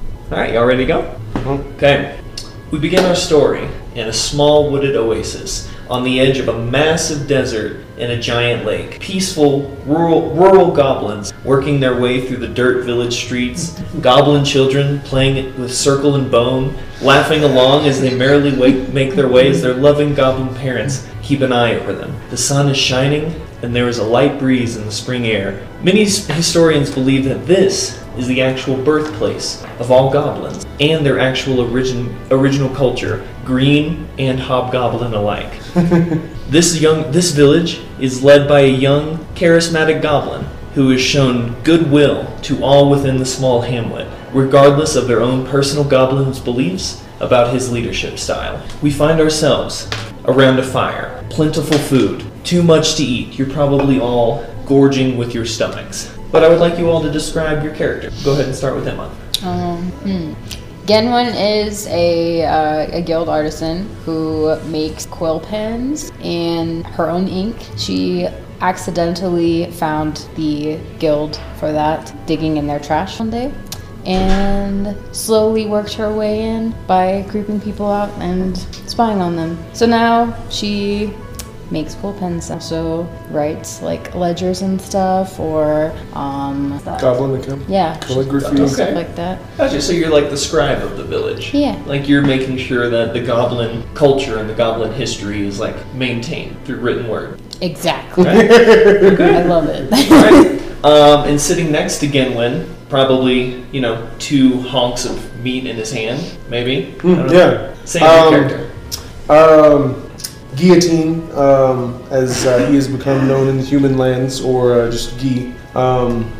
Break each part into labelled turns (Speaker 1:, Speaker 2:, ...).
Speaker 1: All right, y'all ready to go? Okay. We begin our story in a small wooded oasis on the edge of a massive desert and a giant lake. Peaceful rural, rural goblins working their way through the dirt village streets, goblin children playing with circle and bone, laughing along as they merrily wake, make their way as their loving goblin parents keep an eye over them. The sun is shining and there is a light breeze in the spring air. Many s- historians believe that this is the actual birthplace of all goblins and their actual origin, original culture, green and hobgoblin alike. this young this village is led by a young, charismatic goblin who has shown goodwill to all within the small hamlet, regardless of their own personal goblin's beliefs about his leadership style. We find ourselves around a fire, plentiful food, too much to eat. You're probably all gorging with your stomachs. But I would like you all to describe your character. Go ahead and start with Emma.
Speaker 2: Um, hmm. Genwin is a, uh, a guild artisan who makes quill pens and her own ink. She accidentally found the guild for that, digging in their trash one day, and slowly worked her way in by creeping people out and spying on them. So now she makes quill pens, also writes like ledgers and stuff, or um, that-
Speaker 3: Goblin account.
Speaker 2: yeah,
Speaker 3: Calligraphy.
Speaker 1: Okay.
Speaker 2: stuff like that.
Speaker 1: Gotcha. So you're like the scribe of the village.
Speaker 2: Yeah.
Speaker 1: Like you're making sure that the goblin culture and the goblin history is like maintained through written word.
Speaker 2: Exactly.
Speaker 1: Right?
Speaker 2: I love it.
Speaker 1: Right. Um, and sitting next to Genwin, probably you know two honks of meat in his hand, maybe. I don't know.
Speaker 3: Mm, yeah.
Speaker 1: Same um,
Speaker 3: Um,
Speaker 1: character.
Speaker 3: Um, guillotine, um, as uh, he has become known in the human lands, or uh, just Guy, um,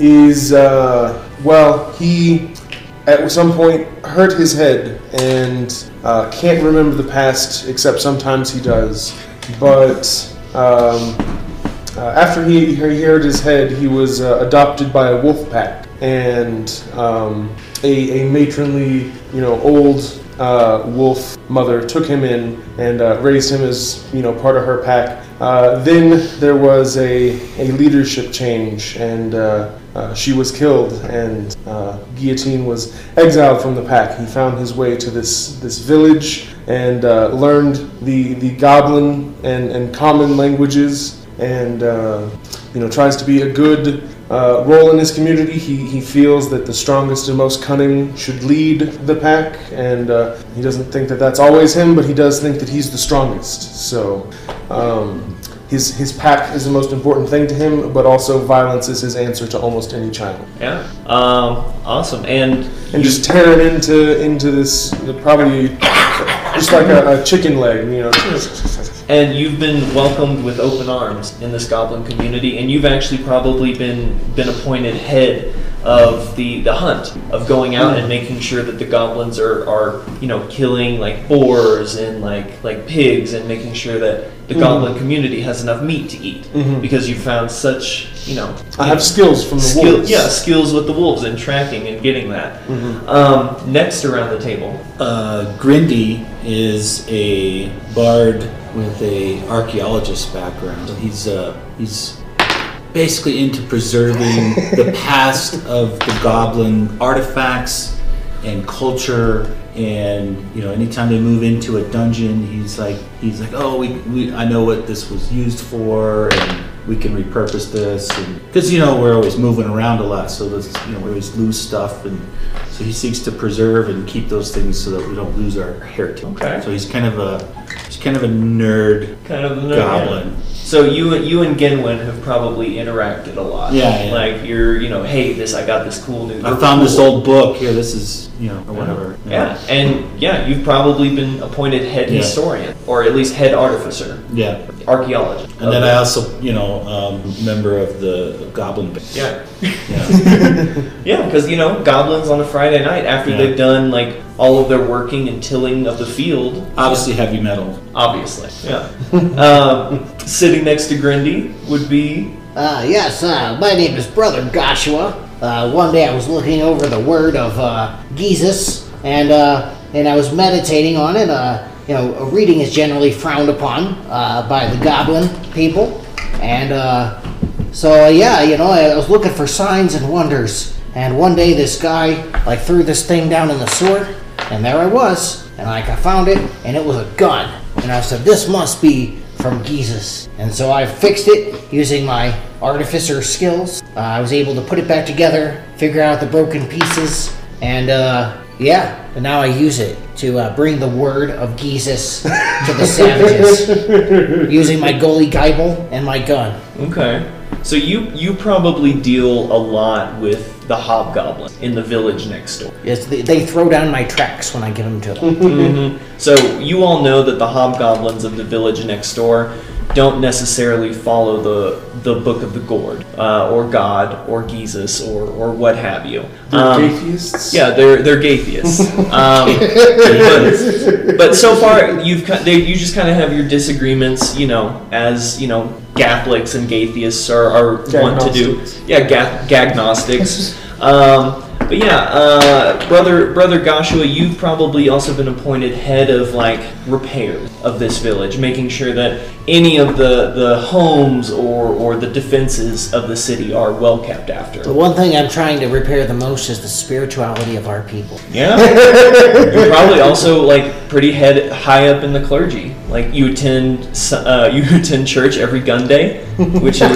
Speaker 3: is uh, well, he at some point hurt his head and uh, can't remember the past, except sometimes he does. But um, uh, after he, he hurt his head, he was uh, adopted by a wolf pack, and um, a, a matronly, you know, old uh, wolf mother took him in and uh, raised him as, you know, part of her pack. Uh, then there was a, a leadership change, and uh, uh, she was killed, and uh, Guillotine was exiled from the pack. He found his way to this, this village and uh, learned the, the goblin and, and common languages and uh, you know tries to be a good uh, role in his community. He, he feels that the strongest and most cunning should lead the pack, and uh, he doesn't think that that's always him, but he does think that he's the strongest. So um, his his pack is the most important thing to him, but also violence is his answer to almost any child.
Speaker 1: Yeah. Um, awesome. And
Speaker 3: And just tear it into into this probably just like a, a chicken leg, you know.
Speaker 1: And you've been welcomed with open arms in this goblin community, and you've actually probably been been appointed head of the, the hunt of going out and making sure that the goblins are, are you know killing like boars and like like pigs and making sure that
Speaker 3: Mm-hmm.
Speaker 1: the goblin community has enough meat to eat
Speaker 3: Mhm.
Speaker 1: because you found such you know
Speaker 3: I have skills from the
Speaker 1: skill,
Speaker 3: wolves. Mm-hmm.
Speaker 1: yeah skills with the wolves and tracking and getting that um, next around the table
Speaker 4: Uh, Grindy is a bard with a archaeologist background. So he's uh, he's basically into preserving the past of the goblin artifacts and culture. And you know, anytime they move into a dungeon, he's like he's like, oh, we, we I know what this was used for, and we can repurpose this. Because you know we're always moving around a lot, so this you know we always lose stuff and. So he seeks to preserve and keep those things so that we don't lose our heritage.
Speaker 1: Okay.
Speaker 4: So he's kind of a he's kind of a nerd
Speaker 1: Kind of the
Speaker 4: goblin.
Speaker 1: So you you and Genwin have probably interacted a lot.
Speaker 4: Yeah, yeah.
Speaker 1: Like you're you know hey this I got this cool new.
Speaker 4: I found this old book here. This is you know or whatever.
Speaker 1: Yeah, and yeah, you've probably been appointed head
Speaker 4: Yeah.
Speaker 1: historian or at least head artificer,
Speaker 4: Yeah.
Speaker 1: archaeologist.
Speaker 4: And then I also you know um, member of the goblin band.
Speaker 1: yeah.
Speaker 4: Yeah.
Speaker 1: Yeah, because you know, goblins on a Friday night after
Speaker 4: Yeah.
Speaker 1: they've done like all of their working and tilling of the field,
Speaker 4: Obviously heavy metal.
Speaker 1: obviously. Yeah. um, sitting next to Grindy would be
Speaker 5: Uh, yes, uh, my name is Brother Joshua. Uh, one day I was looking over the word of uh, Jesus, and uh, and I was meditating on it. Uh, you know, a reading is generally frowned upon uh, by the goblin uh, people, and uh, so yeah, you know, I was looking for signs and wonders, And one day this guy like threw this thing down in the sewer, and there I was, and like I found it, and it was a gun. And I said, this must be from Jesus. And so I fixed it using my artificer skills. Uh, I was able to put it back together, figure out the broken pieces, and uh, yeah, and now I use it to uh, bring the word of Jesus to the savages using my goalie Geibel and my gun.
Speaker 1: Okay. So you you probably deal a lot with the hobgoblin in the village next door.
Speaker 5: Yes, they, they throw down my tracks when I give them to them.
Speaker 1: So you all know that the hobgoblins of the village next door don't necessarily follow the the book of the gourd uh, or God or Jesus or or what have you. Um,
Speaker 3: atheists.
Speaker 1: Yeah, they're they're gay theists. Um, but, but so far, you've ki- they, you just kind of have your disagreements, you know, as you know, Gaplics and gay theists are, are want to do.
Speaker 3: Gagnostics.
Speaker 1: Yeah, ga- gagnostics. um, but yeah, uh, brother brother Goshua, you've probably also been appointed head of like repair of this village, making sure that any of the the homes or or the defenses of the city are well kept after.
Speaker 5: The one thing I'm trying to repair the most is the spirituality of our people.
Speaker 1: Yeah. You're probably also like pretty head high up in the clergy. Like you attend s- uh, you attend church every gun day, which is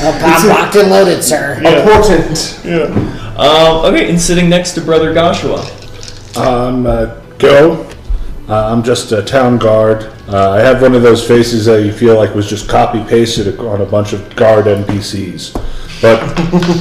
Speaker 5: Oh, pop locked and loaded, sir.
Speaker 3: A portent.
Speaker 1: um, okay. And sitting next to Brother Joshua.
Speaker 6: Um, uh, go. Uh, I'm just a town guard. Uh, I have one of those faces that you feel like was just copy pasted on a bunch of guard NPCs, but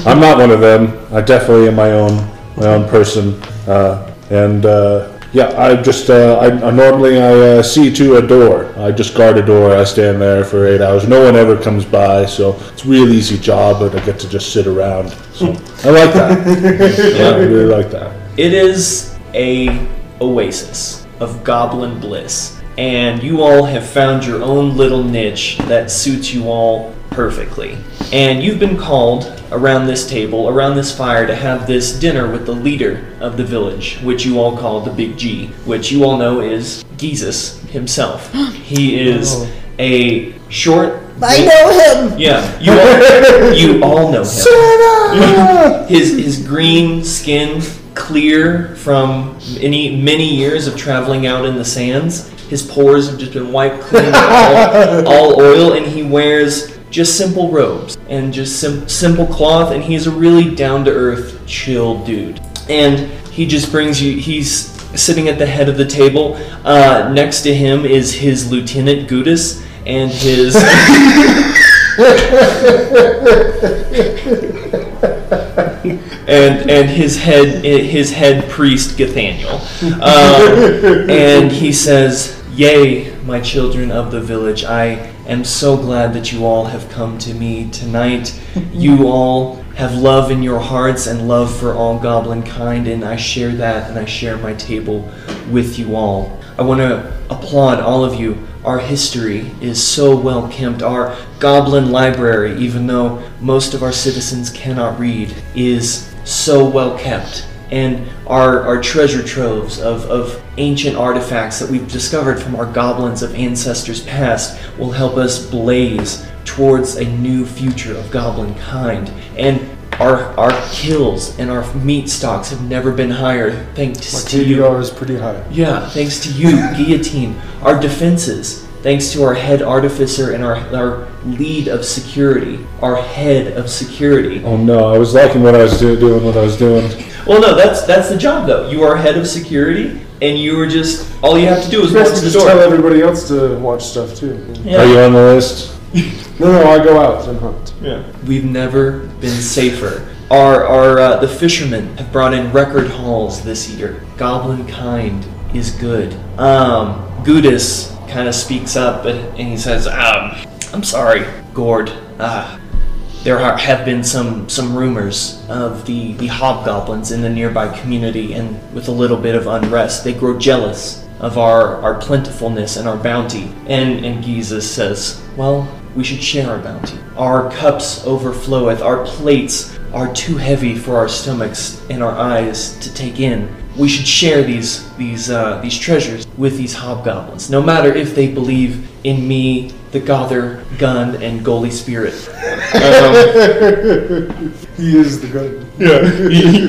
Speaker 6: I'm not one of them. I definitely am my own my own person. Uh, and uh, yeah, I just uh, I, I normally I uh, see to a door. I just guard a door. I stand there for eight hours. No one ever comes by, so it's a real easy job, and I get to just sit around. So I like that. yeah, I really like that.
Speaker 1: It is a oasis of goblin bliss, and you all have found your own little niche that suits you all perfectly. And you've been called around this table, around this fire, to have this dinner with the leader of the village, which you all call the Big G, which you all know is Jesus himself. He is a short.
Speaker 5: Oh. I know Oh, him!
Speaker 1: Yeah, you all, you all know him his his green skin clear from any many years of traveling out in the sands. His pores have just been wiped clean of all, all oil, and he wears just simple robes and just sim- simple cloth. And he's a really down to earth, chill dude. And he just brings you. He's sitting at the head of the table. Uh, next to him is his lieutenant Gudis and his. and and his head his head priest Gathaniel, Um, and he says, "Yea, my children of the village, I am so glad that you all have come to me tonight. You all." Have love in your hearts and love for all goblin kind, and I share that and I share my table with you all. I want to applaud all of you. Our history is so well kempt. Our goblin library, even though most of our citizens cannot read, is so well kept. And our, our treasure troves of, of ancient artifacts that we've discovered from our goblins of ancestors past will help us blaze towards a new future of goblin kind. And our, our kills and our meat stocks have never been higher thanks
Speaker 3: My
Speaker 1: to you.
Speaker 3: KDR is pretty high.
Speaker 1: Yeah, thanks to you, Guillotine. Our defenses, thanks to our head artificer and our, our lead of security, our head of security.
Speaker 6: Oh no, I was liking what I was do- doing, what I was doing.
Speaker 1: Well, no, that's that's the job though. You are head of security, and you are just all you have to do is
Speaker 3: You guys
Speaker 1: watch
Speaker 3: can
Speaker 1: the
Speaker 3: just tell
Speaker 1: door.
Speaker 3: everybody else to watch stuff too.
Speaker 6: Are you
Speaker 1: Yeah.
Speaker 6: on the list?
Speaker 3: No, no, I go out and hunt.
Speaker 1: We've never been safer. Our our uh, the fishermen have brought in record hauls this year. Goblin kind is good. Um, Gudis kind of speaks up and, and he says, um, "I'm sorry, Gord. Uh, There are, have been some, some rumors of the, the hobgoblins in the nearby community, and with a little bit of unrest, they grow jealous of our, our plentifulness and our bounty. And, and Giza says, Well, We should share our bounty. Our cups overfloweth, our plates are too heavy for our stomachs and our eyes to take in. We should share these these uh, these treasures with these hobgoblins, no matter if they believe in me, the Gother gun, and goalie spirit. Um,
Speaker 3: He is the gun.
Speaker 1: yeah, he,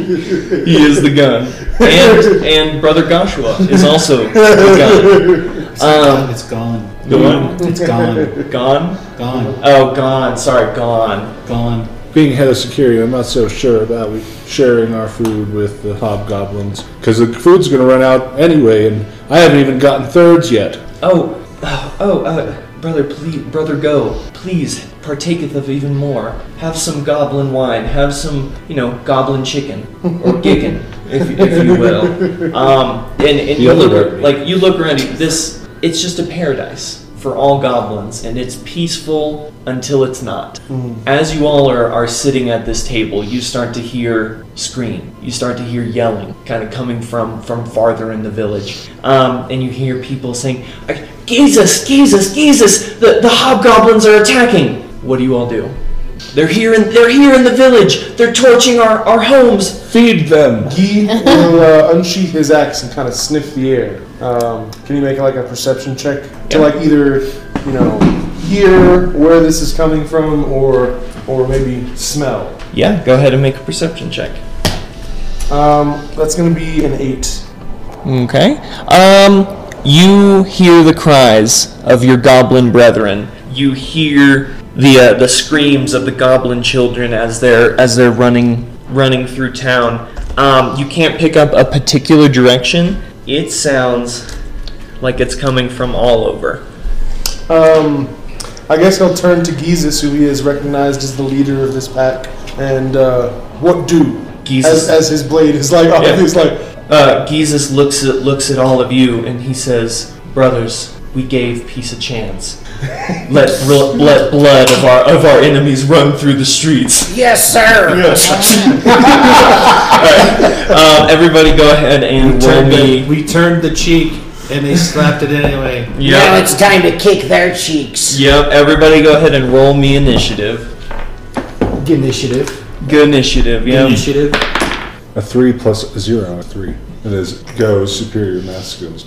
Speaker 1: he is the gun, and and brother Joshua is also the gun. Um,
Speaker 4: Oh, It's gone.
Speaker 1: The what?
Speaker 4: It's gone.
Speaker 1: gone?
Speaker 4: Gone.
Speaker 1: Oh, gone. Sorry, gone.
Speaker 4: Gone.
Speaker 6: Being head of security, I'm not so sure about we- sharing our food with the hobgoblins because the food's going to run out anyway, and I haven't even gotten thirds yet.
Speaker 1: Oh, oh, oh, uh, brother, please, brother, go. Please, partaketh of even more. Have some goblin wine. Have some, you know, goblin chicken or giggin, if, if you will. Um, and and you
Speaker 6: The other
Speaker 1: look
Speaker 6: way.
Speaker 1: like you look around. you- This it's just a paradise for all goblins, and it's peaceful until it's not. As you all are, are sitting at this table, you start to hear scream. You start to hear yelling, kind of coming from from farther in the village, um, and you hear people saying, "Jesus, Jesus, Jesus! The the hobgoblins are attacking!" What do you all do? They're here in they're here in the village. They're torching our, our homes.
Speaker 6: Feed them.
Speaker 3: He will uh, unsheath his axe and kind of sniff the air. Um, can you make like a perception check to
Speaker 1: Yeah.
Speaker 3: like either you know hear where this is coming from or or maybe smell?
Speaker 1: Yeah, go ahead and make a perception check.
Speaker 3: Um, that's gonna be an eight.
Speaker 1: Okay. Um, you hear the cries of your goblin brethren. You hear the uh, the screams of the goblin children as they're as they're running running through town. Um, you can't pick up a particular direction. It sounds like it's coming from all over.
Speaker 3: Um, I guess he'll turn to Gizis, who he is recognized as the leader of this pack, and uh, what do? As,
Speaker 1: Geezus,
Speaker 3: as his blade is like, oh,
Speaker 1: Yeah.
Speaker 3: he's like,
Speaker 1: uh, Geezus looks at looks at all of you and he says, "Brothers, we gave peace a chance. Let ro- let blood of our of our enemies run through the streets."
Speaker 5: Yes, sir.
Speaker 1: Uh, everybody go ahead and roll
Speaker 4: Turned the-
Speaker 1: me.
Speaker 4: we turned the cheek and they slapped it anyway.
Speaker 5: Now it's time to kick their cheeks.
Speaker 1: Yep, everybody go ahead and roll me initiative.
Speaker 4: Initiative.
Speaker 1: Good initiative, yeah.
Speaker 4: Initiative.
Speaker 6: A three plus a zero, a three. It is go superior math skills.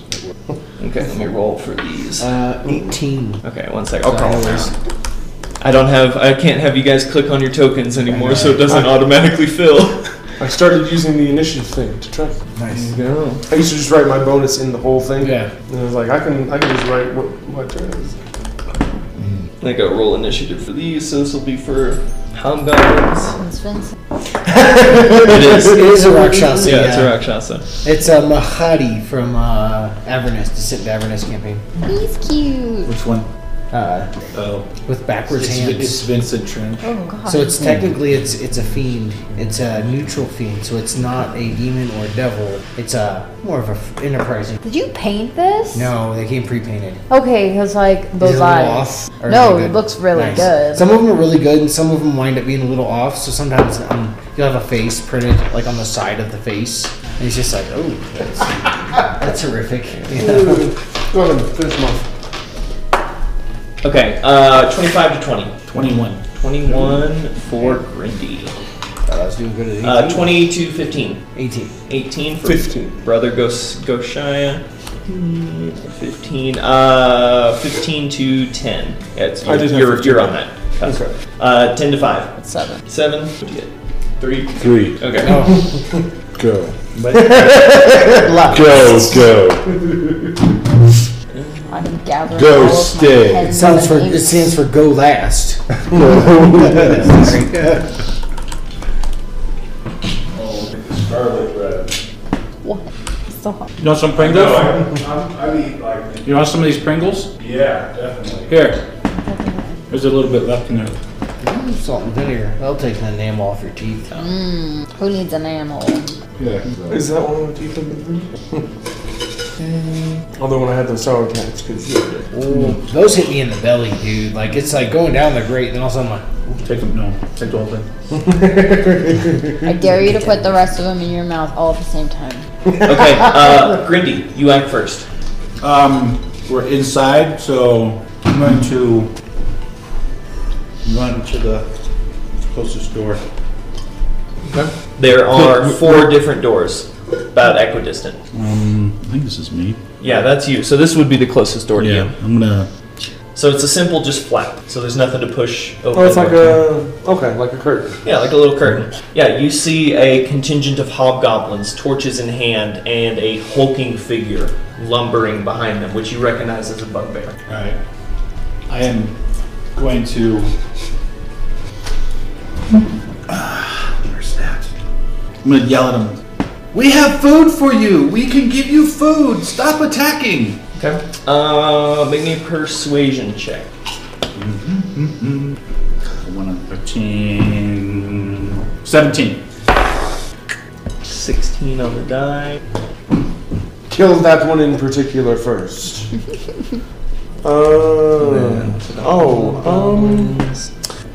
Speaker 1: Okay, let me roll for these.
Speaker 4: Uh, 18.
Speaker 1: Okay, one sec. I'll call them out. I don't have, I can't have you guys click on your tokens anymore, so it doesn't
Speaker 4: Uh,
Speaker 1: automatically fill.
Speaker 3: I started using the initiative thing to track.
Speaker 4: Nice.
Speaker 1: Go.
Speaker 3: I used to just write my bonus in the whole thing.
Speaker 4: Yeah.
Speaker 3: And I was like, I can, I can just write what my turn is.
Speaker 1: I got roll initiative for these, so this will be for Hobgoblins.
Speaker 2: It's Vincent.
Speaker 1: It
Speaker 5: It
Speaker 1: is.
Speaker 5: is a Rakshasa.
Speaker 1: Yeah, it's a Rakshasa.
Speaker 5: It's a Mahadi from uh, Avernus, the Sit to Avernus campaign.
Speaker 2: He's cute.
Speaker 4: Which one?
Speaker 5: Uh,
Speaker 4: Oh.
Speaker 5: with backwards
Speaker 4: It's,
Speaker 5: hands.
Speaker 4: it's Vincent Trent.
Speaker 2: Oh god.
Speaker 5: so it's technically it's it's a fiend. It's a neutral fiend. So it's not a demon or devil. It's a more of a f- enterprising.
Speaker 2: Did you paint this?
Speaker 5: No, they came pre-painted.
Speaker 2: Okay, because like
Speaker 5: Is it
Speaker 2: those
Speaker 5: a little
Speaker 2: eyes.
Speaker 5: off? Or is
Speaker 2: No,
Speaker 5: good?
Speaker 2: it looks really
Speaker 5: Nice.
Speaker 2: good.
Speaker 5: Some of them are really good, and some of them wind up being a little off. So sometimes um, you'll have a face printed like on the side of the face, and it's just like, oh, that's, that's horrific. Yeah.
Speaker 3: Go ahead and finish him off.
Speaker 1: Okay, uh, 25 to 20.
Speaker 4: 21.
Speaker 1: 21 for Grindy.
Speaker 5: I was doing good at 18.
Speaker 1: Uh, 20 to 15.
Speaker 5: 18.
Speaker 1: 18 for
Speaker 3: 15.
Speaker 1: brother Gos- Goshaya. Hmm, 15. Uh, 15 to 10. Yeah, it's,
Speaker 3: I did have
Speaker 1: you're,
Speaker 3: 15.
Speaker 1: you're on that. That's
Speaker 3: Okay.
Speaker 1: Uh, 10 to 5.
Speaker 2: Seven.
Speaker 1: 7. What do you get? 3.
Speaker 6: Three.
Speaker 1: Okay.
Speaker 6: Go.
Speaker 4: But
Speaker 6: Go, go.
Speaker 2: I can gather
Speaker 6: Go
Speaker 2: all of my
Speaker 6: stay.
Speaker 2: pens
Speaker 5: Sounds for
Speaker 2: and
Speaker 5: it
Speaker 2: inks.
Speaker 5: stands for go last.
Speaker 6: Scarlet red.
Speaker 2: What? So hard.
Speaker 4: you want some Pringles?
Speaker 6: I mean, like,
Speaker 4: You want some of these Pringles?
Speaker 6: yeah, definitely.
Speaker 4: Here. There's a little bit left in there.
Speaker 5: Salt and vinegar. That'll take the name off your teeth.
Speaker 2: Who needs enamel?
Speaker 6: Yeah.
Speaker 3: Is that one of the teeth I've been through? Although when I had those sour cats, because
Speaker 2: Mm-hmm.
Speaker 5: Ooh, those hit me in the belly, dude. Like it's like going down the grate, then all of a sudden I'm like,
Speaker 4: Take them. No. Take the whole thing.
Speaker 2: I dare you to put the rest of them in your mouth all at the same time.
Speaker 1: okay. Uh, Grindy, you act first.
Speaker 4: Um, we're inside, so I'm going to
Speaker 7: run to the closest door.
Speaker 1: There are four different doors, about equidistant.
Speaker 4: Um, I think this is me.
Speaker 1: Yeah, that's you. So this would be the closest door to you.
Speaker 4: I'm gonna.
Speaker 1: So it's a simple just flap. So there's nothing to push open.
Speaker 3: Oh, it's like a okay, like a curtain.
Speaker 1: Yeah, like a little curtain. Yeah, you see a contingent of hobgoblins, torches in hand, and a hulking figure lumbering behind them, which you recognize as a bugbear.
Speaker 4: Alright. I am going to. Where's that? I'm gonna yell at him. We have food for you! We can give you food! Stop attacking!
Speaker 1: Okay. Uh, make me a persuasion check.
Speaker 4: I want to 13. 17.
Speaker 1: 16 on the die.
Speaker 3: Kill that one in particular first. uh, oh, um,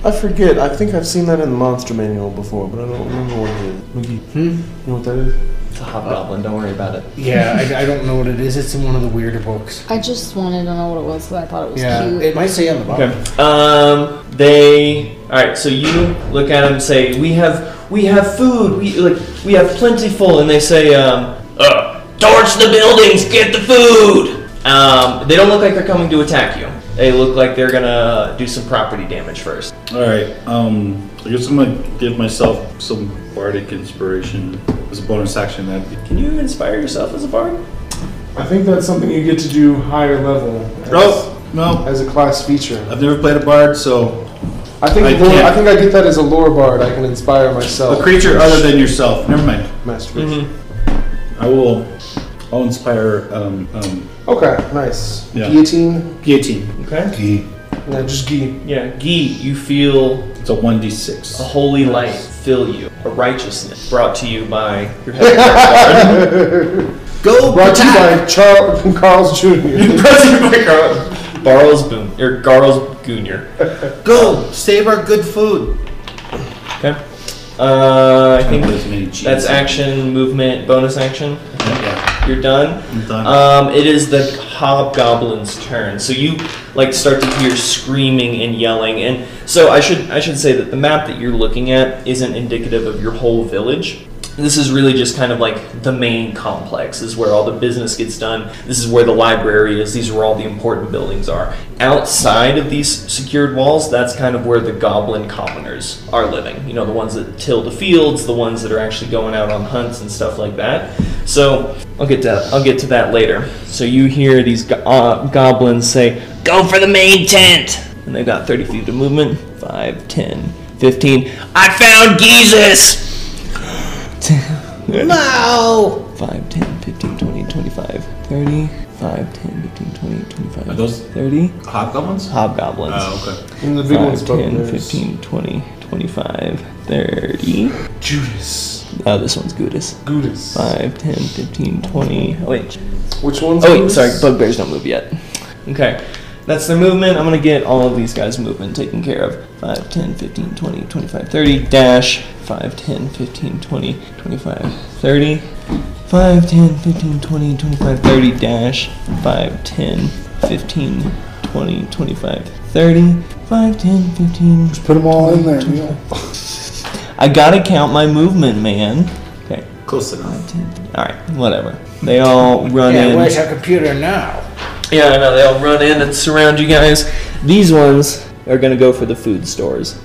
Speaker 3: I forget. I think I've seen that in the monster manual before, but I don't remember what it is. Hmm? McGee, you know what that is?
Speaker 1: It's a hobgoblin. Don't worry about it.
Speaker 5: Yeah, I, I don't know what it is. It's in one of the weirder books.
Speaker 2: I just wanted to know what it was because I thought it was
Speaker 5: Yeah,
Speaker 2: cute.
Speaker 5: it might say on the bottom.
Speaker 1: Um, they. All right. So you look at them and say, "We have, we have food. We like, we have plentiful." And they say, um, uh, "Torch the buildings. Get the food." Um, they don't look like they're coming to attack you. They look like they're gonna do some property damage first.
Speaker 4: Alright, um, I guess I'm gonna give myself some bardic inspiration as a bonus action. That'd be.
Speaker 1: Can you inspire yourself as a bard?
Speaker 3: I think that's something you get to do higher level. As,
Speaker 4: Oh! No.
Speaker 3: as a class feature.
Speaker 4: I've never played a bard, so.
Speaker 3: I think
Speaker 4: I
Speaker 3: I, lore,
Speaker 4: can't.
Speaker 3: I think I get that as a lore bard. I can inspire myself.
Speaker 4: A creature other than yourself. Never mind.
Speaker 3: masturbation.
Speaker 4: Mm-hmm. I will. I'll inspire um, um,
Speaker 3: Okay, nice.
Speaker 4: Yeah.
Speaker 3: Guillotine.
Speaker 4: guillotine.
Speaker 1: Okay.
Speaker 3: Yeah, just gee.
Speaker 1: Yeah. Gee, you feel
Speaker 4: It's a one d six.
Speaker 1: a holy light fill you, a righteousness brought to you by your head.
Speaker 4: Go
Speaker 3: Brought to you by Charles Carl's Jr.
Speaker 1: by Gar- Barles Boon or Garles Junior.
Speaker 4: Go save our good food.
Speaker 1: Okay. Uh, I think that's
Speaker 4: That's
Speaker 1: action, movement, bonus action.
Speaker 4: Yeah,
Speaker 1: You're done.
Speaker 4: I'm done.
Speaker 1: Um, it is the hobgoblin's turn. So you like start to hear screaming and yelling, and so I should I should say that the map that you're looking at isn't indicative of your whole village. This is really just kind of like the main complex. This is where all the business gets done. This is where the library is. These are where all the important buildings are. Outside of these secured walls, that's kind of where the goblin commoners are living. You know, the ones that till the fields, the ones that are actually going out on hunts and stuff like that. So I'll get to I'll get to that later. So you hear these go- uh, goblins say, "Go for the main tent," and they've got 30 feet of movement, 5, 10, 15. I found Jesus.
Speaker 5: No!
Speaker 1: 5, 10, 15, 20, 25, 30, 5, 10, 15, 20, 25,
Speaker 4: Are those-
Speaker 1: 30.
Speaker 4: Hobgoblins.
Speaker 1: Hobgoblins.
Speaker 4: Oh, okay.
Speaker 3: and the big one's
Speaker 1: 5,
Speaker 3: both
Speaker 1: 10,
Speaker 3: nerds.
Speaker 1: 15, 20, 25, 30.
Speaker 3: Judas.
Speaker 1: Oh, this one's Gudis.
Speaker 3: Gudis.
Speaker 1: 5, 10, 15, 20. Oh, wait.
Speaker 3: Which one's
Speaker 1: Oh wait,
Speaker 3: Gudis?
Speaker 1: sorry, bugbears don't move yet. Okay. That's their movement. I'm gonna get all of these guys' movement taken care of. 5, 10, 15, 20, 25, 30, dash. 5, 10, 15, 20, 25, 30. 5, 10, 15, 20, 25, 30, dash. 5, 10, 15, 20, 25, 30. 5, 10, 15.
Speaker 6: Put them all in there, Neil.
Speaker 1: I gotta count my movement, man. Okay.
Speaker 4: Close enough.
Speaker 1: Alright, whatever. They all run
Speaker 5: Yeah,
Speaker 1: in.
Speaker 5: where's our computer now?
Speaker 1: Yeah, I know. They all run in and surround you guys. These ones are gonna go for the food stores.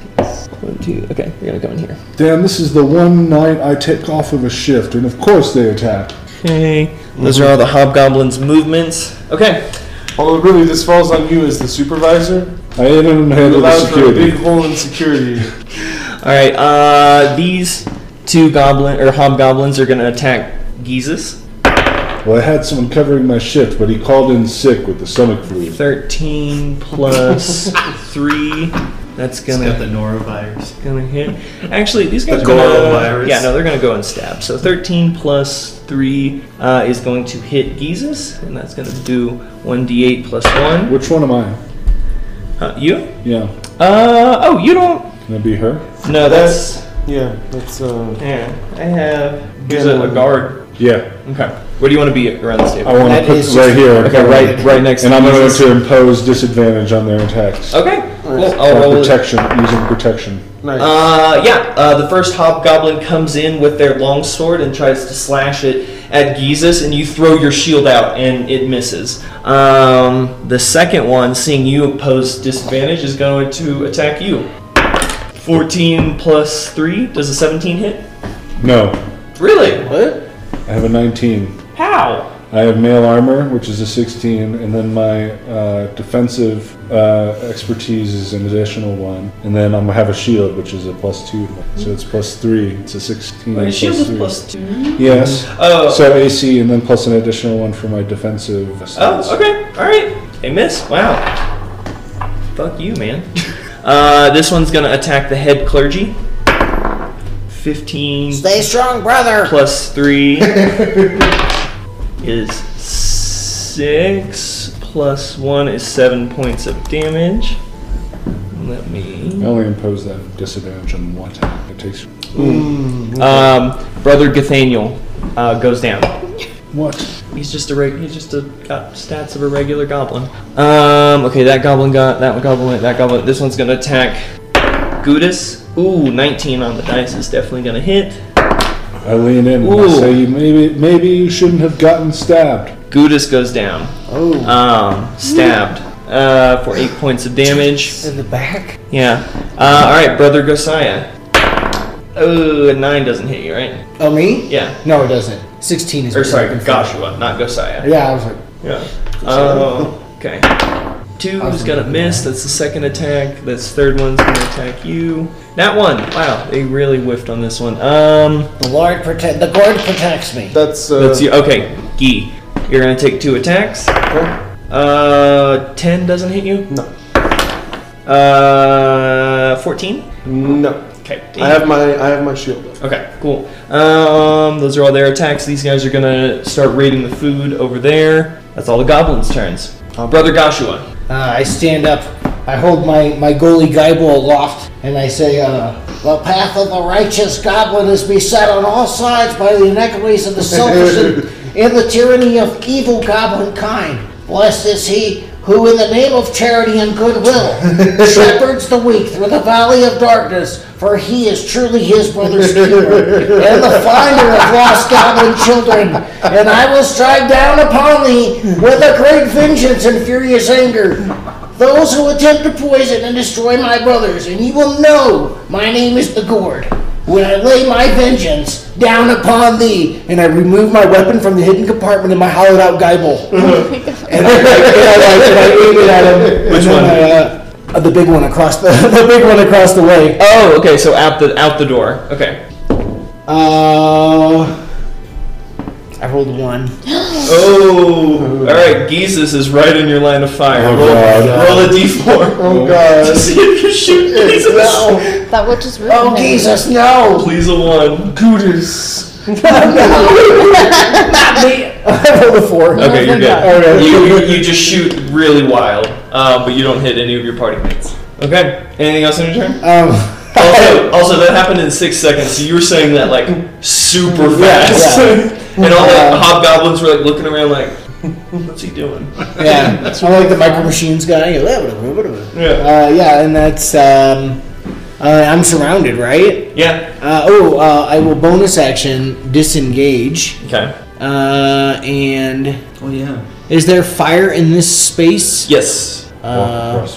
Speaker 1: One, two. Okay, you're gonna go in here.
Speaker 6: Damn, this is the one night I take off of a shift, and of course they attack.
Speaker 1: Okay. Those are all the hobgoblins' movements. Okay.
Speaker 3: Although really, this falls on you as the supervisor.
Speaker 6: I hit him in the head
Speaker 3: It
Speaker 6: with a
Speaker 3: allows for a big
Speaker 6: security.
Speaker 3: hole in security.
Speaker 1: All right. Uh, these two goblin or hobgoblins are gonna attack Geezus.
Speaker 6: Well, I had someone covering my shift, but he called in sick with the stomach flu.
Speaker 1: Thirteen plus three. That's
Speaker 4: It's got the
Speaker 1: gonna
Speaker 4: norovirus.
Speaker 1: gonna hit. Actually, these guys
Speaker 4: The
Speaker 1: are gonna.
Speaker 4: Gorovirus.
Speaker 1: Yeah, no, they're gonna go and stab. So thirteen plus three uh, is going to hit Geezus, and that's gonna do one d8 plus one.
Speaker 6: Which one am I?
Speaker 1: Uh, you?
Speaker 6: Yeah,
Speaker 1: Uh, oh, you don't.
Speaker 6: can that be her?
Speaker 1: No, that's.
Speaker 3: Yeah, that's uh.
Speaker 1: Yeah, I have. Here's a, a guard.
Speaker 6: Yeah,
Speaker 1: Okay. Where do you want to be around this
Speaker 6: I
Speaker 1: table?
Speaker 6: want
Speaker 5: That
Speaker 6: to put
Speaker 5: is
Speaker 6: right
Speaker 5: just-
Speaker 6: here.
Speaker 1: Okay, right, right next.
Speaker 6: And
Speaker 1: to
Speaker 6: I'm going
Speaker 1: Jesus.
Speaker 6: to impose disadvantage on their attacks.
Speaker 1: Okay. oh, Cool. I'll
Speaker 6: Or
Speaker 1: roll it.
Speaker 6: protection, using protection.
Speaker 3: Nice.
Speaker 1: Uh, yeah, uh, the first hobgoblin comes in with their longsword and tries to slash it at Gizus, and you throw your shield out, and it misses. Um, the second one, seeing you pose disadvantage, is going to attack you. 14 plus 3, does a 17 hit?
Speaker 6: No,
Speaker 1: Really?
Speaker 5: What?
Speaker 6: I have a 19.
Speaker 1: How?
Speaker 6: I have mail armor, which is a 16, and then my uh, defensive uh, expertise is an additional one. And then I'm gonna have a shield, which is a plus two. So it's plus three. It's a 16.
Speaker 1: My shield
Speaker 6: plus
Speaker 1: is
Speaker 6: three.
Speaker 1: plus 2.
Speaker 6: Yes.
Speaker 1: Oh,
Speaker 6: So AC, and then plus an additional one for my defensive. stats.
Speaker 1: Oh, okay. All right. A miss. Wow. Fuck you, man. Uh, this one's gonna attack the head clergy. Fifteen
Speaker 5: Stay strong, brother.
Speaker 1: plus three is six. Plus one is seven points of damage. Let me.
Speaker 6: I only impose that disadvantage on one attack. It takes
Speaker 1: Um, Brother Gathaniel uh, goes down.
Speaker 6: what?
Speaker 1: He's just a reg- he's just a got stats of a regular goblin. Um, okay, that goblin got that one goblin, that goblin. This one's gonna attack Gudis. Ooh, 19 on the dice is definitely gonna hit.
Speaker 6: I lean in and I
Speaker 1: Ooh.
Speaker 6: say, maybe maybe you shouldn't have gotten stabbed.
Speaker 1: Gudis goes down.
Speaker 5: Oh,
Speaker 1: Um, stabbed. Uh, for eight points of damage.
Speaker 5: in the back.
Speaker 1: Yeah. Uh, all right, brother Gosiah. Oh, a nine doesn't hit you, right?
Speaker 5: Oh, me?
Speaker 1: Yeah.
Speaker 5: No, it doesn't. Sixteen is.
Speaker 1: Or
Speaker 5: what
Speaker 1: sorry,
Speaker 5: I'm looking for.
Speaker 1: Goshua, not Gosiah.
Speaker 5: Yeah, I was like,
Speaker 1: Yeah. Oh, okay. Two's gonna miss. That's the second attack. That's third one's gonna attack you. That one. Wow, they really whiffed on this one. Um,
Speaker 5: the Lord protect. The Lord protects me.
Speaker 3: that's uh,
Speaker 1: that's you. Okay, Gee, you're gonna take two attacks.
Speaker 3: okay.
Speaker 1: Uh, ten doesn't hit you.
Speaker 3: No.
Speaker 1: Uh, fourteen.
Speaker 3: No,
Speaker 1: Okay.
Speaker 3: I have my I have my shield. up.
Speaker 1: Okay, cool. Um, those are all their attacks. These guys are gonna start raiding the food over there. That's all the goblins' turns. Brother Goshua.
Speaker 5: Uh, I stand up. I hold my, my goalie Geibel aloft and I say, uh, The path of the righteous goblin is beset on all sides by the inequities of the selfish and, and the tyranny of evil goblin kind. Blessed is he who, in the name of charity and goodwill, shepherds the weak through the valley of darkness, for he is truly his brother's keeper and the finder of lost goblin children. And I will strike down upon thee with a great vengeance and furious anger those who attempt to poison and destroy my brothers, and you will know my name is the Gourd. When I lay my vengeance down upon thee, and I remove my weapon from the hidden compartment in my hollowed out Geibel. and, I, and, I, like, and I aim it at him. Which
Speaker 1: one?
Speaker 5: uh, uh, the big one across the, the big one across the way.
Speaker 1: Oh, okay. So out the out the door. Okay.
Speaker 5: Uh, I rolled a one.
Speaker 1: Oh. All right. Geezus is right in your line of fire.
Speaker 6: Oh,
Speaker 1: roll,
Speaker 6: God.
Speaker 1: roll a d4
Speaker 3: Oh god.
Speaker 1: to see if you shoot Geezus.
Speaker 2: That would just ruin
Speaker 5: Oh
Speaker 2: him.
Speaker 5: Jesus, no!
Speaker 1: Please a one.
Speaker 3: Gudis.
Speaker 5: I rolled a four.
Speaker 1: Okay, you're good.
Speaker 3: Okay.
Speaker 1: You, you, you just shoot really wild, um, but you don't hit any of your party mates. Okay. Anything else in your turn?
Speaker 5: Um.
Speaker 1: Also, also that happened in six seconds. So you were saying that like super fast, and all the
Speaker 5: Yeah.
Speaker 1: hobgoblins were like looking around like, "What's he doing?"
Speaker 5: Yeah, that's more like the micro machines guy. Yeah,
Speaker 1: Yeah.
Speaker 5: uh, yeah, and that's um, uh, I'm surrounded, right?
Speaker 1: Yeah.
Speaker 5: Uh, oh, uh, I will bonus action disengage.
Speaker 1: Okay.
Speaker 5: Uh, and
Speaker 4: Oh yeah.
Speaker 5: is there fire in this space?
Speaker 1: Yes.
Speaker 5: Uh,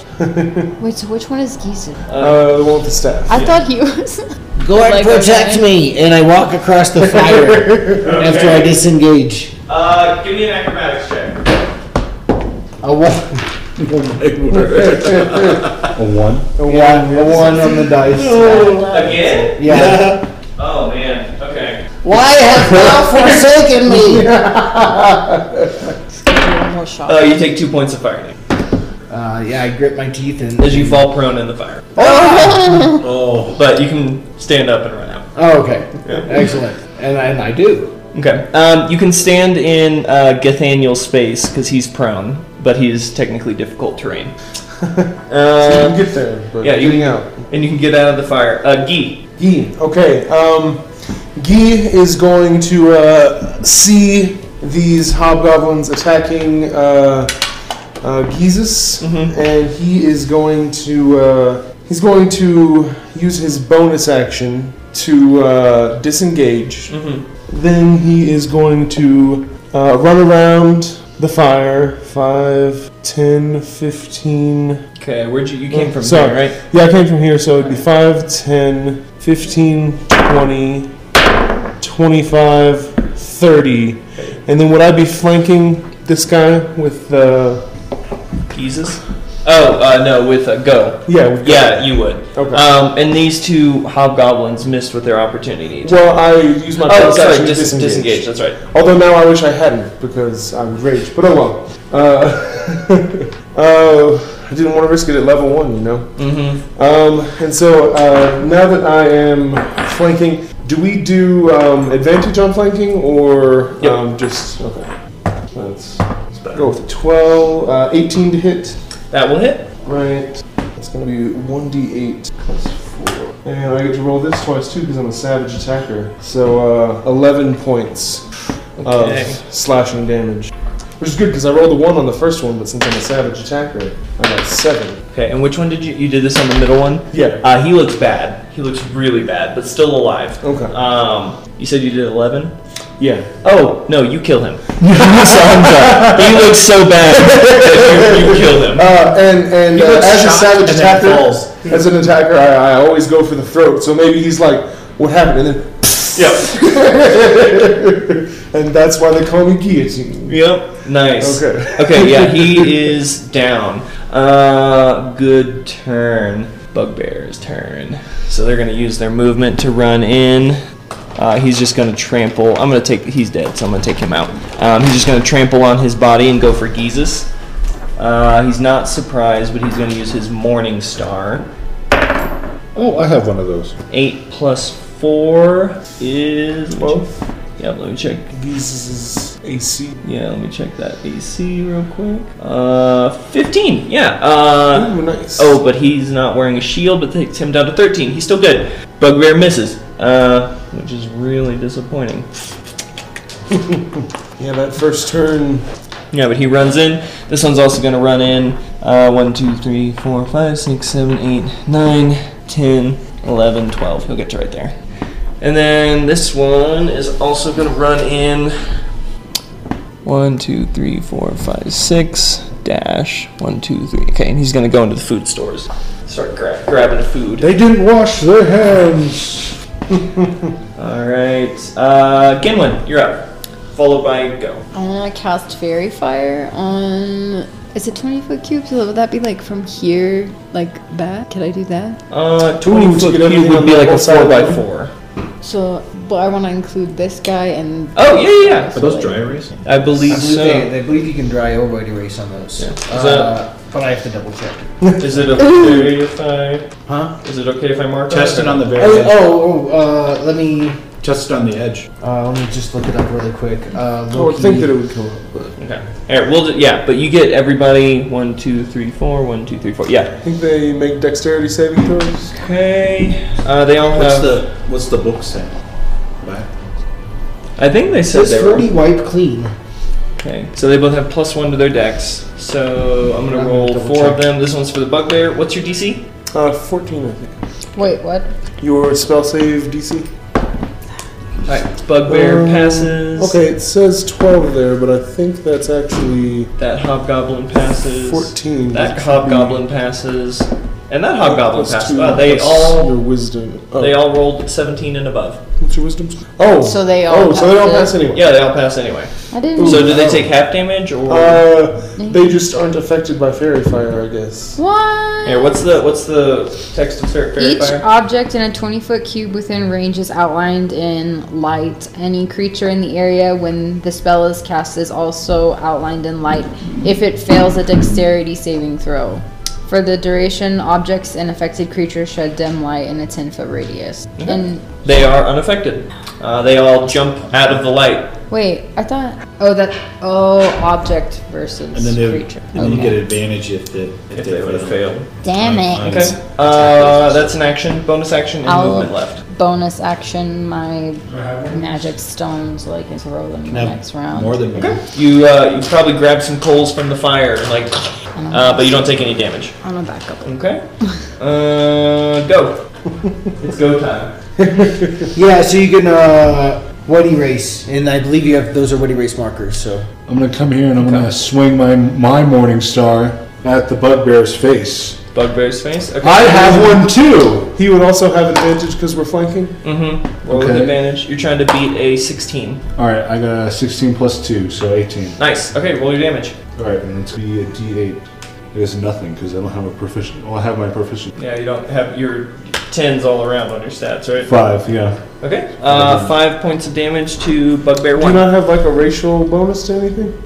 Speaker 2: Wait, so which one is Gizu?
Speaker 3: Uh, the one with the staff.
Speaker 2: I thought he was.
Speaker 5: go ahead and
Speaker 2: Like,
Speaker 5: protect
Speaker 2: okay.
Speaker 5: me, and I walk across the fire after I disengage.
Speaker 1: Uh, give me an acrobatics check.
Speaker 5: A one,
Speaker 6: A one.
Speaker 3: A one,
Speaker 5: Yeah.
Speaker 3: a one on the dice.
Speaker 1: Again?
Speaker 5: yeah.
Speaker 1: Oh man. Okay.
Speaker 5: Why have thou forsaken me?
Speaker 2: One more shot.
Speaker 1: Uh, you take two points of fire damage
Speaker 5: Uh, yeah, I grip my teeth and.
Speaker 1: as you fall prone in the fire,
Speaker 4: Oh.
Speaker 1: but you can stand up and run out.
Speaker 5: Oh, okay. Excellent. And, and I do.
Speaker 1: Okay. Um, you can stand in uh, Gathaniel's space because he's prone, but he is technically difficult terrain.
Speaker 3: You
Speaker 1: Uh,
Speaker 3: can get there, but
Speaker 1: yeah, you-
Speaker 3: getting out.
Speaker 1: and you can get out of the fire. Uh, Gee.
Speaker 3: Guy. Okay. Um, Guy is going to uh, see these hobgoblins attacking uh, uh, Gizus,
Speaker 1: Mhm.
Speaker 3: and he is going to uh, he's going to use his bonus action to uh, disengage.
Speaker 1: Mm-hmm.
Speaker 3: Then he is going to uh, run around the fire 5, 10, 15,
Speaker 1: Okay, where'd you you came from?
Speaker 3: Sorry.
Speaker 1: Here, right?
Speaker 3: yeah, I came from here, so it'd be 5, 10, 15, 20, 25, 30. And then would I be flanking this guy with Uh,
Speaker 1: Jesus. Oh uh, no, with a go.
Speaker 3: yeah, with
Speaker 1: Yeah, you would.
Speaker 3: Okay.
Speaker 1: Um, and these two hobgoblins missed with their opportunity.
Speaker 3: well, I use my
Speaker 1: Oh,
Speaker 3: bonus
Speaker 1: sorry,
Speaker 3: action to
Speaker 1: dis-
Speaker 3: disengage.
Speaker 1: disengage. That's right.
Speaker 3: Although now I wish I hadn't, because I would rage. But oh well. Uh, uh, I didn't want to risk it at level 1, you know?
Speaker 1: Mm-hmm.
Speaker 3: Um, and so uh, now that I am flanking, do we do um, advantage on flanking or
Speaker 1: Yep.
Speaker 3: um, just okay? Let's, let's go with 12, uh, 18 to hit.
Speaker 1: That will hit.
Speaker 3: Right. That's gonna be 1d8 plus 4. And I get to roll this twice too because I'm a savage attacker. So uh, 11 points
Speaker 1: Okay.
Speaker 3: of slashing damage. Which is good because I rolled a 1 on the first one, but since I'm a savage attacker, I got 7.
Speaker 1: Okay, and which one did you you did this on the middle one?
Speaker 3: Yeah.
Speaker 1: Uh, he looks bad. He looks really bad, but still alive.
Speaker 3: Okay.
Speaker 1: Um, you said you did eleven.
Speaker 3: Yeah.
Speaker 1: Oh no, you kill him. he looks so bad. that you, you kill him.
Speaker 3: Uh, and and uh,
Speaker 1: looks
Speaker 3: as a
Speaker 1: shocked
Speaker 3: savage
Speaker 1: and then
Speaker 3: attacker,
Speaker 1: falls.
Speaker 3: as an attacker, I, I always go for the throat. So maybe he's like, "What happened?" And then,
Speaker 1: Yep.
Speaker 3: and that's why they call me guillotine.
Speaker 1: Yep. Nice.
Speaker 3: Okay.
Speaker 1: Okay. Yeah, he is down. Uh, good turn. Bugbear's turn. So they're gonna use their movement to run in. Uh, he's just gonna trample. I'm gonna take. He's dead, so I'm gonna take him out. Um, he's just gonna trample on his body and go for Gizus. Uh, he's not surprised, but he's gonna use his Morning Star.
Speaker 6: Oh, I have one of those.
Speaker 1: 8 plus 4 is 12. Yeah, let me check.
Speaker 3: This is AC.
Speaker 1: Yeah, let me check that AC real quick. Uh, 15. Yeah. Uh,
Speaker 3: Ooh, nice.
Speaker 1: oh, but he's not wearing a shield, but takes him down to 13. He's still good. Bugbear misses, uh, which is really disappointing.
Speaker 3: yeah, that first turn.
Speaker 1: Yeah, but he runs in. This one's also going to run in. Uh, 1, 2, 3, 4, 5, 6, 7, 8, 9, 10, 11, 12. He'll get to right there. And then this one is also going to run in. 1, 2, 3, 4, 5, 6, dash. 1, 2, 3. Okay, and he's going to go into the food stores. Start gra- grabbing food.
Speaker 6: They didn't wash their hands.
Speaker 1: All right. Uh, Gimlin, you're up. Followed by Go.
Speaker 2: I want to cast Fairy Fire on. Is it 20 foot cube? So would that be like from here, like back? Could I do that?
Speaker 1: Uh, 20
Speaker 3: to
Speaker 1: foot
Speaker 3: get everything
Speaker 1: cube would
Speaker 3: on
Speaker 1: be
Speaker 3: the
Speaker 1: like a
Speaker 3: whole
Speaker 1: 4
Speaker 3: side.
Speaker 1: by 4
Speaker 2: So, but I want to include this guy and.
Speaker 1: Oh, yeah, yeah, yeah.
Speaker 4: Are those dry erase?
Speaker 8: Uh,
Speaker 1: I believe
Speaker 5: they,
Speaker 1: so.
Speaker 5: they believe you can dry overweight erase on those.
Speaker 1: Yeah. Is
Speaker 5: Uh, but I have to double check.
Speaker 1: Is it okay if I
Speaker 5: Huh?
Speaker 1: is it okay if I mark
Speaker 4: Test it on the very
Speaker 5: Oh,
Speaker 4: edge.
Speaker 5: oh, oh uh, let me
Speaker 4: Test it on the edge.
Speaker 5: uh, let me just look it up really quick.
Speaker 1: Oh,
Speaker 5: Uh,
Speaker 3: Oh, I would
Speaker 5: Loki-
Speaker 3: think that it would come up, but
Speaker 1: Okay. All right. We'll do, yeah, but you get everybody one two three four one two three four
Speaker 3: I
Speaker 1: yeah.
Speaker 3: think they make dexterity saving throws.
Speaker 1: Okay. Uh, they all
Speaker 4: What's
Speaker 1: have.
Speaker 4: the What's the book say? Back.
Speaker 1: I think they said
Speaker 5: Says
Speaker 1: they were
Speaker 5: 40 wipe clean.
Speaker 1: okay. So they both have plus one to their decks. So I'm gonna
Speaker 5: I'm gonna
Speaker 1: roll
Speaker 5: double
Speaker 1: four of
Speaker 5: check.
Speaker 1: them. This one's for the bugbear. What's your DC?
Speaker 3: Uh, 14, I think.
Speaker 2: Wait, what?
Speaker 3: Your spell save DC.
Speaker 1: All right. Bugbear
Speaker 3: Um,
Speaker 1: passes.
Speaker 3: Okay, it says 12 there, but I think that's actually
Speaker 1: That hobgoblin passes.
Speaker 3: 14.
Speaker 1: That
Speaker 3: which would
Speaker 1: hobgoblin passes. And that
Speaker 3: be
Speaker 1: hobgoblin
Speaker 3: plus
Speaker 1: passes.
Speaker 3: two
Speaker 1: Wow, Uh, they
Speaker 3: plus Your
Speaker 1: all
Speaker 3: wisdom. Oh,
Speaker 1: they all rolled 17 and above.
Speaker 3: What's your wisdom? score? Oh.
Speaker 2: So they all
Speaker 3: Oh, so they all
Speaker 2: pass
Speaker 3: pass anyway.
Speaker 1: Yeah, they all pass anyway.
Speaker 2: I didn't.
Speaker 1: So do they take half damage or?
Speaker 3: Uh, they just aren't affected by fairy fire, I guess.
Speaker 2: what?
Speaker 1: Here, what's the what's the text of Sir Fairy
Speaker 2: Each
Speaker 1: Fire?
Speaker 2: object in a 20 foot cube within range is outlined in light. Any creature in the area when the spell is cast is also outlined in light if it fails a dexterity saving throw. For the duration, objects and affected creatures shed dim light in a 10 foot radius. And
Speaker 1: They are unaffected. Uh, they all jump out of the light.
Speaker 2: Wait, I thought. Oh, that. Oh, object versus
Speaker 4: And then, they,
Speaker 2: creature.
Speaker 4: and then you get advantage if, the, if,
Speaker 8: if they would have failed.
Speaker 2: Damn
Speaker 4: Mine-
Speaker 2: it!
Speaker 8: Okay.
Speaker 4: mine's-
Speaker 8: Uh, that's an action, bonus action, and
Speaker 2: I'll-
Speaker 8: movement left.
Speaker 2: Bonus action, my magic stones, like, is rolling
Speaker 4: can
Speaker 2: the
Speaker 4: have
Speaker 2: next round.
Speaker 4: More than one.
Speaker 8: You uh, you probably grab some coals from the fire, like, uh, but you don't take any damage.
Speaker 2: I'm gonna back up.
Speaker 8: Okay. Uh, go. it's go time.
Speaker 5: Yeah, so you can uh, what erase, and I believe you have those are what erase markers. So
Speaker 6: I'm gonna come here and I'm gonna swing my my morning star at the bugbear's face.
Speaker 8: Bugbear's face. Okay.
Speaker 6: I have one too.
Speaker 3: He would also have advantage because we're flanking.
Speaker 8: Mm-hmm. Roll with
Speaker 6: Okay.
Speaker 8: advantage. You're trying to beat a 16.
Speaker 6: All right, I got a 16 plus two, so 18.
Speaker 8: Nice. Okay, roll your damage.
Speaker 6: All right, and it's gonna be a D8. I guess nothing because I don't have a proficient. Well, I have my proficient
Speaker 8: Yeah, you don't have your tens all around on your stats, right?
Speaker 6: five. Yeah.
Speaker 8: Okay. Uh, five points of damage to Bugbear
Speaker 3: Do you
Speaker 8: one.
Speaker 3: not have like a racial bonus to anything?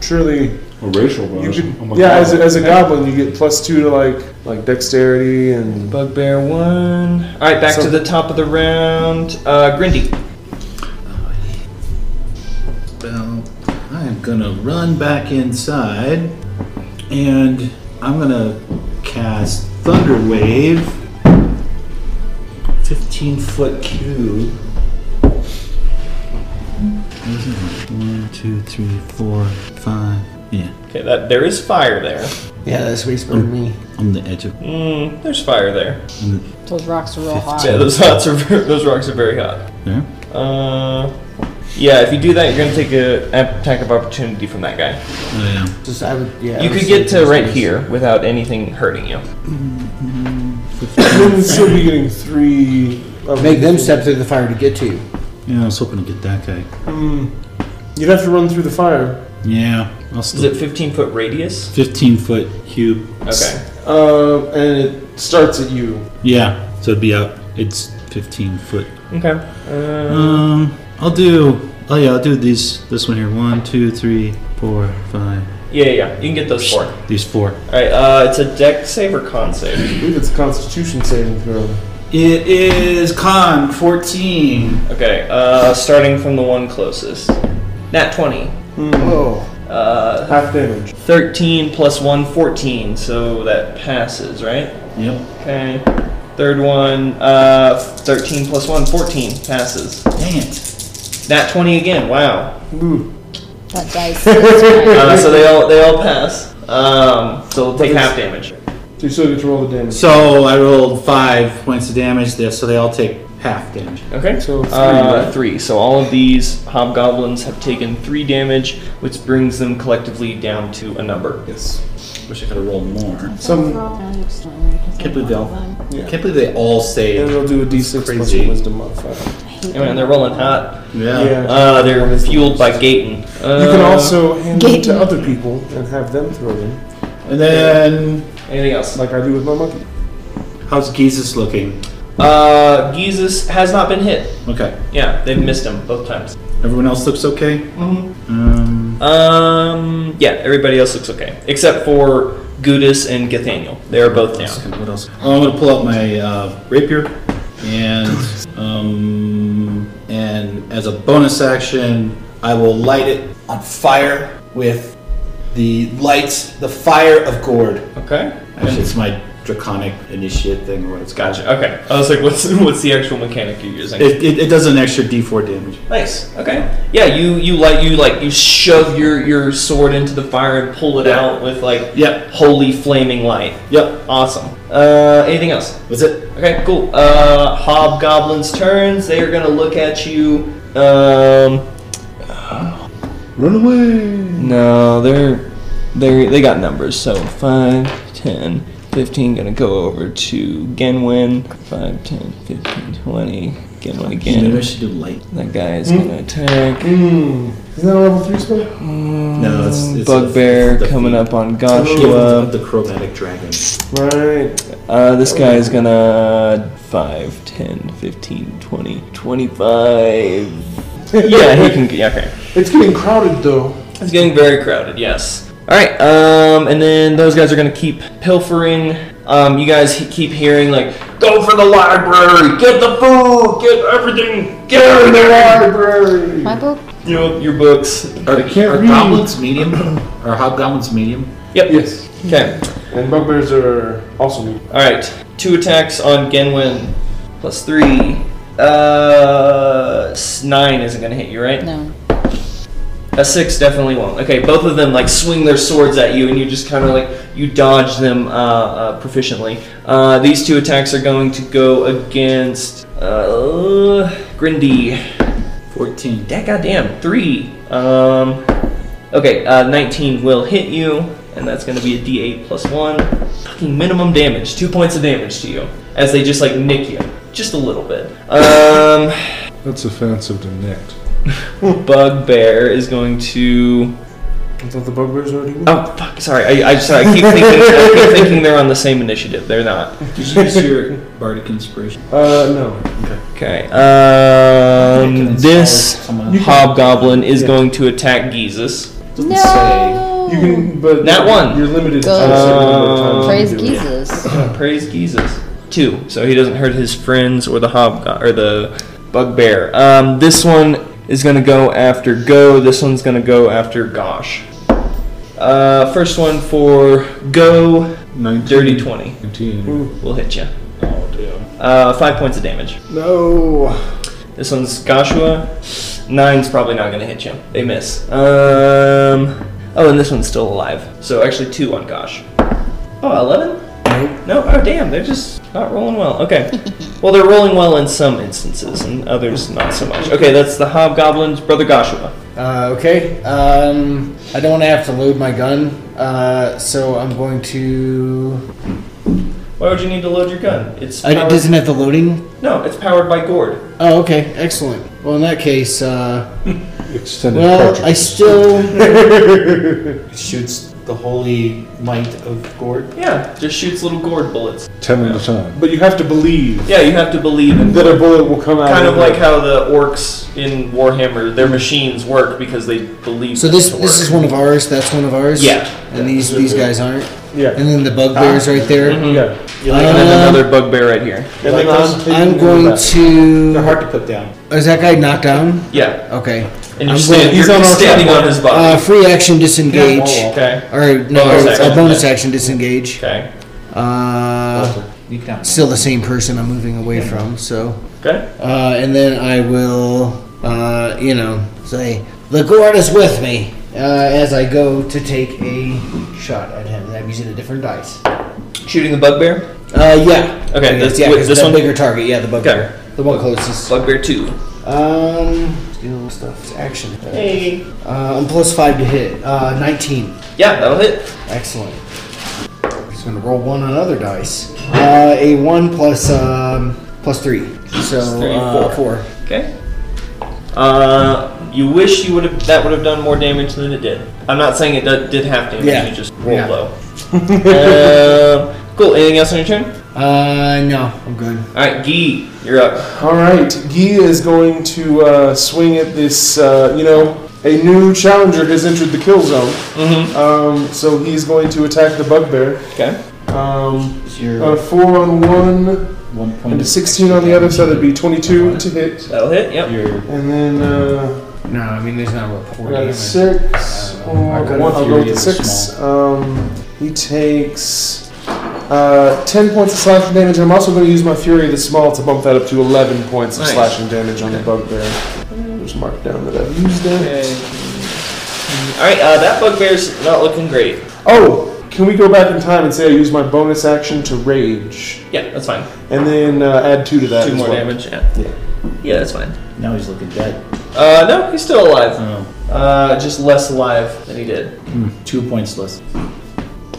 Speaker 3: Surely
Speaker 6: A racial
Speaker 3: you
Speaker 6: bonus.
Speaker 3: could.
Speaker 6: I'm a
Speaker 3: yeah, as a,
Speaker 6: oh god.
Speaker 3: as a goblin, you get plus two to like like dexterity and.
Speaker 8: Bugbear one. All right, back
Speaker 3: So-
Speaker 8: to the top of the round. Uh, Grindy.
Speaker 4: Well, I am gonna run back inside, and I'm gonna cast Thunder Wave, 15 foot cube. One, two, three, four, five. Yeah,
Speaker 8: Okay, that there is fire there.
Speaker 5: yeah, that's what he's burned me.
Speaker 4: on the edge of.
Speaker 8: Mm, there's fire there.
Speaker 2: Those rocks are real hot.
Speaker 8: Yeah, those hot are those rocks are very hot.
Speaker 4: There.
Speaker 8: Uh, yeah, if you do that, you're gonna take a an attack of opportunity from that guy.
Speaker 4: Oh yeah.
Speaker 5: Just I would yeah. I
Speaker 8: You
Speaker 5: would
Speaker 8: could
Speaker 5: say
Speaker 8: get to
Speaker 5: those
Speaker 8: right
Speaker 5: guys.
Speaker 8: here without anything hurting you.
Speaker 3: You'd still be getting three. Of
Speaker 5: Make them step through the fire to get to you.
Speaker 4: Yeah, I was hoping to get that guy.
Speaker 3: Mm, you'd have to run through the fire.
Speaker 4: Yeah, I'll
Speaker 8: Is
Speaker 4: still.
Speaker 8: it 15 foot radius?
Speaker 4: 15 foot cube.
Speaker 8: Okay.
Speaker 3: Uh, and it starts at you.
Speaker 4: Yeah, so it'd be up. It's 15 foot
Speaker 8: Okay. Uh,
Speaker 4: Um, I'll do. Oh yeah, I'll do these. This one here. One, two, three, four, five.
Speaker 8: yeah, yeah, yeah. You can get those four. All
Speaker 4: These four.
Speaker 8: right. Uh, it's a deck save or con save.
Speaker 3: I believe it's a Constitution saving throw.
Speaker 4: It is con fourteen.
Speaker 8: Okay. Uh, starting from the one closest. Nat 20.
Speaker 5: Oh,
Speaker 8: Uh,
Speaker 3: Half damage.
Speaker 8: 13 plus 1, 14. So that passes, right?
Speaker 4: Yep.
Speaker 8: Okay. Third one, uh, 13 plus 1, 14 passes.
Speaker 4: Dang it.
Speaker 8: Nat 20 again, wow.
Speaker 3: Ooh.
Speaker 2: That dice. is
Speaker 8: Uh, so they all they all pass. Um, so they'll take half damage.
Speaker 3: So you still get to roll the damage.
Speaker 4: So I rolled five points of damage. There, so they all take half damage.
Speaker 8: Okay.
Speaker 3: So three,
Speaker 8: Uh,
Speaker 3: right?
Speaker 8: three. So all of these hobgoblins have taken three damage, which brings them collectively down to a number.
Speaker 3: Yes.
Speaker 4: Wish I could have rolled more.
Speaker 3: Some-
Speaker 4: Can't believe they all.
Speaker 3: Yeah.
Speaker 4: Can't believe they all
Speaker 3: And
Speaker 4: saved.
Speaker 3: it'll do a d6 plus
Speaker 4: Crazy.
Speaker 3: your wisdom modifier.
Speaker 8: Yeah, man, they're rolling hot.
Speaker 4: Yeah.
Speaker 3: Yeah.
Speaker 8: Uh, they're fueled by Gaten. Uh,
Speaker 3: you can also hand them
Speaker 2: Gaten.
Speaker 3: to other people and have them throw them,
Speaker 4: And then,
Speaker 8: anything else?
Speaker 3: like I do with my monkey.
Speaker 4: how's Jesus looking?
Speaker 8: Uh, Jesus has not been hit.
Speaker 4: Okay.
Speaker 8: Yeah, they've missed him both times.
Speaker 4: Everyone else looks okay.
Speaker 8: Mm-hmm.
Speaker 4: Um.
Speaker 8: Um, yeah, everybody else looks okay except for Gudis and Gathaniel. They are both
Speaker 4: What else
Speaker 8: down.
Speaker 4: can- What else? Oh, I'm gonna pull out my uh, rapier, and um, and as a bonus action, I will light it on fire with the lights, the fire of Gord.
Speaker 8: Okay.
Speaker 4: Actually, it's my draconic initiate thing, or what it's called.
Speaker 8: Gotcha. Okay. I was like, what's what's the actual mechanic you're using?
Speaker 4: It, it, it does an extra D4 damage.
Speaker 8: Nice. Okay. Yeah, you you like you like you shove your your sword into the fire and pull it out with like
Speaker 4: Yep,
Speaker 8: holy flaming light.
Speaker 4: yep.
Speaker 8: Awesome. Uh, anything else?
Speaker 4: That's it.
Speaker 8: Okay, cool. Uh, hobgoblins turns. They are gonna look at you. Um,
Speaker 6: Run away.
Speaker 8: no, they're they they got numbers. So 5, 10, 15 gonna go over to Genwin. 5, 10, 15, 20. Genwin
Speaker 4: Maybe I
Speaker 8: again.
Speaker 4: should do light.
Speaker 8: That guy is gonna attack.
Speaker 3: Mm. Is that a level 3 spell?
Speaker 4: No, it's, it's
Speaker 8: Mm, Bugbear
Speaker 4: it's the-
Speaker 8: coming up on
Speaker 4: Give
Speaker 8: Goshua.
Speaker 4: him the chromatic dragon.
Speaker 3: Right.
Speaker 8: Uh, this guy is gonna 5, 10, 15, 20, 25. yeah, he can. Yeah, okay.
Speaker 3: It's getting crowded though.
Speaker 8: It's getting very crowded, yes. Alright, um, and then those guys are gonna keep pilfering
Speaker 1: Um, you guys he- keep hearing like, "Go for the library! Get the food! Get everything! Get everything!"
Speaker 3: Library.
Speaker 2: My book?
Speaker 1: You know, your books.
Speaker 4: Are,
Speaker 6: can't
Speaker 4: are
Speaker 6: read.
Speaker 4: goblins medium? Are hobgoblins medium?
Speaker 1: Yep.
Speaker 3: Yes.
Speaker 1: Okay.
Speaker 3: And bugbears are also me.
Speaker 1: All right. Two attacks on Genwin, plus three. Uh, s- nine isn't gonna hit you, right?
Speaker 2: No.
Speaker 1: A six definitely won't. Okay, both of them like swing their swords at you, and you just kind of like you dodge them uh, uh, proficiently. Uh, these two attacks are going to go against uh, Grindy.
Speaker 4: 14.
Speaker 1: That goddamn three. Um, okay, uh, 19 will hit you, and that's going to be a D8 plus one. Fucking minimum damage, two points of damage to you as they just like nick you, just a little bit. Um.
Speaker 6: That's offensive to Nick.
Speaker 1: Bugbear is going to.
Speaker 3: I thought the bugbears already were.
Speaker 1: Oh fuck! Sorry, I, I sorry. I keep thinking. I keep thinking they're on the same initiative. They're not.
Speaker 4: Did you use your bardic inspiration?
Speaker 3: Uh, no.
Speaker 1: Okay. Um, this hobgoblin is
Speaker 3: Yeah.
Speaker 1: going to attack Jesus.
Speaker 4: Doesn't
Speaker 2: No.
Speaker 3: You can, but
Speaker 1: That one.
Speaker 3: You're limited to
Speaker 2: Go.
Speaker 3: a certain number of times.
Speaker 2: Praise
Speaker 3: you do it.
Speaker 2: Jesus.
Speaker 1: Praise Jesus. Two, so he doesn't hurt his friends or the hobgo- or the bugbear. Um, this one is going to go after Go. This one's going to go after Gosh. Uh, first one for Go.
Speaker 6: 19.
Speaker 1: Dirty twenty.
Speaker 6: 19.
Speaker 1: We'll hit you.
Speaker 4: Oh, damn.
Speaker 1: Uh, five points of damage.
Speaker 3: No.
Speaker 1: This one's Goshua. Nine's probably not going to hit you. They miss. Um, oh, and this one's still alive. So actually, two on Gosh. Oh, 11? No. Oh, damn. They're just not rolling well. Okay. well, they're rolling well in some instances, and others not so much. Okay, that's the Hobgoblin's brother Goshua.
Speaker 5: Uh, okay. Um, I don't want to have to load my gun, uh, so I'm going to.
Speaker 1: Why would you need to load your gun? It's
Speaker 5: I, it
Speaker 1: powered-
Speaker 5: doesn't have the loading.
Speaker 1: no, it's powered by Gord.
Speaker 5: Oh, okay. Excellent. Well, in that case, uh,
Speaker 6: Extended
Speaker 5: well,
Speaker 6: cartridge.
Speaker 5: I still.
Speaker 7: It shoots the holy might of Gord.
Speaker 1: Yeah, just shoots little Gord bullets.
Speaker 6: 10 at a time.
Speaker 3: But you have to believe
Speaker 1: Yeah, you have to believe in
Speaker 3: that a bullet will come out.
Speaker 1: Kind of
Speaker 3: it.
Speaker 1: like how the orcs in Warhammer, their machines work because they believe.
Speaker 5: So
Speaker 1: them
Speaker 5: this
Speaker 1: to
Speaker 5: this
Speaker 1: work.
Speaker 5: is one of ours. That's one of ours.
Speaker 1: Yeah.
Speaker 5: And these these guys aren't.
Speaker 3: Yeah.
Speaker 5: And then the bugbears right there.
Speaker 1: Hmm.
Speaker 3: Yeah.
Speaker 1: And then
Speaker 5: Uh,
Speaker 1: another bugbear right here.
Speaker 7: They're like those things
Speaker 5: I'm
Speaker 7: in
Speaker 5: going
Speaker 7: combat. They're
Speaker 5: to.
Speaker 7: hard to put down.
Speaker 5: Is that guy knocked down?
Speaker 1: Yeah,
Speaker 5: Okay.
Speaker 1: and you're,
Speaker 5: I'm
Speaker 1: stand,
Speaker 5: going-
Speaker 1: you're
Speaker 5: he's on our
Speaker 1: standing on his
Speaker 5: Uh,
Speaker 1: body.
Speaker 5: free action disengage.
Speaker 1: okay.
Speaker 5: Or no,
Speaker 1: Bonus
Speaker 5: it's a
Speaker 1: action.
Speaker 5: bonus action disengage.
Speaker 1: Okay.
Speaker 5: Uh,
Speaker 4: You can have
Speaker 5: still the same person I'm moving away from. So.
Speaker 1: Okay.
Speaker 5: Uh, and then I will, uh, you know, say, The gourd is with me uh, as I go to take a shot at him. And I'm using a different dice.
Speaker 1: Shooting the bugbear.
Speaker 5: Uh, yeah.
Speaker 1: Okay,
Speaker 5: I
Speaker 1: this-
Speaker 5: guess, yeah, 'cause
Speaker 1: wait, this
Speaker 5: the
Speaker 1: one?
Speaker 5: bigger target. Yeah, the bugbear.
Speaker 1: Okay.
Speaker 5: The one closest.
Speaker 1: Bugbear two.
Speaker 5: Um, steal stuff. It's action.
Speaker 1: Hey.
Speaker 5: Uh, I'm plus five to hit. Uh, 19.
Speaker 1: Yeah, that'll hit.
Speaker 5: Excellent. Just gonna roll one on other dice. Uh, a one plus um, plus three. So
Speaker 1: three,
Speaker 5: uh,
Speaker 1: four.
Speaker 5: four.
Speaker 1: Okay. Uh, you wish you would have that would have done more damage than it did. I'm not saying it do- did have damage.
Speaker 5: Yeah.
Speaker 1: You just rolled
Speaker 5: Yeah.
Speaker 1: low. um, cool. Anything else on your turn?
Speaker 5: Uh, no, I'm good.
Speaker 1: All right, Gee, you're up.
Speaker 3: All right, Guy is going to uh, swing at this. Uh, you know, a new challenger has entered the kill zone,
Speaker 1: Mm-hmm.
Speaker 3: um, so he's going to attack the bugbear.
Speaker 1: Okay.
Speaker 3: Um,
Speaker 4: Is your
Speaker 3: a four on one
Speaker 4: one point
Speaker 3: and a
Speaker 4: of
Speaker 3: sixteen on the other side. That'd be twenty-two to hit,
Speaker 1: That'll hit. Yep.
Speaker 4: Your
Speaker 3: and then uh,
Speaker 5: No, I mean there's not a
Speaker 3: I
Speaker 5: report.
Speaker 3: got a six. Or
Speaker 4: I've Uh, got a
Speaker 3: one, I'll go
Speaker 4: fury
Speaker 3: with the
Speaker 4: of the
Speaker 3: six. Um, he takes. Uh, 10 points of slashing damage. I'm also going to use my Fury of the Small to bump that up to 11 points of
Speaker 1: Nice.
Speaker 3: slashing damage on the bugbear. Just mark down that I've used that.
Speaker 1: All right, uh, that bugbear's not looking great.
Speaker 3: Oh, can we go back in time and say I use my bonus action to rage,
Speaker 1: Yeah, that's fine.
Speaker 3: and then uh, add two to that?
Speaker 1: Two
Speaker 3: as
Speaker 1: more
Speaker 3: well.
Speaker 1: damage. Yeah.
Speaker 3: Yeah.
Speaker 1: Yeah, that's fine.
Speaker 4: now he's looking dead.
Speaker 1: Uh, no, he's still alive.
Speaker 4: Oh,
Speaker 1: Uh, just less alive than he did.
Speaker 4: two points less.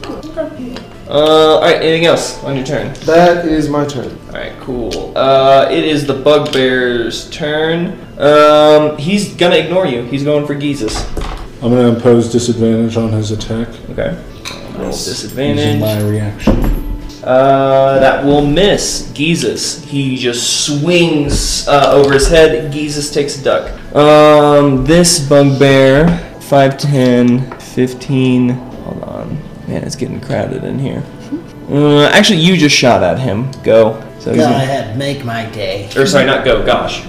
Speaker 1: Uh, all right, anything else on your turn?
Speaker 3: That is my turn.
Speaker 1: All right, cool. Uh, it is the bugbear's turn. Um, he's gonna ignore you. He's going for Jesus.
Speaker 6: I'm going to impose disadvantage on his attack.
Speaker 1: Okay. Roll
Speaker 6: Using
Speaker 1: disadvantage.
Speaker 6: my reaction.
Speaker 1: Uh, that will miss Jesus. He just swings uh, over his head. Jesus takes a duck. Um, this bugbear, 5, 10, 15. Hold on. Man, it's getting crowded in here. Uh, actually, you just shot at him. Go. So he's
Speaker 5: Go
Speaker 1: gonna-
Speaker 5: ahead, make my day.
Speaker 1: or sorry, not go. Gosh.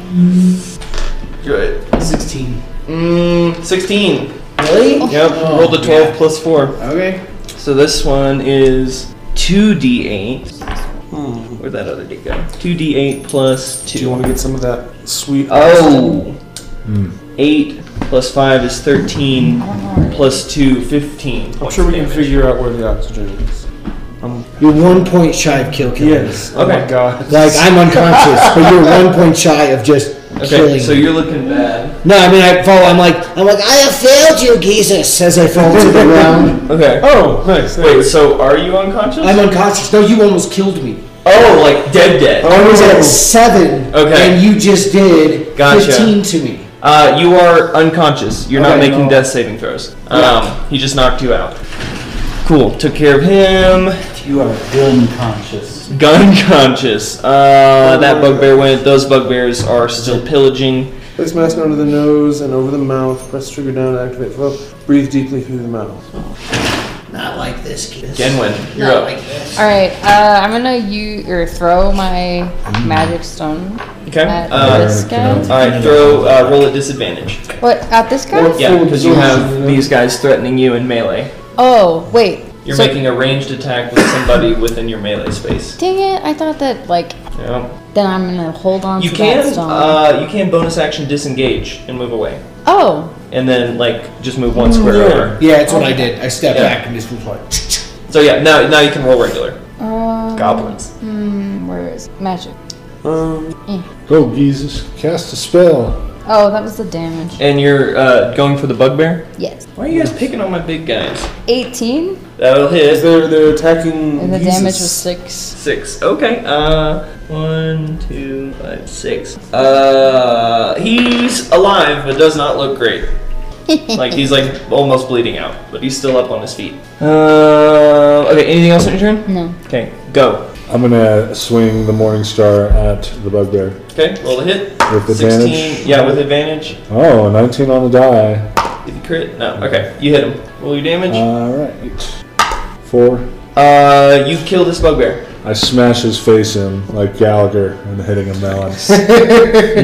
Speaker 1: Good.
Speaker 7: 16.
Speaker 1: Mm, 16.
Speaker 5: Really?
Speaker 1: Yep.
Speaker 5: Oh,
Speaker 1: Rolled a 12
Speaker 5: yeah.
Speaker 1: plus 4.
Speaker 5: Okay.
Speaker 1: So this one is 2d8. Where'd that other d go? 2d8 plus 2.
Speaker 3: Do you want to get some of that sweet?
Speaker 1: Oh! 8 plus 5 is 13, plus 2, 15.
Speaker 3: I'm
Speaker 1: points
Speaker 3: sure we can
Speaker 1: damage.
Speaker 3: figure out where the oxygen is. Um,
Speaker 5: You're one point shy of kill killing.
Speaker 3: yes. Oh
Speaker 1: Okay.
Speaker 3: my god.
Speaker 5: Like I'm unconscious, but you're one point shy of just
Speaker 1: Okay,
Speaker 5: killing.
Speaker 1: so you're looking bad.
Speaker 5: no, I mean I fall. I'm like I'm like I have failed you, Jesus, as I fall to the ground.
Speaker 1: Okay.
Speaker 3: Oh, nice.
Speaker 1: Wait, so are you unconscious?
Speaker 5: I'm unconscious. No, you almost killed me.
Speaker 1: oh, like dead dead.
Speaker 5: I
Speaker 3: Oh,
Speaker 5: was at seven,
Speaker 1: Okay.
Speaker 5: and you just did
Speaker 1: Gotcha.
Speaker 5: fifteen to me.
Speaker 1: Uh, you are unconscious. You're not
Speaker 5: Okay,
Speaker 1: making
Speaker 5: no.
Speaker 1: death saving throws. Um, He just knocked you out. Cool. Took care of him.
Speaker 4: You are gun conscious.
Speaker 1: Gun conscious. Uh, that bugbear went. Those bugbears are still pillaging.
Speaker 3: Place mask under the nose and over the mouth. Press trigger down to activate flow. Breathe deeply through the mouth.
Speaker 5: Not like this, kid.
Speaker 1: Genwin, you're
Speaker 5: Not
Speaker 1: up.
Speaker 5: like this.
Speaker 2: All right, uh, I'm gonna use or throw my magic stone
Speaker 1: Okay.
Speaker 2: at
Speaker 1: Uh,
Speaker 2: this guy.
Speaker 1: all right. Throw. Uh, roll at disadvantage.
Speaker 2: What at this guy?
Speaker 3: What?
Speaker 1: Yeah,
Speaker 3: Full
Speaker 1: because you
Speaker 3: absorption,
Speaker 1: have
Speaker 3: yeah.
Speaker 1: these guys threatening you in melee.
Speaker 2: Oh wait.
Speaker 1: You're
Speaker 2: so-
Speaker 1: making a ranged attack with somebody within your melee space.
Speaker 2: Dang it! I thought that like
Speaker 1: Yeah.
Speaker 2: then I'm gonna hold on
Speaker 1: You
Speaker 2: to
Speaker 1: can.
Speaker 2: that stone.
Speaker 1: Uh, you can bonus action disengage and move away,
Speaker 2: oh,
Speaker 1: and then like just move one square over.
Speaker 5: Yeah, that's what I did. I stepped
Speaker 1: Yeah.
Speaker 5: back and just was like.
Speaker 1: So yeah, now now you can roll regular.
Speaker 2: um,
Speaker 1: Goblins.
Speaker 2: Hmm, where is magic?
Speaker 3: Um,
Speaker 6: Go, Oh, Jesus. Cast a spell.
Speaker 2: Oh, that was the damage.
Speaker 1: And you're uh, going for the bugbear?
Speaker 2: Yes,
Speaker 1: Why are you guys picking on my big guys?
Speaker 2: 18,
Speaker 1: That'll
Speaker 3: is
Speaker 1: hit.
Speaker 3: they're they're attacking.
Speaker 2: and the
Speaker 3: Jesus.
Speaker 2: damage was six.
Speaker 1: Six. Okay. Uh, one, two, five, six. Uh, he's alive, but does not look great. like he's like almost bleeding out, but he's still up on his feet. Uh, okay. Anything else on your turn?
Speaker 2: No.
Speaker 1: Okay, go.
Speaker 6: I'm gonna swing the Morning Star at the Bugbear.
Speaker 1: Okay, roll the hit.
Speaker 6: With advantage?
Speaker 1: Yeah, with advantage.
Speaker 6: Oh, 19 on the die.
Speaker 1: Did he crit? No. Okay, you hit him. Roll your
Speaker 6: Uh,
Speaker 1: damage.
Speaker 6: Alright. Four.
Speaker 1: Uh, you kill this bugbear.
Speaker 6: I smash his face in like Gallagher and hitting him balance.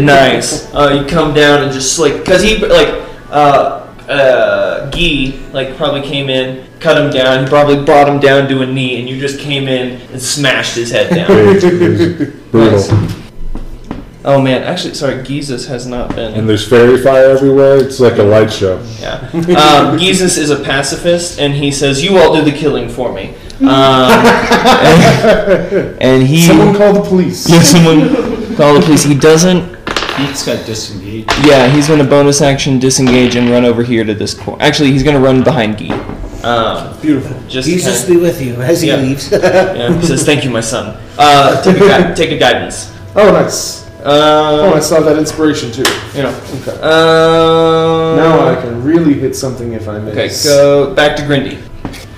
Speaker 1: nice. Uh, you come down and just like, cause he like, uh, uh, Gee like probably came in, cut him down. He probably brought him down to a knee, and you just came in and smashed his head down.
Speaker 6: Big, easy, brutal.
Speaker 1: oh man, actually, sorry, Gizus has not
Speaker 6: And
Speaker 1: been.
Speaker 6: there's fairy fire everywhere. It's like a light show.
Speaker 1: Yeah, um, Gizus is a pacifist, and he says, "You all do the killing for me." Um, and, and he
Speaker 3: Someone call the police.
Speaker 1: yeah, someone call the police. He doesn't
Speaker 4: Pete's got disengaged.
Speaker 1: Yeah, he's going to bonus action disengage and run over here to this corner. Actually, he's going to run behind Gee. Um,
Speaker 3: Beautiful.
Speaker 1: just
Speaker 5: Jesus
Speaker 1: kinda-
Speaker 5: be with you as he
Speaker 1: Yeah.
Speaker 5: leaves.
Speaker 1: yeah, he says, "Thank you, my son." Uh, take a gui- take a guidance.
Speaker 3: Oh, nice. Oh, I
Speaker 1: Uh,
Speaker 3: saw that inspiration too.
Speaker 1: you know.
Speaker 3: Okay.
Speaker 1: Uh,
Speaker 3: now I can really hit something if I
Speaker 1: Okay,
Speaker 3: miss.
Speaker 1: go back to Grindy.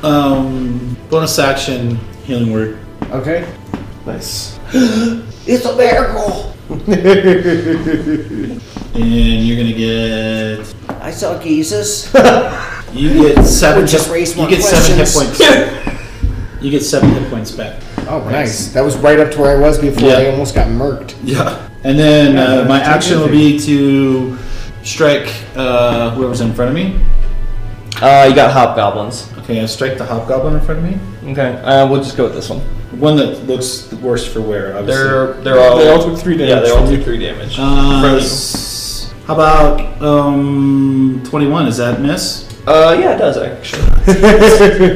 Speaker 4: Um, bonus action, healing word.
Speaker 5: okay.
Speaker 3: Nice.
Speaker 5: It's a miracle.
Speaker 4: And you're gonna get
Speaker 5: I saw Jesus.
Speaker 4: you get seven
Speaker 5: just raise
Speaker 4: hit,
Speaker 5: more
Speaker 4: you get seven hit
Speaker 5: questions.
Speaker 4: points. you get seven hit points back.
Speaker 5: Oh, nice. That was right up to where I was before
Speaker 4: Yeah.
Speaker 5: I almost got murked.
Speaker 4: Yeah. And then uh, my action will be to strike uh, whoever's in front of me.
Speaker 1: Uh, you got hobgoblins.
Speaker 4: Okay, I strike the hobgoblin in front of me.
Speaker 1: Okay, uh, we'll just go with this one.
Speaker 4: The One that looks the worst for wear, obviously.
Speaker 1: They're they're all
Speaker 3: They all took three
Speaker 1: yeah
Speaker 3: damage.
Speaker 1: they all took three damage.
Speaker 4: uh,
Speaker 1: From you.
Speaker 4: s- how about um, 21? Is that miss?
Speaker 1: uh, yeah, it does actually.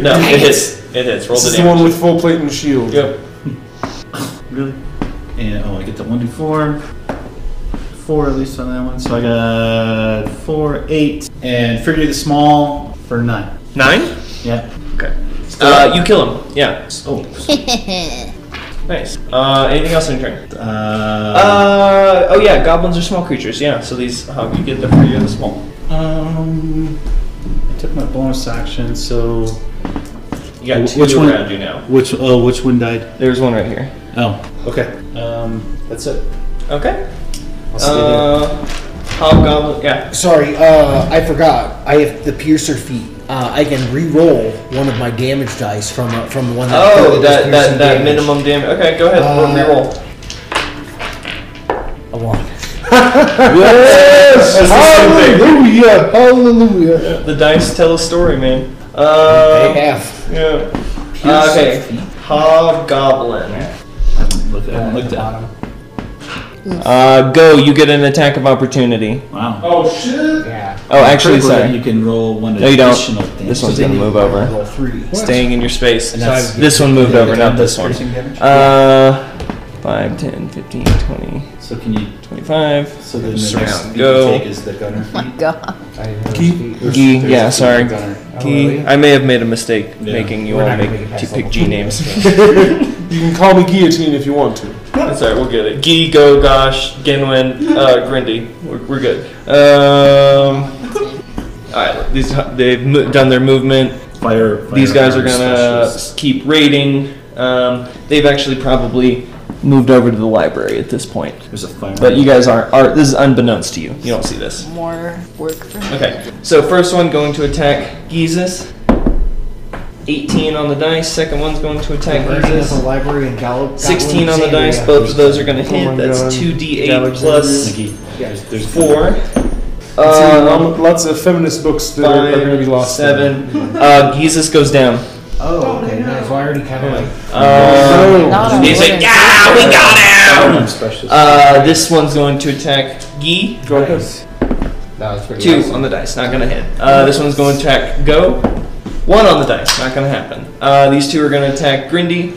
Speaker 1: No, it hits. It hits. Roll
Speaker 3: This
Speaker 1: the
Speaker 3: is the one
Speaker 1: damage.
Speaker 3: with full plate and shield.
Speaker 1: Yep.
Speaker 4: Really? And oh, I get the one d four, four at least on that one. So I got four, eight, and figure the small for nine.
Speaker 1: Nine.
Speaker 4: Yeah.
Speaker 1: Okay. Uh, you kill him. Yeah.
Speaker 4: Oh.
Speaker 1: Nice. Uh, anything else in your turn?
Speaker 4: Uh,
Speaker 1: Uh, oh yeah, goblins are small creatures. Yeah, so these uh, you get them for you the small.
Speaker 4: um, I took my bonus action, so
Speaker 1: You got
Speaker 4: Wh-
Speaker 1: two
Speaker 4: which one?
Speaker 1: around you now.
Speaker 4: which oh which one died?
Speaker 1: There's one right here.
Speaker 4: Oh.
Speaker 7: Okay.
Speaker 4: Um, that's it.
Speaker 1: Okay.
Speaker 7: I'll stay there.
Speaker 1: Uh, hobgoblin. Yeah.
Speaker 5: Sorry, uh, I forgot. I have the piercer feet. uh, I can re-roll one of my damage dice from uh, from the one that I
Speaker 1: Oh,
Speaker 5: rolled as
Speaker 1: that, that,
Speaker 5: piercing
Speaker 1: that
Speaker 5: damage.
Speaker 1: minimum damage. Okay, go ahead.
Speaker 5: Uh,
Speaker 1: reroll.
Speaker 5: a one.
Speaker 6: Yes! hallelujah! Hallelujah!
Speaker 1: The dice tell a story, man. Uh,
Speaker 5: They have.
Speaker 1: yeah. Uh, okay. Hobgoblin.
Speaker 4: Look at, look at that.
Speaker 1: Uh, go. You get an attack of opportunity.
Speaker 4: Wow.
Speaker 3: Oh shit!
Speaker 5: Yeah.
Speaker 1: Oh, actually,
Speaker 4: Critical,
Speaker 1: sorry.
Speaker 4: You can roll one
Speaker 1: No, you don't.
Speaker 4: additional damage.
Speaker 1: This one's gonna move over.
Speaker 7: Roll three.
Speaker 1: Staying in your space.
Speaker 4: And that's-
Speaker 1: This one moved over, not this one.
Speaker 7: Piercing damage?
Speaker 1: Uh, 5, 10, 15, 20,
Speaker 4: So can you?
Speaker 1: 25.
Speaker 4: So then the
Speaker 1: Just
Speaker 4: next
Speaker 1: round.
Speaker 4: feat
Speaker 1: Go.
Speaker 4: you take is the gunner feat.
Speaker 2: God.
Speaker 7: I didn't know
Speaker 3: Gee.
Speaker 7: it was-
Speaker 1: Gee,
Speaker 7: there's
Speaker 1: yeah,
Speaker 7: a
Speaker 1: sorry.
Speaker 7: gunner.
Speaker 1: Gee, I may have made a mistake
Speaker 4: Yeah.
Speaker 1: making you
Speaker 7: Oh, We're
Speaker 1: all
Speaker 7: not
Speaker 1: make,
Speaker 7: gonna make it
Speaker 1: to
Speaker 7: past
Speaker 1: pick
Speaker 7: level
Speaker 1: G names.
Speaker 3: You can call me guillotine if you want to.
Speaker 1: That's alright, we'll get it. Gee, Go, Gosh, Genwin, uh, Grindy. We're, we're good. Um, alright, these, they've mo- done their movement.
Speaker 4: Fire. fire
Speaker 1: These guys are
Speaker 4: armor
Speaker 1: gonna
Speaker 4: specialist.
Speaker 1: keep raiding. Um, they've actually probably moved over to the library at this point.
Speaker 4: There's a fire.
Speaker 1: But you guys aren't, are, this is unbeknownst to you. You don't see this.
Speaker 2: More work for me.
Speaker 1: Okay, so first one going to attack Gizus. 18 on the dice. Second one's going to attack
Speaker 5: Version of the
Speaker 1: Gizus.
Speaker 5: library and Gal-
Speaker 1: 16 on the
Speaker 5: Galway,
Speaker 1: dice.
Speaker 5: Alexandria.
Speaker 1: Both of those are going to
Speaker 3: my
Speaker 1: hit. That's
Speaker 3: God.
Speaker 1: 2d8
Speaker 3: Galaxy.
Speaker 1: plus
Speaker 4: Nikki, there's, there's
Speaker 1: 4.
Speaker 3: Um,
Speaker 1: Um,
Speaker 3: lots of feminist books that are, going to be
Speaker 1: five,
Speaker 3: lost. Mm-hmm.
Speaker 1: 7. Uh, Gizus goes down.
Speaker 5: Oh, okay. Nice. Well, I already kind of like.
Speaker 1: Um,
Speaker 2: Not on
Speaker 1: he's like,
Speaker 2: wooden.
Speaker 1: yeah, Ah, we got him!
Speaker 4: Armor specialist.
Speaker 1: Uh, this one's going to attack Gi.
Speaker 3: Go ahead.
Speaker 5: That was pretty.
Speaker 1: Two
Speaker 5: awesome.
Speaker 1: on the dice, not gonna hit. Uh, this one's going to attack Go. One on the dice, not gonna happen. Uh, these two are gonna attack Grindy.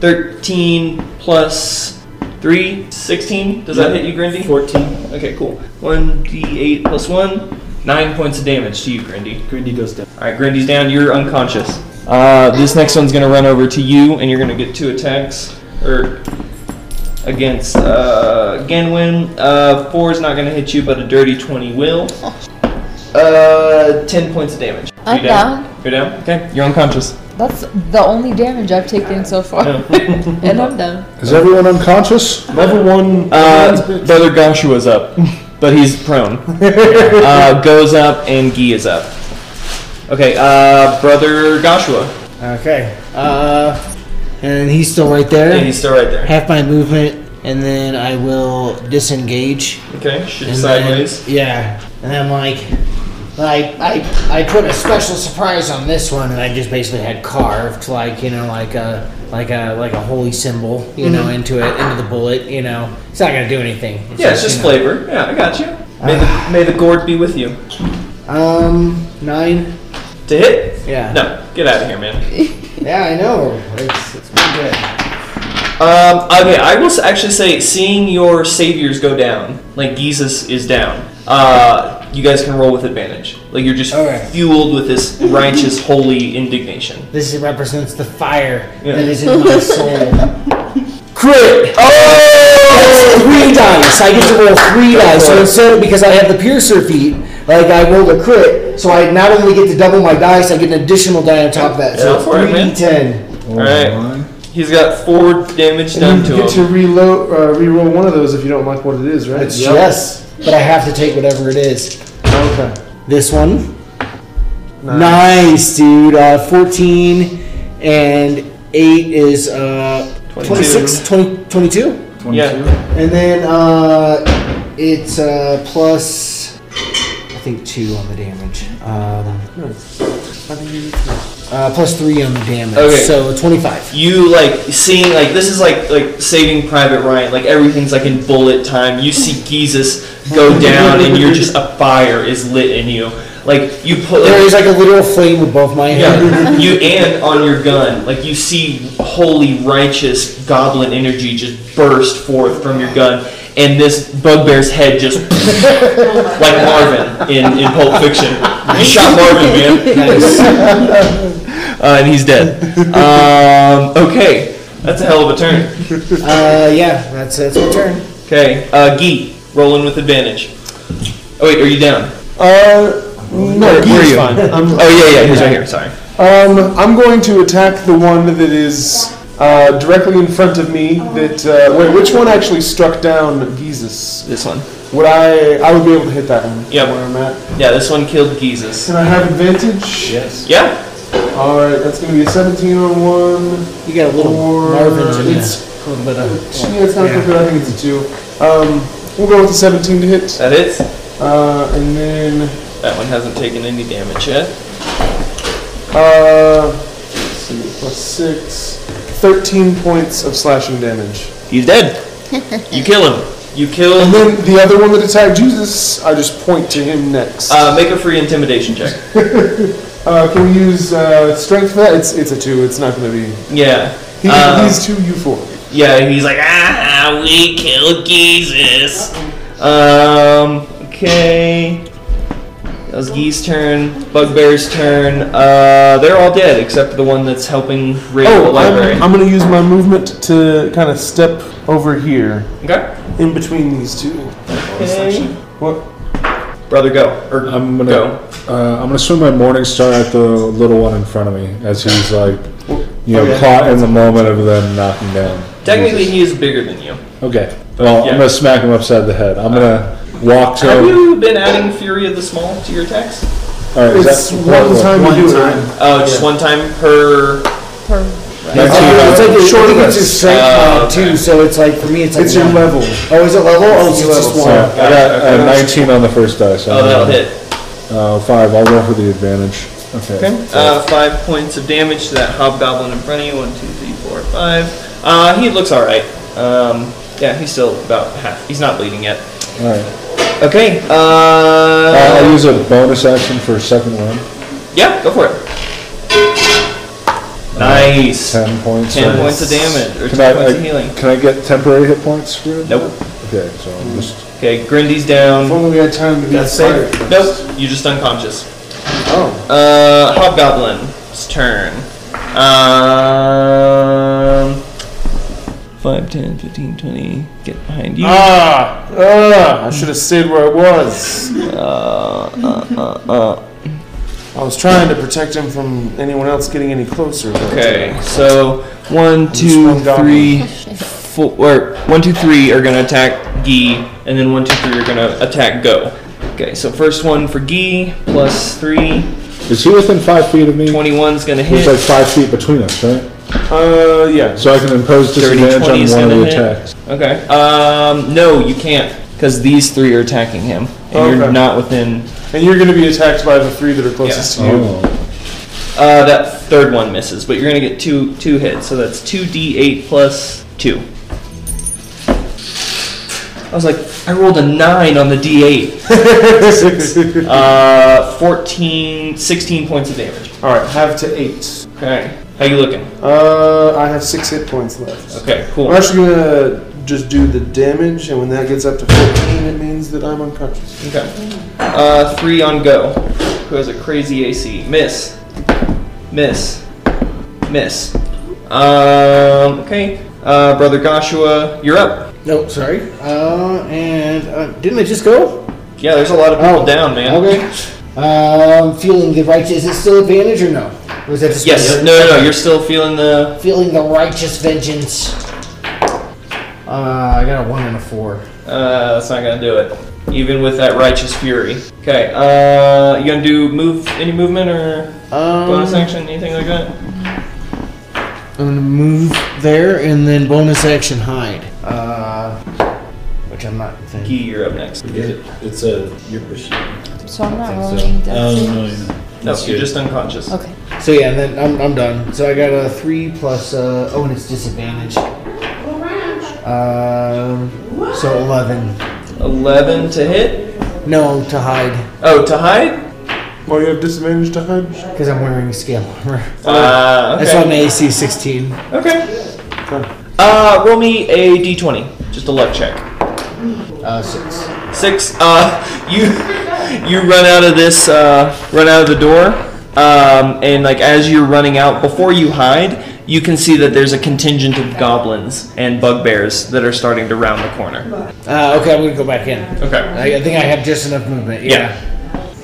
Speaker 1: 13 plus 3, 16. Does that hit you, Grindy?
Speaker 4: 14.
Speaker 1: Okay, cool. 1d8 plus 1, 9 points of damage to you, Grindy.
Speaker 4: Grindy goes down.
Speaker 1: Alright, Grindy's down, you're unconscious. Uh, this next one's gonna run over to you, and you're gonna get two attacks. Or. Against uh, Genwin. Uh, four is not going to hit you, but a dirty 20 will. Uh, 10 points of damage.
Speaker 2: I'm
Speaker 1: you You're down? Okay, you're unconscious.
Speaker 2: That's the only damage I've taken so far. and I'm done.
Speaker 6: Is everyone unconscious?
Speaker 3: Level one.
Speaker 1: Uh, brother Joshua's up, but he's prone. Uh, goes up, and Gee is up. Okay, uh, brother Joshua.
Speaker 5: Okay. Uh, and he's still right there.
Speaker 1: Yeah, he's still right there.
Speaker 5: Half my movement, and then I will disengage.
Speaker 1: Okay, shoot
Speaker 5: And
Speaker 1: sideways.
Speaker 5: Then, yeah, and I'm like, I, I I put a special surprise on this one, and I just basically had carved like you know like a like a like a holy symbol you know into it into the bullet you know it's not gonna do anything.
Speaker 1: Yeah, it's just
Speaker 5: you know.
Speaker 1: flavor. Yeah, I got you. May
Speaker 5: Ah.
Speaker 1: the, may the gourd be with you.
Speaker 5: Um, nine.
Speaker 1: To hit?
Speaker 5: Yeah.
Speaker 1: No, get out of here, man.
Speaker 5: Yeah, I know. It's it's pretty good.
Speaker 1: Um, okay, I will s- actually say, seeing your saviors go down, like Jesus is down, uh, you guys can roll with advantage. Like you're just
Speaker 5: Okay.
Speaker 1: fueled with this righteous, holy indignation.
Speaker 5: This represents the fire
Speaker 1: Yeah.
Speaker 5: that is in my soul.
Speaker 1: Crit! Oh!
Speaker 5: That's three dice. I get to roll three dice. So instead, because I have the piercer feat, like I rolled a crit, so I not only get to double my dice, I get an additional die on top of that. So
Speaker 1: Go for it,
Speaker 5: three
Speaker 1: man.
Speaker 5: d ten.
Speaker 1: All right, he's got four damage done
Speaker 3: you
Speaker 1: to
Speaker 3: get to
Speaker 1: him.
Speaker 3: reload, uh, reroll one of those if you don't like what it is, right?
Speaker 5: It's yes, but I have to take whatever it is.
Speaker 3: Okay.
Speaker 5: This one,
Speaker 3: Nice.
Speaker 5: nice, dude. Uh, Fourteen and eight is uh, 26, 20, 22.
Speaker 4: 22.
Speaker 1: Yeah.
Speaker 5: And then uh, it's uh, plus, I think, two on the damage. Um, uh, plus three on the damage.
Speaker 1: Okay.
Speaker 5: So 25.
Speaker 1: You like seeing like this is like like Saving Private Ryan. Like everything's like in bullet time. You see Jesus go down, and you're just a fire is lit in you. Like you put
Speaker 5: There is like a literal flame above my head.
Speaker 1: Yeah, you and on your gun, like you see holy righteous goblin energy just burst forth from your gun, and this bugbear's head just like Marvin in, in Pulp Fiction. You shot Marvin, man. Uh, and he's dead. Um, okay, that's a hell of a turn.
Speaker 5: Uh, yeah, that's that's my turn.
Speaker 1: Okay, uh, Gee, rolling with advantage. Oh wait, are you down?
Speaker 3: Uh, no,
Speaker 1: where are
Speaker 3: he's
Speaker 1: you?
Speaker 3: fine. I'm,
Speaker 1: Oh yeah, yeah, he's right here. Sorry.
Speaker 3: um, I'm going to attack the one that is uh, directly in front of me. That uh, wait, which one actually struck down Jesus?
Speaker 1: This one.
Speaker 3: Would I? I would be able to hit that one.
Speaker 1: Yeah.
Speaker 3: Where I'm at.
Speaker 1: Yeah, this one killed Gizus.
Speaker 3: Can I have advantage?
Speaker 7: Yes.
Speaker 1: Yeah,
Speaker 3: All right. That's gonna be a 17 on one.
Speaker 5: You got a little
Speaker 3: Or
Speaker 5: Marvin's in there.
Speaker 3: it's-
Speaker 5: A little bit of.
Speaker 3: Yeah, it's not
Speaker 5: Yeah.
Speaker 3: good. I think it's a two. Um, we'll go with the 17 to hit.
Speaker 1: that hits.
Speaker 3: Uh, and then
Speaker 1: That one hasn't taken any damage yet.
Speaker 3: uh, let's see, plus six. 13 points of slashing damage.
Speaker 1: He's dead. you kill him. You kill.
Speaker 3: And then the other one that attacked Jesus, I just point to him next.
Speaker 1: Uh, make a free intimidation check.
Speaker 3: Uh, can we use uh, strength for that? It's it's a two. It's not going to be.
Speaker 1: Yeah.
Speaker 3: He,
Speaker 1: Um,
Speaker 3: he's two, you four.
Speaker 1: Yeah, and he's like, ah, we killed Jesus. Um, okay. That was Gee's turn, Bugbear's turn. Uh, they're all dead except for the one that's helping raid the
Speaker 3: Oh,
Speaker 1: library.
Speaker 3: I'm, I'm going to use my movement to kind of step over here,
Speaker 1: okay.
Speaker 3: in between these two. What?
Speaker 1: Brother, go. Or
Speaker 6: I'm gonna
Speaker 1: go.
Speaker 6: uh, I'm gonna swing my morning star at the little one in front of me as he's like, you know,
Speaker 3: Okay.
Speaker 6: caught in the moment of them knocking down.
Speaker 1: Technically, he is bigger than you.
Speaker 6: Okay. Well,
Speaker 1: Yeah.
Speaker 6: I'm gonna smack him upside the head. I'm gonna walk to
Speaker 3: Oh.
Speaker 1: Have
Speaker 6: him.
Speaker 1: you been adding Fury of the Small to your attacks?
Speaker 6: All right,
Speaker 3: It's one time
Speaker 7: One
Speaker 3: you do
Speaker 7: time.
Speaker 1: Oh, just one time per.
Speaker 6: That's
Speaker 3: Uh,
Speaker 6: two
Speaker 5: it's
Speaker 6: times.
Speaker 5: like a
Speaker 3: Short of
Speaker 5: short it's your
Speaker 3: this.
Speaker 5: strength
Speaker 1: Oh,
Speaker 5: mod too, Uh, so it's like for me it's
Speaker 3: it.
Speaker 5: like
Speaker 3: It's your
Speaker 5: one.
Speaker 3: level.
Speaker 5: Uh, Oh, is it level? Oh, so it's just
Speaker 6: So
Speaker 5: one.
Speaker 6: I got a 19 on the first die. So
Speaker 1: Oh,
Speaker 6: I'm
Speaker 1: that'll
Speaker 6: gonna-
Speaker 1: hit.
Speaker 6: Uh, five. I'll roll for the advantage. Okay.
Speaker 1: Uh, five points of damage to that hobgoblin in front of you. One, two, three, four, five. Uh, he looks all right. Um, yeah, he's still about half. He's not bleeding yet.
Speaker 6: All right.
Speaker 1: Okay. Uh,
Speaker 6: Uh, I'll use a bonus action for second round.
Speaker 1: yeah, go for it. Nice. Ten,
Speaker 6: Ten points.
Speaker 1: points of damage or
Speaker 6: Can
Speaker 1: ten
Speaker 6: I,
Speaker 1: points of
Speaker 6: I,
Speaker 1: healing.
Speaker 6: can I get temporary hit points for it?
Speaker 1: Nope.
Speaker 6: Okay, so I'm just.
Speaker 1: Okay, Grindy's
Speaker 3: If
Speaker 1: down.
Speaker 3: only we had time to be
Speaker 7: That's
Speaker 3: fired.
Speaker 1: Nope, you just unconscious.
Speaker 3: Oh.
Speaker 1: Uh, Hobgoblin's turn. Um, 5, 10, 15, 20. Get behind you.
Speaker 3: Ah! Ah! I should have stayed where I was.
Speaker 1: Uh,
Speaker 3: I was trying to protect him from anyone else getting any closer. but-
Speaker 1: Okay, so one, two,
Speaker 3: one
Speaker 1: three,
Speaker 3: goblin.
Speaker 1: four. Or one, two, three are gonna attack Gee, and then one, two, three are gonna attack Go. Okay, so first one for Gee plus three.
Speaker 6: Is he within five feet of me?
Speaker 1: 21's gonna
Speaker 6: There's like
Speaker 1: hit.
Speaker 6: five feet between us, right?
Speaker 3: Uh, yeah.
Speaker 6: So I can impose
Speaker 1: 30,
Speaker 6: disadvantage
Speaker 1: 20
Speaker 6: on
Speaker 1: is
Speaker 6: one of
Speaker 1: gonna
Speaker 6: the
Speaker 1: hit.
Speaker 6: attacks.
Speaker 1: Okay. Um, no, you can't, because these three are attacking him, and you're
Speaker 3: Okay.
Speaker 1: not within.
Speaker 3: And you're going to be attacked by the three that are closest to you.
Speaker 6: Oh.
Speaker 1: Uh, that third one misses, but you're gonna get two two hits. So that's two d8 plus two. I was like, I rolled a nine on the d8. Uh, 14, 16 points of damage.
Speaker 3: All right, have to eight.
Speaker 1: Okay. How you looking?
Speaker 3: Uh, I have six hit points left.
Speaker 1: Okay,
Speaker 3: I'm
Speaker 1: cool.
Speaker 3: actually gonna just do the damage, and when that gets up to 14, it means that I'm unconscious.
Speaker 1: Okay. Uh, three on go. Who has a crazy AC? Miss. Miss. Miss. Um, okay. Uh, Brother Joshua, you're up.
Speaker 5: No, sorry. Uh, and uh, didn't it just go?
Speaker 1: Yeah, there's a lot of people
Speaker 5: Oh,
Speaker 1: down, man.
Speaker 5: Okay. Um, feeling the righteous. Is it still advantage or no? Or was that just
Speaker 1: Yes. No, no, no. You're still feeling the.
Speaker 5: feeling the righteous vengeance. Uh, I got a one and a four.
Speaker 1: Uh, that's not gonna do it. Even with that righteous fury. Okay. Uh, you gonna do move any movement or
Speaker 5: Um,
Speaker 1: bonus action, anything like that?
Speaker 5: I'm gonna move there and then bonus action hide. Uh, which I'm not.
Speaker 1: Gee, you're up next.
Speaker 4: It's a you're pushing.
Speaker 2: So I'm not
Speaker 4: I think
Speaker 2: rolling dex.
Speaker 4: so. Oh no, no, no.
Speaker 1: No,
Speaker 4: That's
Speaker 1: Oh, you're
Speaker 4: good.
Speaker 1: just unconscious.
Speaker 2: Okay.
Speaker 5: So yeah, and then I'm, I'm done. So I got a three plus. Uh, oh, and it's disadvantage. Um, so eleven.
Speaker 1: 11 to hit.
Speaker 5: No, to hide
Speaker 1: Oh, to hide?
Speaker 3: Well, you have disadvantage to hide.
Speaker 5: because I'm wearing scale armor.
Speaker 1: Uh,
Speaker 5: That's why
Speaker 1: okay.
Speaker 5: my AC is 16.
Speaker 1: Okay. Uh, roll me a d20. Just a luck check.
Speaker 5: Uh, six.
Speaker 1: Six. Uh, you you run out of this. Uh, run out of the door. Um, and like as you're running out, before you hide, you can see that there's a contingent of goblins and bugbears that are starting to round the corner.
Speaker 5: Uh, okay, I'm gonna go back in.
Speaker 1: Okay.
Speaker 5: I, I think I have just enough movement. Yeah.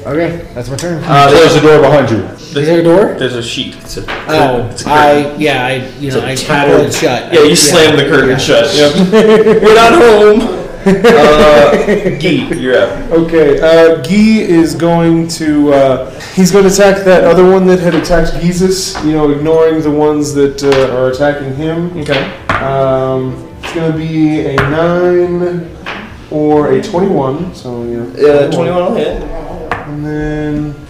Speaker 5: Okay, that's my turn.
Speaker 1: Uh,
Speaker 6: Close
Speaker 1: there's,
Speaker 6: the door behind you.
Speaker 5: Is there a door?
Speaker 1: there's a sheet.
Speaker 5: Oh, I yeah, I you know I
Speaker 4: tattered-
Speaker 5: tattered it shut.
Speaker 1: Yeah, you slam the curtain
Speaker 5: yeah.
Speaker 1: shut. Yep. We're not home. Uh, Gee, you're up.
Speaker 3: Okay, uh, Guy is going to. Uh, he's going to attack that other one that had attacked Gizus, you know, ignoring the ones that uh, are attacking him.
Speaker 1: Okay.
Speaker 3: Um, it's going to be a 9 or a 21, so, you know.
Speaker 1: Uh, 21 will hit.
Speaker 3: And then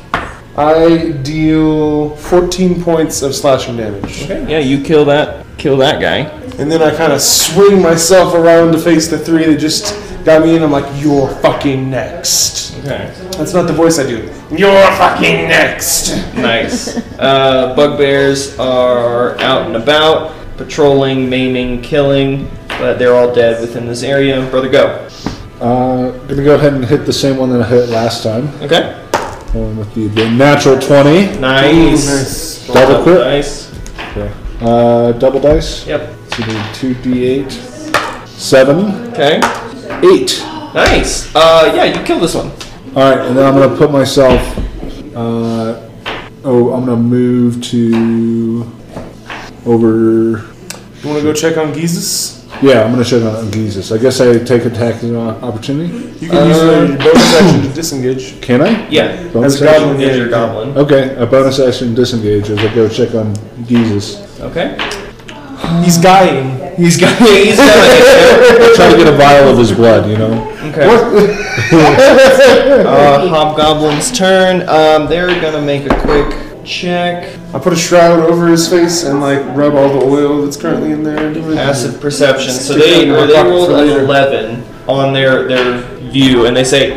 Speaker 3: I deal 14 points of slashing damage.
Speaker 1: Okay. Yeah, you kill that. Kill that guy.
Speaker 3: And then I kind of swing myself around to face the three that just got me in. I'm like, you're fucking next.
Speaker 1: Okay.
Speaker 3: That's not the voice I do. You're fucking next.
Speaker 1: Nice. Uh, bugbears are out and about, patrolling, maiming, killing, but they're all dead within this area. Brother, go.
Speaker 6: Uh, gonna go ahead and hit the same one that I hit last time.
Speaker 1: Okay.
Speaker 6: Um, with the, the natural
Speaker 1: Nice.
Speaker 6: 20. Ooh, nice. Double crit.
Speaker 1: Nice.
Speaker 6: Okay. Uh, double dice.
Speaker 1: Yep.
Speaker 6: So we need 2d8. 7.
Speaker 1: Okay.
Speaker 6: 8.
Speaker 1: Nice. Uh, yeah, you kill this one.
Speaker 6: Alright, and then I'm gonna put myself. Uh, oh, I'm gonna move to. Over.
Speaker 3: You want to go check on Gizus?
Speaker 6: Yeah, I'm gonna shut on Jesus. I guess I take attack as an opportunity.
Speaker 3: You can use your bonus action to disengage.
Speaker 6: Can I?
Speaker 1: Yeah.
Speaker 3: Uh, As
Speaker 6: Bonus
Speaker 3: a goblin.
Speaker 1: Is your goblin.
Speaker 6: Okay, a bonus action disengage as I go check on Jesus.
Speaker 1: Okay.
Speaker 3: He's dying.
Speaker 1: He's got. He's got.
Speaker 6: Try to get a vial of his blood, you know.
Speaker 1: Okay. uh, Hobgoblin's turn. Um, they're gonna make a quick check.
Speaker 3: I put a shroud over his face and like rub all the oil that's currently in there. Do it.
Speaker 1: Passive perception. So
Speaker 3: Stick it
Speaker 1: they
Speaker 3: in my
Speaker 1: or they
Speaker 3: pocket
Speaker 1: rolled
Speaker 3: for
Speaker 1: an
Speaker 3: later.
Speaker 1: eleven on their their view, and they say,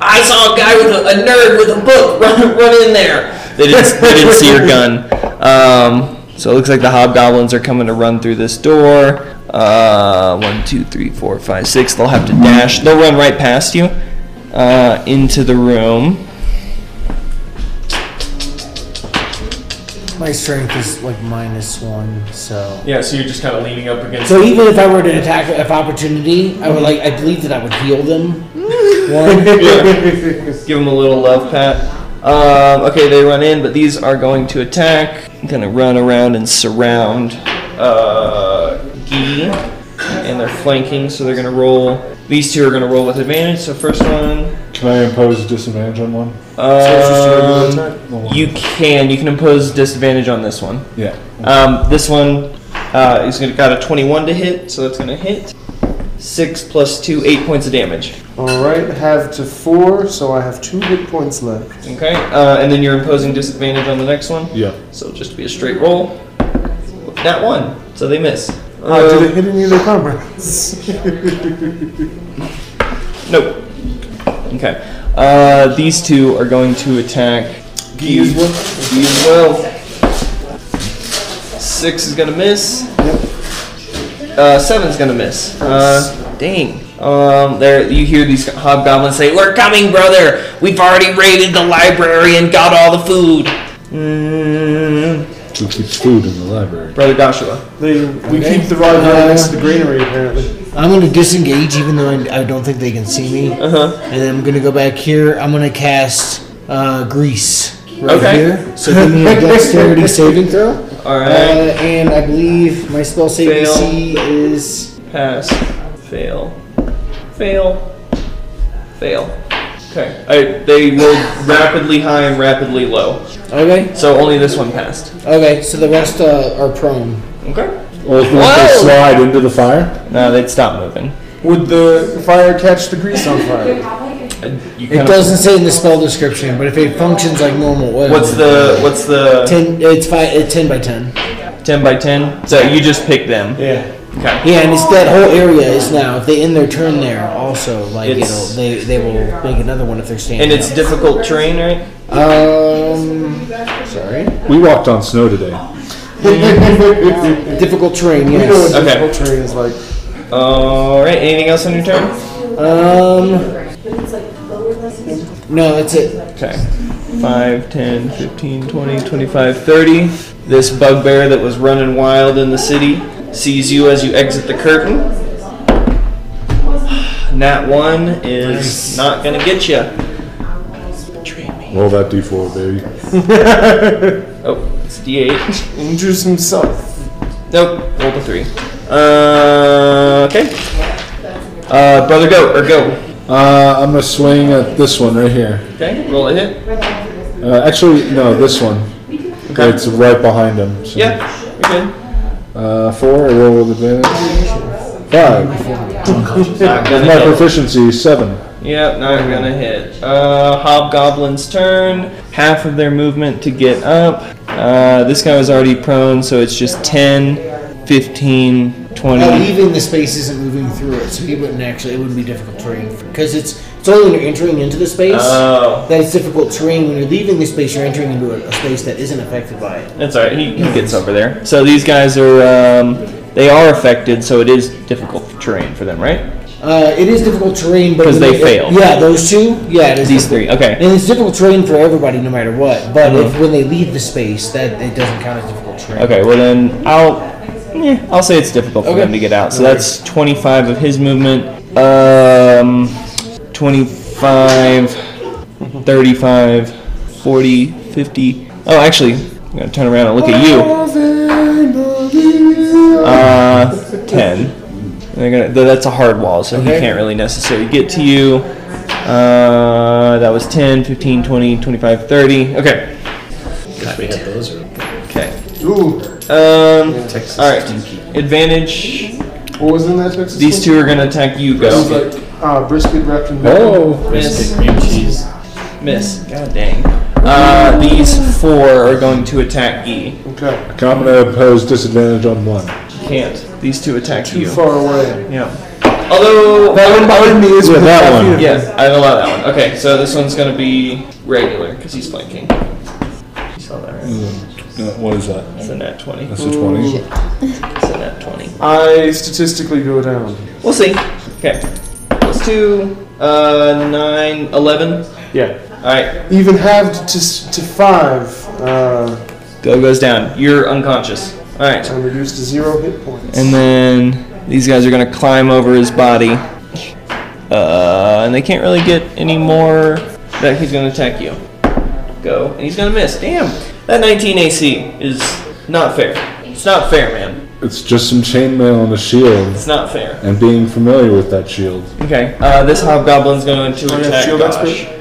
Speaker 1: "I saw a guy with a, a nerd with a book run, run in there." They didn't they didn't see your gun. Um, so it looks like the hobgoblins are coming to run through this door. Uh, one, two, three, four, five, six. They'll have to dash. They'll run right past you uh, into the room.
Speaker 5: My strength is like minus one, so.
Speaker 1: Yeah, so you're just kind of leaning up against.
Speaker 5: So even if I were to attack of opportunity, I would like. I believe that I would heal them. One.
Speaker 1: Give them a little love pat. Um, okay, they run in, but these are going to attack. I'm gonna run around and surround uh, Gee, and they're flanking, so they're gonna roll. These two are gonna roll with advantage. So first one,
Speaker 6: Can I impose disadvantage on one?
Speaker 1: um,
Speaker 6: No.
Speaker 1: you can you can impose disadvantage on this one.
Speaker 6: Yeah.
Speaker 1: Um, this one uh, is gonna got a 21 to hit, so that's gonna hit. Six plus two, eight points of damage.
Speaker 3: All right, have to four, so I have two hit points left.
Speaker 1: Okay, uh, and then you're imposing disadvantage on the next one.
Speaker 6: Yeah.
Speaker 1: So just be a straight roll. That one. So they miss.
Speaker 3: Uh,
Speaker 1: Uh,
Speaker 3: did it hit any of their comrades?
Speaker 1: nope. Okay. Uh, these two are going to attack.
Speaker 3: Guy as well.
Speaker 1: You as well. Six is gonna miss. Uh, seven's gonna miss. Uh, dang. Um, there you hear these hobgoblins say, "We're coming, brother. We've already raided the library and got all the food." Mm,
Speaker 6: Who keeps food in the library?
Speaker 1: brother Joshua.
Speaker 3: They, we keep the rod right next to the greenery, apparently.
Speaker 5: I'm gonna disengage, even though I, I don't think they can see me. Uh
Speaker 1: Uh-huh.
Speaker 5: And then I'm gonna go back here. I'm gonna cast uh, grease right
Speaker 1: Okay.
Speaker 5: here. So give me a dexterity saving throw.
Speaker 1: All
Speaker 5: Uh,
Speaker 1: right.
Speaker 5: and I believe my spell save
Speaker 1: Fail.
Speaker 5: DC is
Speaker 1: Pass. Fail. Fail. Fail. Okay. I, they rolled rapidly high and rapidly low.
Speaker 5: okay.
Speaker 1: So only this one passed.
Speaker 5: Okay, so the rest uh, are prone.
Speaker 1: Okay.
Speaker 6: Or if
Speaker 1: Whoa!
Speaker 6: they slide into the fire?
Speaker 1: No, they'd stop moving.
Speaker 3: Would the fire catch the grease on fire?
Speaker 1: You
Speaker 5: It
Speaker 1: kinda-
Speaker 5: doesn't say in the spell description, but if it functions like normal oil,
Speaker 1: What's the what's the
Speaker 5: ten? It's five. It's ten by ten.
Speaker 1: ten by ten? So you just pick them.
Speaker 3: Yeah.
Speaker 1: Okay.
Speaker 5: Yeah, and it's that whole area is now. If they end their turn there, also like
Speaker 1: It's-
Speaker 5: it'll they they will make another one if they're standing.
Speaker 1: And it's
Speaker 5: up.
Speaker 1: difficult terrain, right?
Speaker 5: Um, sorry.
Speaker 6: We walked on snow today.
Speaker 5: Difficult terrain,
Speaker 3: You know what
Speaker 5: yes.
Speaker 1: Okay.
Speaker 3: difficult terrain is like.
Speaker 1: All right. Anything else on your turn?
Speaker 5: Um, no, that's it.
Speaker 1: Okay. 5, 10, 15, 20, 25, 30. This bugbear that was running wild in the city sees you as you exit the curtain. Nat 1 is not going to get you.
Speaker 6: Roll that d4, baby.
Speaker 1: Oh, it's D8.
Speaker 3: Injures himself.
Speaker 1: Nope, roll the 3. Uh, okay.
Speaker 8: Uh, brother Goat, or Go.
Speaker 6: Uh, I'm gonna swing at this one right here.
Speaker 8: Okay, roll a hit.
Speaker 6: Uh, actually, no, this one.
Speaker 8: Okay.
Speaker 6: It's right behind him. So.
Speaker 8: Yeah, you're good.
Speaker 6: Uh, four. I roll with advantage. Five.
Speaker 8: Not gonna
Speaker 6: With my
Speaker 8: hit.
Speaker 6: proficiency, seven.
Speaker 8: Yep, not gonna hit. Uh, Hobgoblin's turn. Half of their movement to get up. Uh, this guy was already prone, so it's just 10, 15, 20.
Speaker 5: Now, leaving the space isn't moving through it, so he wouldn't actually. It wouldn't be difficult terrain because it's it's only when you're entering into the space
Speaker 8: Oh,
Speaker 5: that it's difficult terrain. When you're leaving the space, you're entering into a, a space that isn't affected by it.
Speaker 8: that's alright. He, he gets over there. So these guys are, um, they are affected, so it is difficult terrain for them, right?
Speaker 5: Uh, it is difficult terrain, but
Speaker 8: 'Cause
Speaker 5: when
Speaker 8: they failed.
Speaker 5: Yeah, those two. Yeah, it is
Speaker 8: These
Speaker 5: difficult.
Speaker 8: three, okay.
Speaker 5: And it's difficult terrain for everybody, no matter what. But
Speaker 8: Mhm.
Speaker 5: if when they leave the space, that it doesn't count as difficult terrain.
Speaker 8: Okay, well then, I'll, eh, I'll say it's difficult for
Speaker 5: Okay.
Speaker 8: them to get out. So that's 25 of his movement. Um, 25, 35, 40, 50. Oh, actually, I'm gonna turn around and look at you. Uh, 10. And they're gonna, th- that's a hard wall, so he
Speaker 5: Okay.
Speaker 8: can't really necessarily get to you. Uh, that was 10, 15, 20, 25, 30. Okay.
Speaker 9: If we had those, or
Speaker 8: Okay.
Speaker 3: Ooh,
Speaker 8: Um,
Speaker 9: Texas
Speaker 8: all right.
Speaker 9: stinky.
Speaker 8: Advantage.
Speaker 3: what was in that Texas?
Speaker 8: These two are gonna attack you.
Speaker 3: It was
Speaker 8: Go.
Speaker 3: like uh, brisket wrapped in
Speaker 6: Oh.
Speaker 8: Miss.
Speaker 9: brisket, cream cheese.
Speaker 8: Miss. God dang. Uh, these four are going to attack E.
Speaker 3: Okay,
Speaker 6: Okay, I'm gonna pose disadvantage on one.
Speaker 8: Can't. These two attack
Speaker 3: too
Speaker 8: you.
Speaker 3: far away.
Speaker 8: Yeah. Although I would, I would,
Speaker 3: me
Speaker 6: Yeah, that one.
Speaker 8: yeah, I'd allow that one. Okay, so this one's gonna be regular because he's flanking. You saw that right?
Speaker 6: Uh, what is that?
Speaker 8: It's a nat twenty.
Speaker 6: That's a twenty.
Speaker 8: It's a nat twenty.
Speaker 3: I statistically go down.
Speaker 8: We'll see. Okay. Plus two. Uh, nine, eleven.
Speaker 3: Yeah.
Speaker 8: All right.
Speaker 3: Even halved to, s- to five, uh,
Speaker 8: Go goes down. You're unconscious. All right.
Speaker 3: I'm reduced to zero hit points.
Speaker 8: And then these guys are gonna climb over his body. Uh, and they can't really get any more that he's gonna attack you. Go. And he's gonna miss. Damn. That 19 AC is not fair. It's not fair, man.
Speaker 6: It's just some chainmail and a shield,
Speaker 8: It's not fair.
Speaker 6: and being familiar with that shield.
Speaker 8: Okay. Uh, this hobgoblin's going to
Speaker 3: I have
Speaker 8: attack
Speaker 3: shield
Speaker 8: Gosh.
Speaker 3: expert.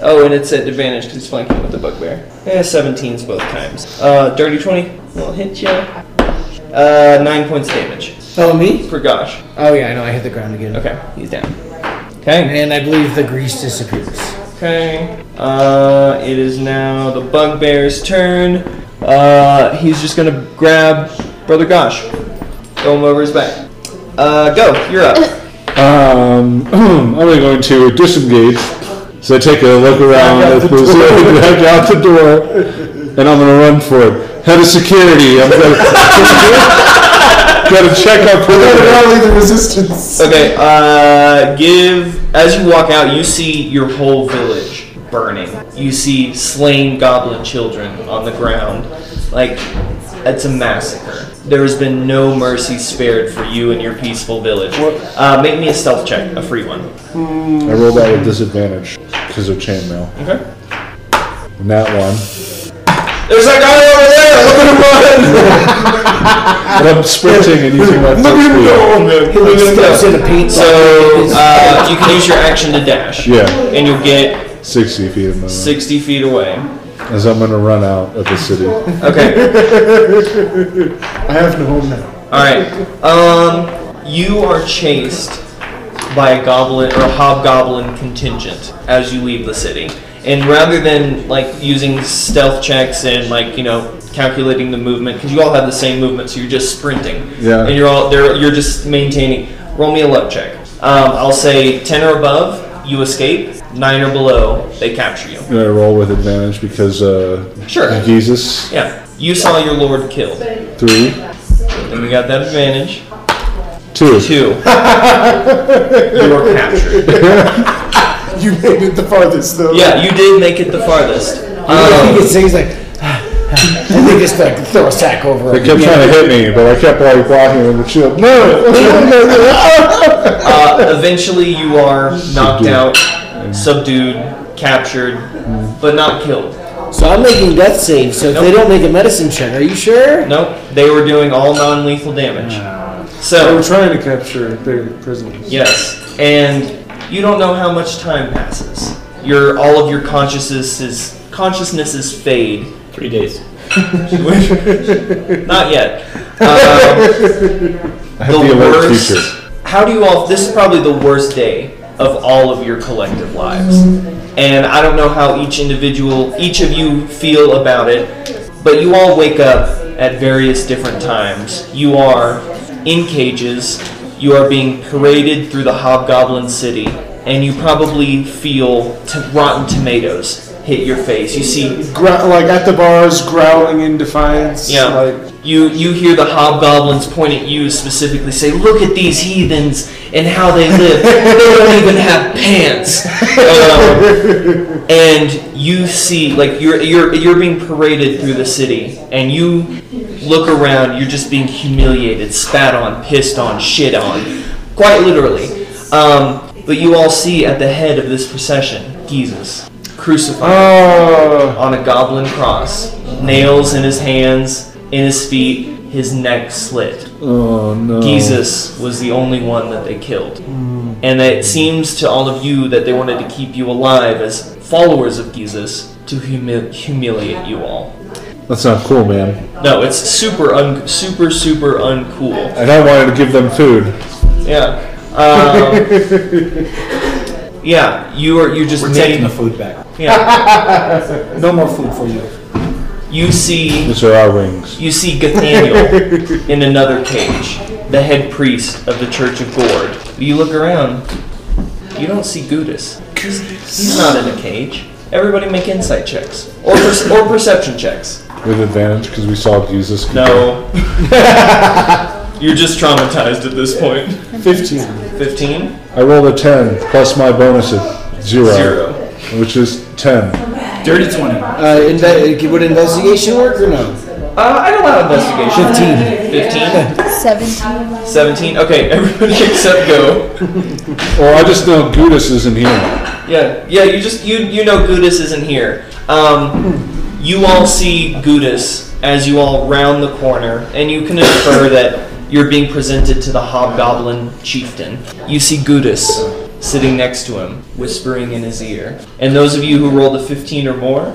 Speaker 8: Oh, and it's at advantage because he's flanking with the bugbear. Yeah, 17s both times. Uh, dirty 20. Will hit ya. Uh, 9 points of damage.
Speaker 5: Oh me?
Speaker 8: For Gosh.
Speaker 5: Oh yeah, I know. I hit the ground again.
Speaker 8: Okay, he's down. Okay.
Speaker 5: And I believe the grease disappears.
Speaker 8: Okay. Uh, it is now the bugbear's turn. Uh, he's just gonna grab Brother Gosh. Throw him over his back. Uh, go. You're up.
Speaker 6: Um, I'm going to disengage. So I take a look around
Speaker 3: Back out
Speaker 6: at
Speaker 3: the
Speaker 6: the zoo, back out the door, and I'm going to run for it. Head of security. I'm going to got to check
Speaker 3: I
Speaker 6: up
Speaker 3: gotta
Speaker 6: with
Speaker 3: rally the resistance.
Speaker 8: Okay. Uh, give. As you walk out, you see your whole village burning. You see slain goblin children on the ground. Like, it's a massacre. There has been no mercy spared for you and your peaceful village. Uh, make me a stealth check, a free one.
Speaker 6: I rolled out at disadvantage because of chainmail.
Speaker 8: Okay.
Speaker 6: And that one.
Speaker 8: There's that guy over there. Look at him run.
Speaker 6: But I'm sprinting and using my full speed.
Speaker 5: Steps in a paint.
Speaker 8: So uh, you can use your action to dash.
Speaker 6: Yeah,
Speaker 8: And you'll get
Speaker 6: 60 feet of movement.
Speaker 8: 60 feet away.
Speaker 6: As I'm going to run out of the city.
Speaker 8: Okay.
Speaker 3: I have no home now.
Speaker 8: All right. Um, you are chased by a goblin or a hobgoblin contingent as you leave the city. And rather than like using stealth checks and like you know calculating the movement, because you all have the same movement, so you're just sprinting.
Speaker 6: Yeah.
Speaker 8: And you're all there. You're just maintaining. Roll me a luck check. Um, I'll say ten or above, you escape. Nine or below, they capture you.
Speaker 6: I'm going to roll with advantage because uh,
Speaker 8: Sure.
Speaker 6: Jesus.
Speaker 8: Yeah. You saw your lord killed, and
Speaker 6: Three.
Speaker 8: you got that advantage.
Speaker 6: Two.
Speaker 8: Two. you are captured.
Speaker 3: You made it the farthest, though.
Speaker 8: Yeah, you did make it the farthest.
Speaker 5: I think
Speaker 8: Um,
Speaker 5: it's he's like. I think it's like throw a sack over.
Speaker 6: They
Speaker 5: him.
Speaker 6: kept trying to hit me, but I kept like blocking with the shield. No!
Speaker 8: uh, eventually, you are knocked out, subdued, captured, but not killed.
Speaker 5: So I'm making death saves. So if they don't make a medicine check, are you sure?
Speaker 8: Nope, they were doing all non lethal damage.
Speaker 3: They
Speaker 1: So,
Speaker 3: were trying to capture their prisoners.
Speaker 1: yes. And you don't know how much time passes. Your all of your consciousnesses consciousnesses fade.
Speaker 4: Three days.
Speaker 1: Not yet. Um,
Speaker 6: I have the, alert feature.
Speaker 1: How do you all? This is probably the worst day of all of your collective lives, and I don't know how each individual, each of you feel about it, but you all wake up at various different times. You are in cages. You are being paraded through the Hobgoblin City, and you probably feel t- rotten tomatoes hit your face. You see
Speaker 3: Grow- like at the bars, growling in defiance.
Speaker 1: Yeah.
Speaker 3: Like,
Speaker 1: You you hear the hobgoblins point at you specifically say, "Look at these heathens and how they live. they don't even have pants." Um, and you see, like you're you're you're being paraded through the city, and you look around. You're just being humiliated, spat on, pissed on, shit on, quite literally. Um, but you all see at the head of this procession, Jesus crucified
Speaker 3: oh.
Speaker 1: on a goblin cross, nails in his hands, in his feet, his neck slit.
Speaker 6: Oh no.
Speaker 1: Jesus was the only one that they killed.
Speaker 7: Mm.
Speaker 1: And it seems to all of you that they wanted to keep you alive as followers of Jesus to humi- humiliate you all.
Speaker 6: That's not cool, man.
Speaker 1: No, it's super, un- super, super uncool.
Speaker 6: And I wanted to give them food.
Speaker 1: Yeah. Um, yeah, you are. You're just
Speaker 4: We're
Speaker 1: made-
Speaker 4: taking the food back.
Speaker 1: Yeah,
Speaker 7: No more food for you.
Speaker 1: you see.
Speaker 6: These are our wings.
Speaker 1: You see Gathaniel in another cage, the head priest of the Church of Gord. You look around, you don't see Gudis. He's, he's not in a cage. Everybody make insight checks. Or, per- or perception checks.
Speaker 6: With advantage, because we saw Jesus.
Speaker 1: No. You're just traumatized at this point.
Speaker 3: 15.
Speaker 1: 15?
Speaker 6: I rolled a 10, plus my bonus at zero,
Speaker 1: Zero.
Speaker 6: Which is 10.
Speaker 4: Dirty 20.
Speaker 7: Uh, inve- would investigation work or no?
Speaker 1: Uh, I don't have investigation.
Speaker 7: 15.
Speaker 1: 15?
Speaker 2: 17.
Speaker 1: 17? Okay, everybody except Go.
Speaker 6: Well, I just know Gudis isn't here.
Speaker 1: Yeah, yeah. You just you you know Gudis isn't here. Um, you all see Gudis as you all round the corner, and you can infer that you're being presented to the hobgoblin chieftain. You see Gudis sitting next to him, whispering in his ear. And those of you who rolled a 15 or more,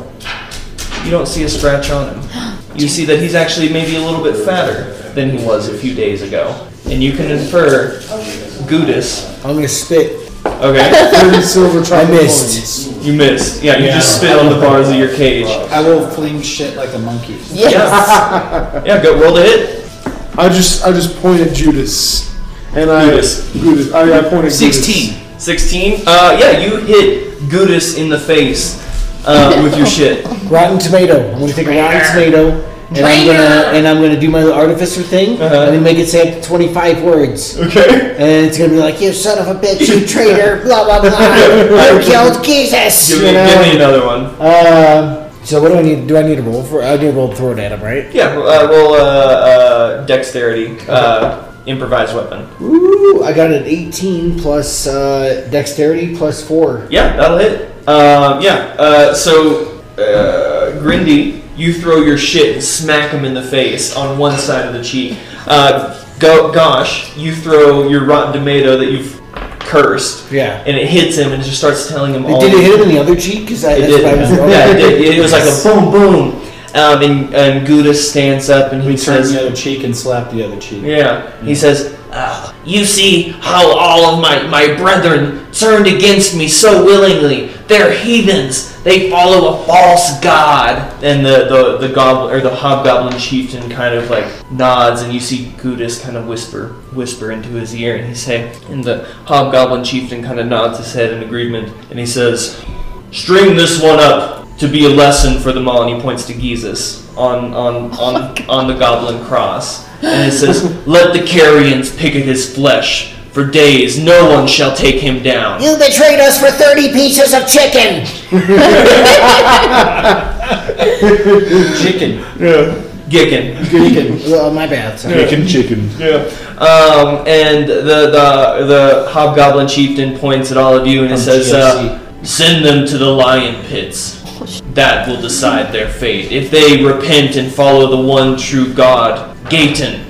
Speaker 1: you don't see a scratch on him. You see that he's actually maybe a little bit fatter than he was a few days ago, and you can infer Gudis.
Speaker 5: I'm gonna spit.
Speaker 1: Okay.
Speaker 3: 30 silver
Speaker 5: I
Speaker 3: chocolate
Speaker 5: missed.
Speaker 3: coins.
Speaker 1: You missed. Yeah, you
Speaker 7: Yeah.
Speaker 1: just spit on the bars of your cage.
Speaker 7: I will fling shit like a monkey.
Speaker 1: Yeah. yeah, go roll the hit.
Speaker 3: I just, I just pointed Judas. And I.
Speaker 1: Judas.
Speaker 3: Judas. I, I pointed Judas.
Speaker 1: 16. Uh, yeah, you hit Gudis in the face uh, with your shit.
Speaker 5: Rotten tomato. I'm gonna take a rotten tomato, and I'm gonna and I'm gonna do my little artificer thing,
Speaker 1: Uh-huh.
Speaker 5: and then make it say up to 25 words,
Speaker 1: Okay.
Speaker 5: and it's gonna be like, "You son of a bitch, you traitor, blah blah blah, you killed Jesus."
Speaker 1: Give
Speaker 5: you
Speaker 1: me,
Speaker 5: know?
Speaker 1: give me another one.
Speaker 5: Uh, so what do I need? Do I need to roll for? I need to roll to throw it at him, right?
Speaker 1: Yeah, uh, roll uh, uh, dexterity, uh, improvised weapon.
Speaker 5: Ooh, I got an 18 plus uh, dexterity plus four.
Speaker 1: Yeah, that'll hit. Um, yeah, uh, so uh, Grindy, you throw your shit and smack him in the face on one side of the cheek. Uh, go, gosh, you throw your rotten tomato that you've cursed,
Speaker 5: Yeah.
Speaker 1: and it hits him and it just starts telling him all.
Speaker 5: Did it hit him in the other cheek? Because that's
Speaker 1: It did.
Speaker 5: what I was
Speaker 1: Yeah,
Speaker 5: rolling.
Speaker 1: yeah, it did. It was like a boom, boom. Um, and and Gudis stands up and he
Speaker 7: We turn
Speaker 1: says,
Speaker 7: the other cheek and slap the other cheek.
Speaker 1: yeah. He says, "Ah, You see how all of my, my brethren turned against me so willingly. They're heathens. They follow a false god. And the, the, the goblin or the hobgoblin chieftain kind of like nods and you see Gudis kind of whisper whisper into his ear and he say and the hobgoblin chieftain kind of nods his head in agreement and he says, String this one up to be a lesson for them all. And he points to Jesus on on on, on the goblin cross, and it says, "Let the carrions pick at his flesh for days. No one shall take him down."
Speaker 5: You betrayed us for 30 pieces of chicken.
Speaker 7: Chicken.
Speaker 1: Gicken.
Speaker 5: Well, my bad. Sorry.
Speaker 6: Chicken, chicken.
Speaker 1: Um, and the, the the hobgoblin chieftain points at all of you and it
Speaker 7: From
Speaker 1: says, uh,
Speaker 7: GFC.
Speaker 1: "Send them to the lion pits. That will decide their fate. If they repent and follow the one true God, Gaten,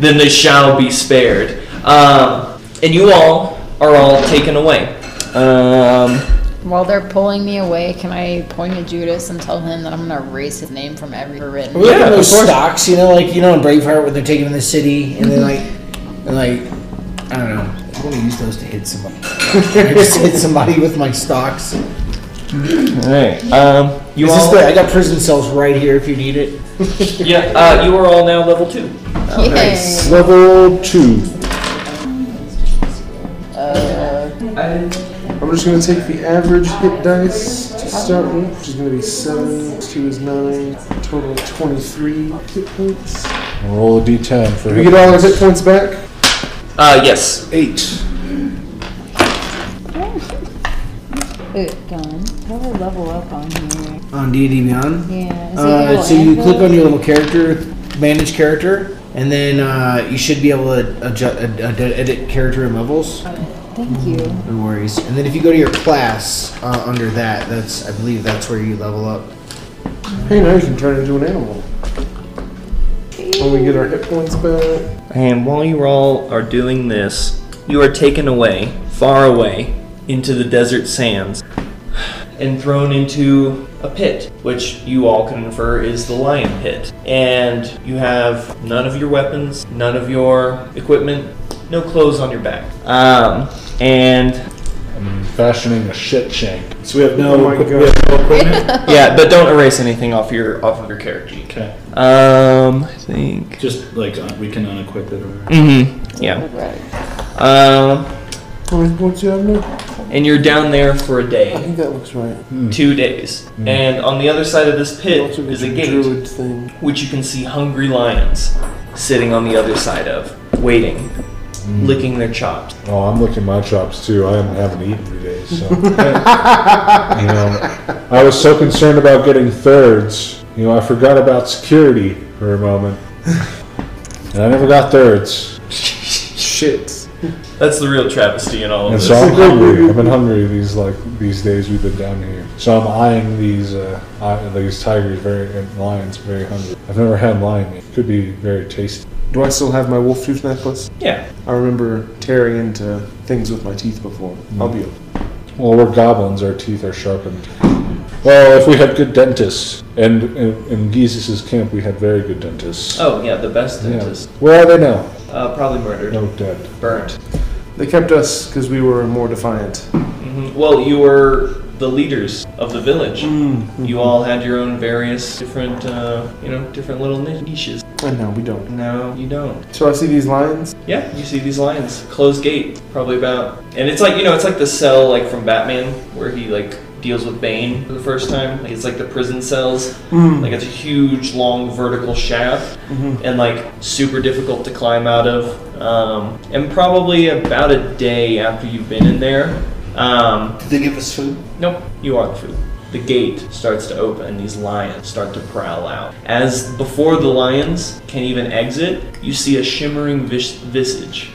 Speaker 1: then they shall be spared. Um, and you all are all taken away. Um,
Speaker 2: While they're pulling me away, can I point at Judas and tell him that I'm gonna erase his name from every written?
Speaker 5: We're
Speaker 1: Yeah,
Speaker 5: yeah, those
Speaker 1: of course.
Speaker 5: stocks, you know, like you know in Braveheart where they're taking in the city and then like and like I don't know. I'm gonna use those to hit somebody. I just hit somebody with my stocks.
Speaker 1: all right. Um, you
Speaker 5: Is this
Speaker 1: all,
Speaker 5: the, I got prison cells right here if you need it.
Speaker 1: yeah, uh, you are all now level two.
Speaker 2: Yay.
Speaker 6: Level two.
Speaker 3: I'm just gonna take the average hit dice to start with, which is gonna be seven. plus Two is nine. Total of twenty-three hit points.
Speaker 6: Roll a d10 for
Speaker 3: Do we get all our hit points back?
Speaker 1: Uh, yes.
Speaker 6: eight.
Speaker 2: Ooh, gone. How do I level up on here?
Speaker 5: On D&D Beyond.
Speaker 2: Yeah. Is it
Speaker 5: Uh,
Speaker 2: little
Speaker 5: so you
Speaker 2: anvil?
Speaker 5: click on your little character, manage character, and then uh, you should be able to adjust, ad- ad- edit character and levels.
Speaker 2: Thank you.
Speaker 5: No worries. And then if you go to your class uh, under that, that's I believe that's where you level up.
Speaker 3: Hey, now you can turn into an animal. When we get our hit points back.
Speaker 1: And while you all are doing this, you are taken away, far away, into the desert sands, and thrown into a pit, which you all can infer is the lion pit. And you have none of your weapons, none of your equipment, no clothes on your back. Um, and
Speaker 6: Fashioning a shit shank.
Speaker 4: So we have
Speaker 3: Oh
Speaker 4: no
Speaker 3: my
Speaker 4: equip-
Speaker 3: God.
Speaker 4: we have no equipment.
Speaker 1: yeah, but don't erase anything off your off of your character.
Speaker 4: okay.
Speaker 1: Um, I think.
Speaker 4: Just like uh, we can unequip it or
Speaker 1: Mm-hmm. Yeah.
Speaker 2: Right.
Speaker 1: Um,
Speaker 3: How many points do you have now?
Speaker 1: and you're down there for a
Speaker 3: I
Speaker 1: day.
Speaker 3: think that looks right.
Speaker 1: two days. And on the other side of this pit
Speaker 3: Also
Speaker 1: is
Speaker 3: got
Speaker 1: a
Speaker 3: your
Speaker 1: gate,
Speaker 3: druid thing.
Speaker 1: which you can see hungry lions sitting on the other side of, waiting, licking their chops.
Speaker 6: Oh, I'm looking my chops too. I haven't, haven't eaten three days, so. you know, I was so concerned about getting thirds. You know, I forgot about security for a moment, and I never got thirds.
Speaker 3: Shit.
Speaker 1: That's the real travesty in all of
Speaker 6: And
Speaker 1: this.
Speaker 6: so I'm hungry. I've been hungry these like these days we've been down here. So I'm eyeing these uh, eye, these tigers very and lions very hungry. I've never had lion meat. Could be very tasty.
Speaker 3: Do I still have my wolf tooth necklace?
Speaker 1: yeah.
Speaker 3: I remember tearing into things with my teeth before.
Speaker 1: Mm.
Speaker 3: I'll be okay.
Speaker 6: Well, we're goblins. Our teeth are sharpened. Well, if we had good dentists, and in, in Gizus' camp we had very good dentists.
Speaker 1: Oh, yeah, the best
Speaker 6: Yeah.
Speaker 1: dentist.
Speaker 6: Where are they now?
Speaker 1: Uh, probably murdered.
Speaker 6: No dead.
Speaker 1: Burnt.
Speaker 3: They kept us because we were more defiant.
Speaker 1: hmm Well, you were the leaders of the village.
Speaker 3: Mm.
Speaker 1: You all had your own various different, uh, you know, different little niches.
Speaker 3: And now we don't.
Speaker 1: No, you don't.
Speaker 3: So I see these lions.
Speaker 1: Yeah, you see these lions. Closed gate, probably about. And it's like, you know, it's like the cell like from Batman where he like deals with Bane for the first time. Like, it's like the prison cells.
Speaker 3: Hmm.
Speaker 1: Like it's a huge long vertical shaft
Speaker 5: Mm-hmm.
Speaker 1: and like super difficult to climb out of. Um, and probably about a day after you've been in there, um,
Speaker 7: Did they give us food?
Speaker 1: Nope, you are the food. The gate starts to open and these lions start to prowl out. As before the lions can even exit, you see a shimmering vis- visage.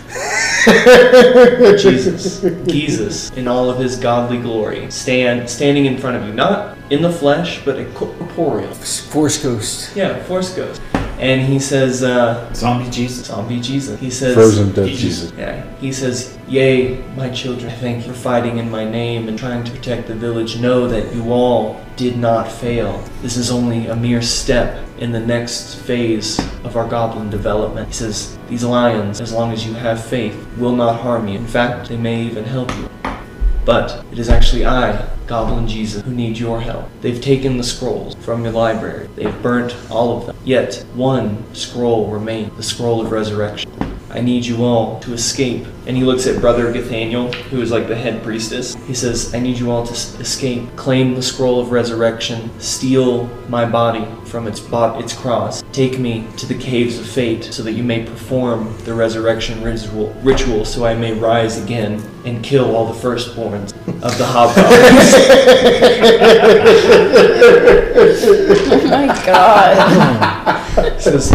Speaker 1: Jesus, Jesus, in all of his godly glory, stand standing in front of you, not in the flesh, but a corporeal.
Speaker 5: Force Coast.
Speaker 1: Yeah, force ghost. And he says, uh,
Speaker 7: Zombie Jesus.
Speaker 1: zombie Jesus. He says,
Speaker 6: Frozen dead Jesus.
Speaker 1: yeah, he says, Yea, my children, I thank you for fighting in my name and trying to protect the village. Know that you all did not fail. This is only a mere step in the next phase of our goblin development. He says, These lions, as long as you have faith, will not harm you. In fact, they may even help you. But it is actually I, Goblin Jesus, who need your help. They've taken the scrolls from your library. They've burnt all of them. Yet one scroll remains, the scroll of resurrection. I need you all to escape. And he looks at Brother Gathaniel, who is like the head priestess. He says, I need you all to s- escape, claim the scroll of resurrection, steal my body from its, bo- its cross, take me to the caves of fate so that you may perform the resurrection ritual, ritual so I may rise again and kill all the firstborns of the hobgoblins.
Speaker 2: Oh my god.
Speaker 1: says,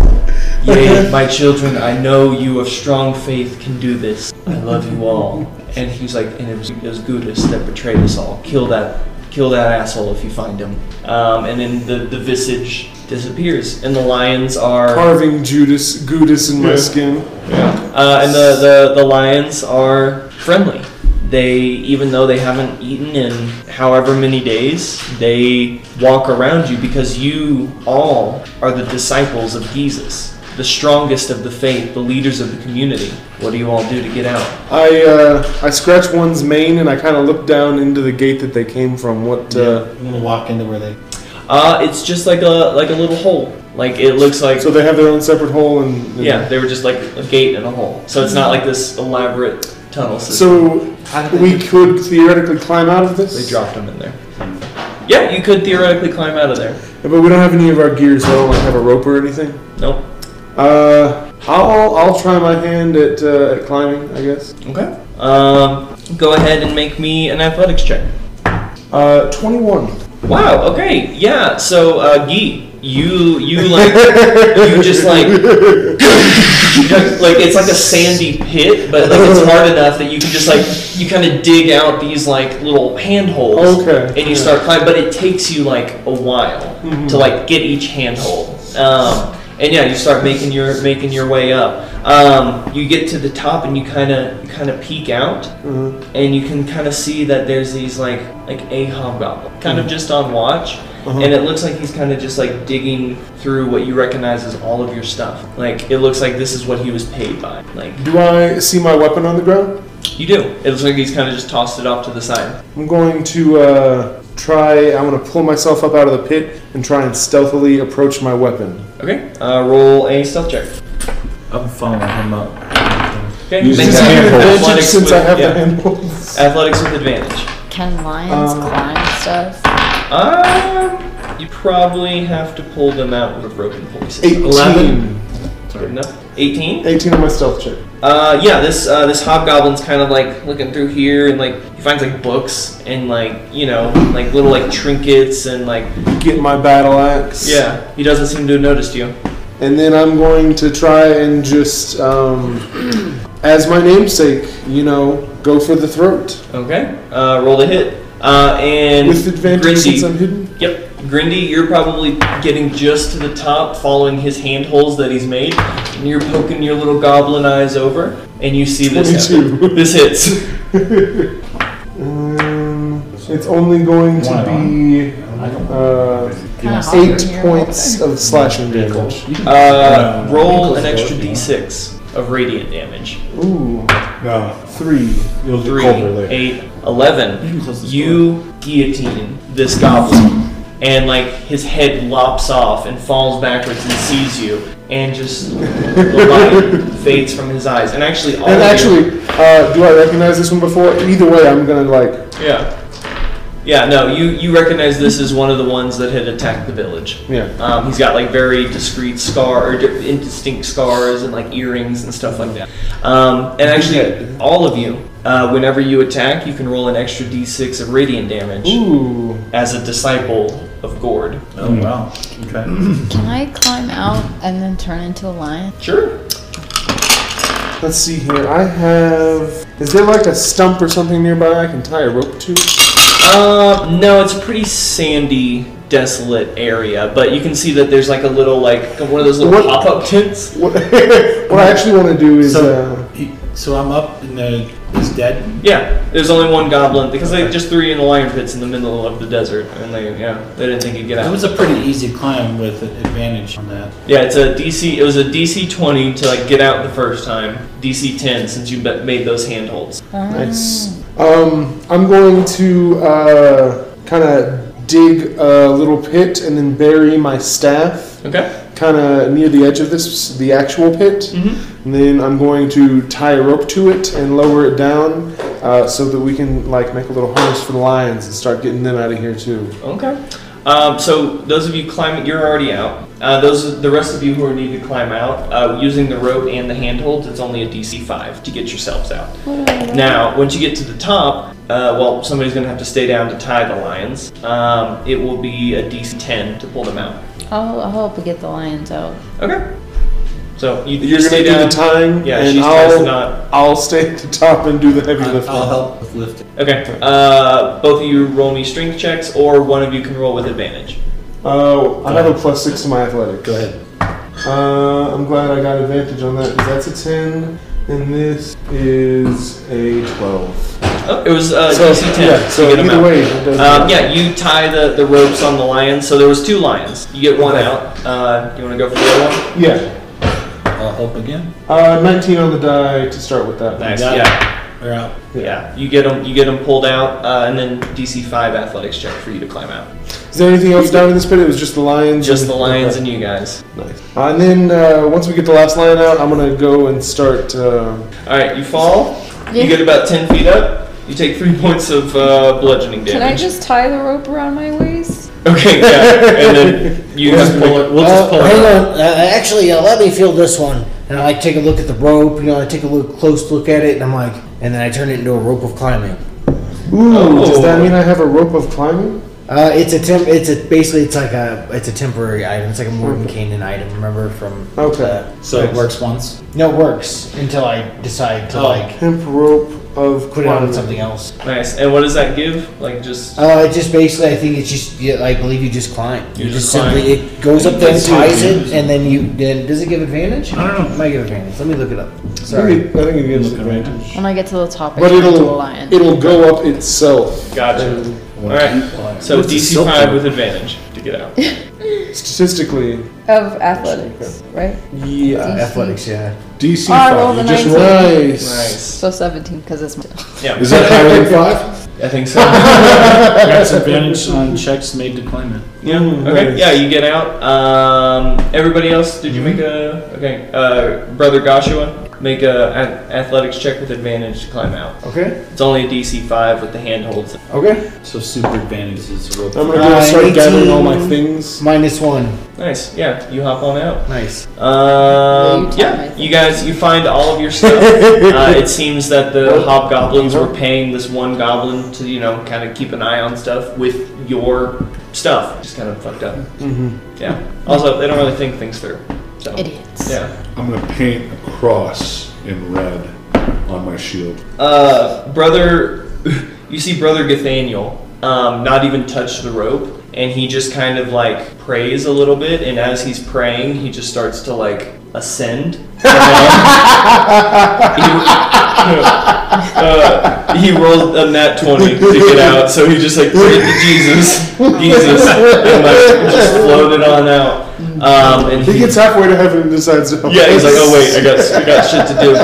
Speaker 1: Yea, my children, I know you of strong faith can do this. I love you all. And he's like, and it was, it was Gudis that betrayed us all. Kill that Kill that asshole if you find him. Um, and then the, the visage disappears, and the lions are
Speaker 3: Carving Judas, Gudis in my skin.
Speaker 1: uh, and the, the, the lions are friendly. They, even though they haven't eaten in however many days, they walk around you because you all are the disciples of Jesus, the strongest of the faith, the leaders of the community. What do you all do to get out?
Speaker 3: I uh, I scratch one's mane and I kind of look down into the gate that they came from. What? Uh,
Speaker 7: I'm gonna walk into where they.
Speaker 1: Uh, it's just like a like a little hole. Like it looks like.
Speaker 3: so they have their own separate hole and, and-
Speaker 1: yeah, they were just like a gate and a hole. So it's not like this elaborate tunnel system.
Speaker 3: So
Speaker 7: How did they
Speaker 3: we could theoretically climb out of
Speaker 1: They
Speaker 3: this.
Speaker 1: dropped him in there. Yeah, you could theoretically climb out of there.
Speaker 3: But we don't have any of our gear, so I don't like, have a rope or anything.
Speaker 1: Nope.
Speaker 3: Uh, I'll I'll try my hand at uh, at climbing. I guess.
Speaker 1: Okay. Um, go ahead and make me an athletics check.
Speaker 3: Uh, twenty one.
Speaker 1: Wow. Okay. Yeah. So, uh, Gee, you you like you just like like it's like a sandy pit, but like it's hard enough that you can just like you kind of dig out these like little handholds,
Speaker 3: Okay.
Speaker 1: and you start climbing. But it takes you like a while
Speaker 3: Mm-hmm.
Speaker 8: Mm-hmm.
Speaker 1: to like get each handhold. Um, and yeah, you start making your making your way up. Um, you get to the top and you kind of you kind of peek out, and you can kind of see that there's these like like a hobgoblin kind of just on watch and it looks like he's kind of just like digging through what you recognize as all of your stuff like it looks like this is what he was paid by like
Speaker 3: Do I see my weapon on the ground?
Speaker 1: you do it looks like he's kind of just tossed it off to the side
Speaker 3: I'm going to uh, try. I'm going to pull myself up out of the pit and try and stealthily approach my weapon.
Speaker 1: okay uh, roll a stealth check
Speaker 4: I'm following him up.
Speaker 1: okay
Speaker 6: Use
Speaker 1: make
Speaker 6: his
Speaker 1: that
Speaker 6: hand
Speaker 1: roll.
Speaker 6: hold.
Speaker 3: Advantage
Speaker 1: athletics
Speaker 3: since
Speaker 1: with,
Speaker 3: I have
Speaker 1: yeah,
Speaker 3: the handles.
Speaker 1: athletics with advantage
Speaker 2: Can lions
Speaker 3: Um,
Speaker 2: climb stuff?
Speaker 1: um, you probably have to pull them out with a broken voice
Speaker 3: Eighteen.
Speaker 1: good enough 18
Speaker 3: 18 on my stealth check.
Speaker 1: Uh, yeah, this uh, this hobgoblin's kind of like looking through here, and like he finds like books and like you know like little like trinkets and like
Speaker 3: Get my battle axe.
Speaker 1: yeah, he doesn't seem to have noticed you.
Speaker 3: And then I'm going to try and just, um, as my namesake, you know, go for the throat
Speaker 1: Okay, uh, roll to hit. Uh, and
Speaker 3: with advantage since I'm
Speaker 1: Grindy,
Speaker 3: hidden.
Speaker 1: yep, Grindy, you're probably getting just to the top, following his handholds that he's made, and you're poking your little goblin eyes over, and you see this. happen.
Speaker 3: 22.
Speaker 1: This hits.
Speaker 3: Um, it's only going to be uh,
Speaker 2: Kinda hot in
Speaker 3: eight
Speaker 2: here.
Speaker 3: points of slashing damage.
Speaker 1: Uh, roll an extra d6 of radiant damage.
Speaker 3: Ooh,
Speaker 6: No, Uh, three. You'll
Speaker 1: Three,
Speaker 6: get colder later.
Speaker 1: eight, eleven. You guillotine this goblin, and like his head lops off and falls backwards and sees you, and just the light fades from his eyes. And actually, all
Speaker 3: and
Speaker 1: of you-
Speaker 3: actually, uh, do I recognize this one before? Either way, I'm gonna like,
Speaker 1: yeah, yeah, no, you you recognize this as one of the ones that had attacked the village.
Speaker 3: yeah.
Speaker 1: Um, he's got like very discreet scar or di- indistinct scars and like earrings and stuff like that. Um, and actually, all of you, uh, whenever you attack, you can roll an extra d6 of radiant damage
Speaker 3: Ooh,
Speaker 1: as a disciple of Gord.
Speaker 4: Oh wow. Okay.
Speaker 2: Can I climb out and then turn into a lion?
Speaker 1: Sure.
Speaker 3: let's see here. I have. Is there like a stump or something nearby I can tie a rope to?
Speaker 1: Uh, no, it's a pretty sandy, desolate area, but you can see that there's like a little like one of those little
Speaker 3: What-
Speaker 1: pop-up tents.
Speaker 3: What, what I actually want to do is. uh,
Speaker 4: So, he, so I'm up and the he's dead.
Speaker 1: Yeah, there's only one goblin because they just threw you in the lion pits in the middle of the desert, and they yeah they didn't think you'd get out.
Speaker 4: That was a pretty easy climb with advantage on that.
Speaker 1: Yeah, it's a DC. It was a DC 20 to like get out the first time. DC 10 since you be- made those handholds.
Speaker 3: uh, Nice. Um, I'm going to uh, kind of dig a little pit and then bury my staff
Speaker 1: Okay.
Speaker 3: kind of near the edge of this, the actual pit.
Speaker 1: Mm-hmm.
Speaker 3: And then I'm going to tie a rope to it and lower it down uh, so that we can like make a little harness for the lions and start getting them out of here too.
Speaker 1: Okay. Um, so those of you climbing, you're already out. Uh, those the rest of you who are needing to climb out uh, using the rope and the handholds. It's only a DC 5 to get yourselves out. Now, once you get to the top, uh, well, somebody's gonna have to stay down to tie the lions. Um, it will be a DC 10 to pull them out.
Speaker 2: I'll, I'll help get the lions out.
Speaker 1: Okay. So you, you
Speaker 3: You're
Speaker 1: stay
Speaker 3: gonna
Speaker 1: down.
Speaker 3: do the tying,
Speaker 1: Yeah,
Speaker 3: and
Speaker 1: she ties the knot.
Speaker 3: I'll I'll stay at the top and do the heavy
Speaker 4: I'll,
Speaker 3: lifting.
Speaker 4: I'll help with lifting.
Speaker 1: Okay. Uh, both of you roll me strength checks, or one of you can roll with advantage.
Speaker 3: Oh, I have a plus six to my athletic.
Speaker 4: Go ahead.
Speaker 3: Uh, I'm glad I got advantage on that because that's a ten, and this is a twelve.
Speaker 1: Oh, it was uh,
Speaker 3: so
Speaker 1: DC 10.
Speaker 3: yeah, so
Speaker 1: you get 'em
Speaker 3: either
Speaker 1: out.
Speaker 3: way, it doesn't
Speaker 1: Um,
Speaker 3: matter.
Speaker 1: yeah, you tie the, the ropes on the lions. So there was two lions. You get one
Speaker 3: Okay.
Speaker 1: out. Uh, you want to go for the other one?
Speaker 3: yeah.
Speaker 4: I'll help again.
Speaker 3: Uh, 19 on the die to start with that.
Speaker 1: Nice.
Speaker 4: got it.
Speaker 1: Yeah.
Speaker 4: We're out.
Speaker 1: yeah, You get them. You get 'em pulled out, uh, and then DC five athletics check for you to climb out.
Speaker 3: Is there anything else down in this pit? It was just the lions.
Speaker 1: Just
Speaker 3: and-
Speaker 1: the lions
Speaker 3: Okay.
Speaker 1: and you guys.
Speaker 3: Nice. Uh, and then uh, once we get the last lion out, I'm gonna go and start. Uh,
Speaker 1: All right, you fall.
Speaker 2: Yeah.
Speaker 1: You get about ten feet up. You take three points of uh, bludgeoning damage.
Speaker 2: Can I just tie the rope around my waist?
Speaker 1: Okay, yeah. And then you just pull it.
Speaker 4: We'll
Speaker 5: Uh,
Speaker 4: just pull
Speaker 5: hang
Speaker 4: it.
Speaker 5: on. Uh, actually, uh, let me feel this one. And I like take a look at the rope. You know, I take a look close look at it, and I'm like, and then I turn it into a rope of climbing.
Speaker 3: ooh, does that
Speaker 1: Oh.
Speaker 3: mean I have a rope of climbing?
Speaker 5: Uh, it's a temp. It's a basically. It's like a. It's a temporary item. It's like a Morgan Canaan item. Remember from.
Speaker 3: Okay.
Speaker 4: So it works once.
Speaker 5: No, it works until I decide to
Speaker 4: Oh.
Speaker 5: like
Speaker 3: Hemp rope of
Speaker 5: put it
Speaker 3: climbing.
Speaker 5: on something else.
Speaker 1: Nice. And what does that give? Like just.
Speaker 5: Uh, it just basically, I think it's just. Yeah, I believe you just climb. You,
Speaker 1: You
Speaker 5: just,
Speaker 1: just climb.
Speaker 5: simply it goes up there,
Speaker 1: Let's see what
Speaker 5: ties
Speaker 1: it
Speaker 5: it, and then you. Then does it give advantage? I don't know. Might give advantage. Let me look it up. Sorry.
Speaker 3: I think it gives advantage.
Speaker 2: When I get to the top, I
Speaker 3: But
Speaker 2: turn into a
Speaker 3: it'll
Speaker 2: lion.
Speaker 3: it'll go up itself.
Speaker 1: Gotcha.
Speaker 3: And
Speaker 1: All right. So
Speaker 4: What's the
Speaker 1: DC
Speaker 4: silk
Speaker 1: five
Speaker 4: one?
Speaker 1: with advantage to get out.
Speaker 3: statistically,
Speaker 2: Of athletics, right?
Speaker 3: yeah.
Speaker 5: Uh, Athletics, yeah.
Speaker 6: DC
Speaker 2: Oh, I rolled
Speaker 6: five.
Speaker 2: a
Speaker 6: You just
Speaker 2: 19.
Speaker 6: rolled.
Speaker 3: Nice.
Speaker 1: Nice.
Speaker 2: So 17, because it's my.
Speaker 1: Yeah.
Speaker 6: Is that higher than five?
Speaker 1: I think so.
Speaker 4: That's advantage on checks made to climb it.
Speaker 1: Yeah.
Speaker 3: Mm,
Speaker 1: Okay.
Speaker 3: nice.
Speaker 1: Yeah, you get out. Um, everybody else, did you make a okay? Uh, Brother Joshua, make a ath- athletics check with advantage to climb out.
Speaker 5: Okay.
Speaker 1: It's only a DC five with the handholds.
Speaker 5: Okay.
Speaker 4: So super advantage is rope.
Speaker 3: I'm gonna go
Speaker 5: Uh,
Speaker 3: start gathering all my
Speaker 5: 18.
Speaker 3: things.
Speaker 5: Minus one.
Speaker 1: Nice. Yeah, you hop on out.
Speaker 5: Nice.
Speaker 1: Um,
Speaker 2: Yeah, you tell me.
Speaker 1: yeah, you guys, you find all of your stuff. uh, it seems that the hobgoblins were paying this one goblin to, you know, kind of keep an eye on stuff with your stuff. Just kind of fucked up. Yeah. Also, they don't really think things through. So.
Speaker 3: Oh.
Speaker 2: Idiots.
Speaker 1: Yeah.
Speaker 6: I'm gonna paint a cross in red on my shield.
Speaker 1: Uh, brother, you see brother Gathaniel um, not even touch the rope, and he just kind of like prays a little bit, and as he's praying, he just starts to like ascend. And then he, uh, he rolled a nat twenty to get out, so he just like prayed to Jesus, Jesus, and like just floated on out. Um, and
Speaker 3: He gets halfway to heaven and decides. To
Speaker 1: yeah, he's like, oh wait, I got I got shit to do.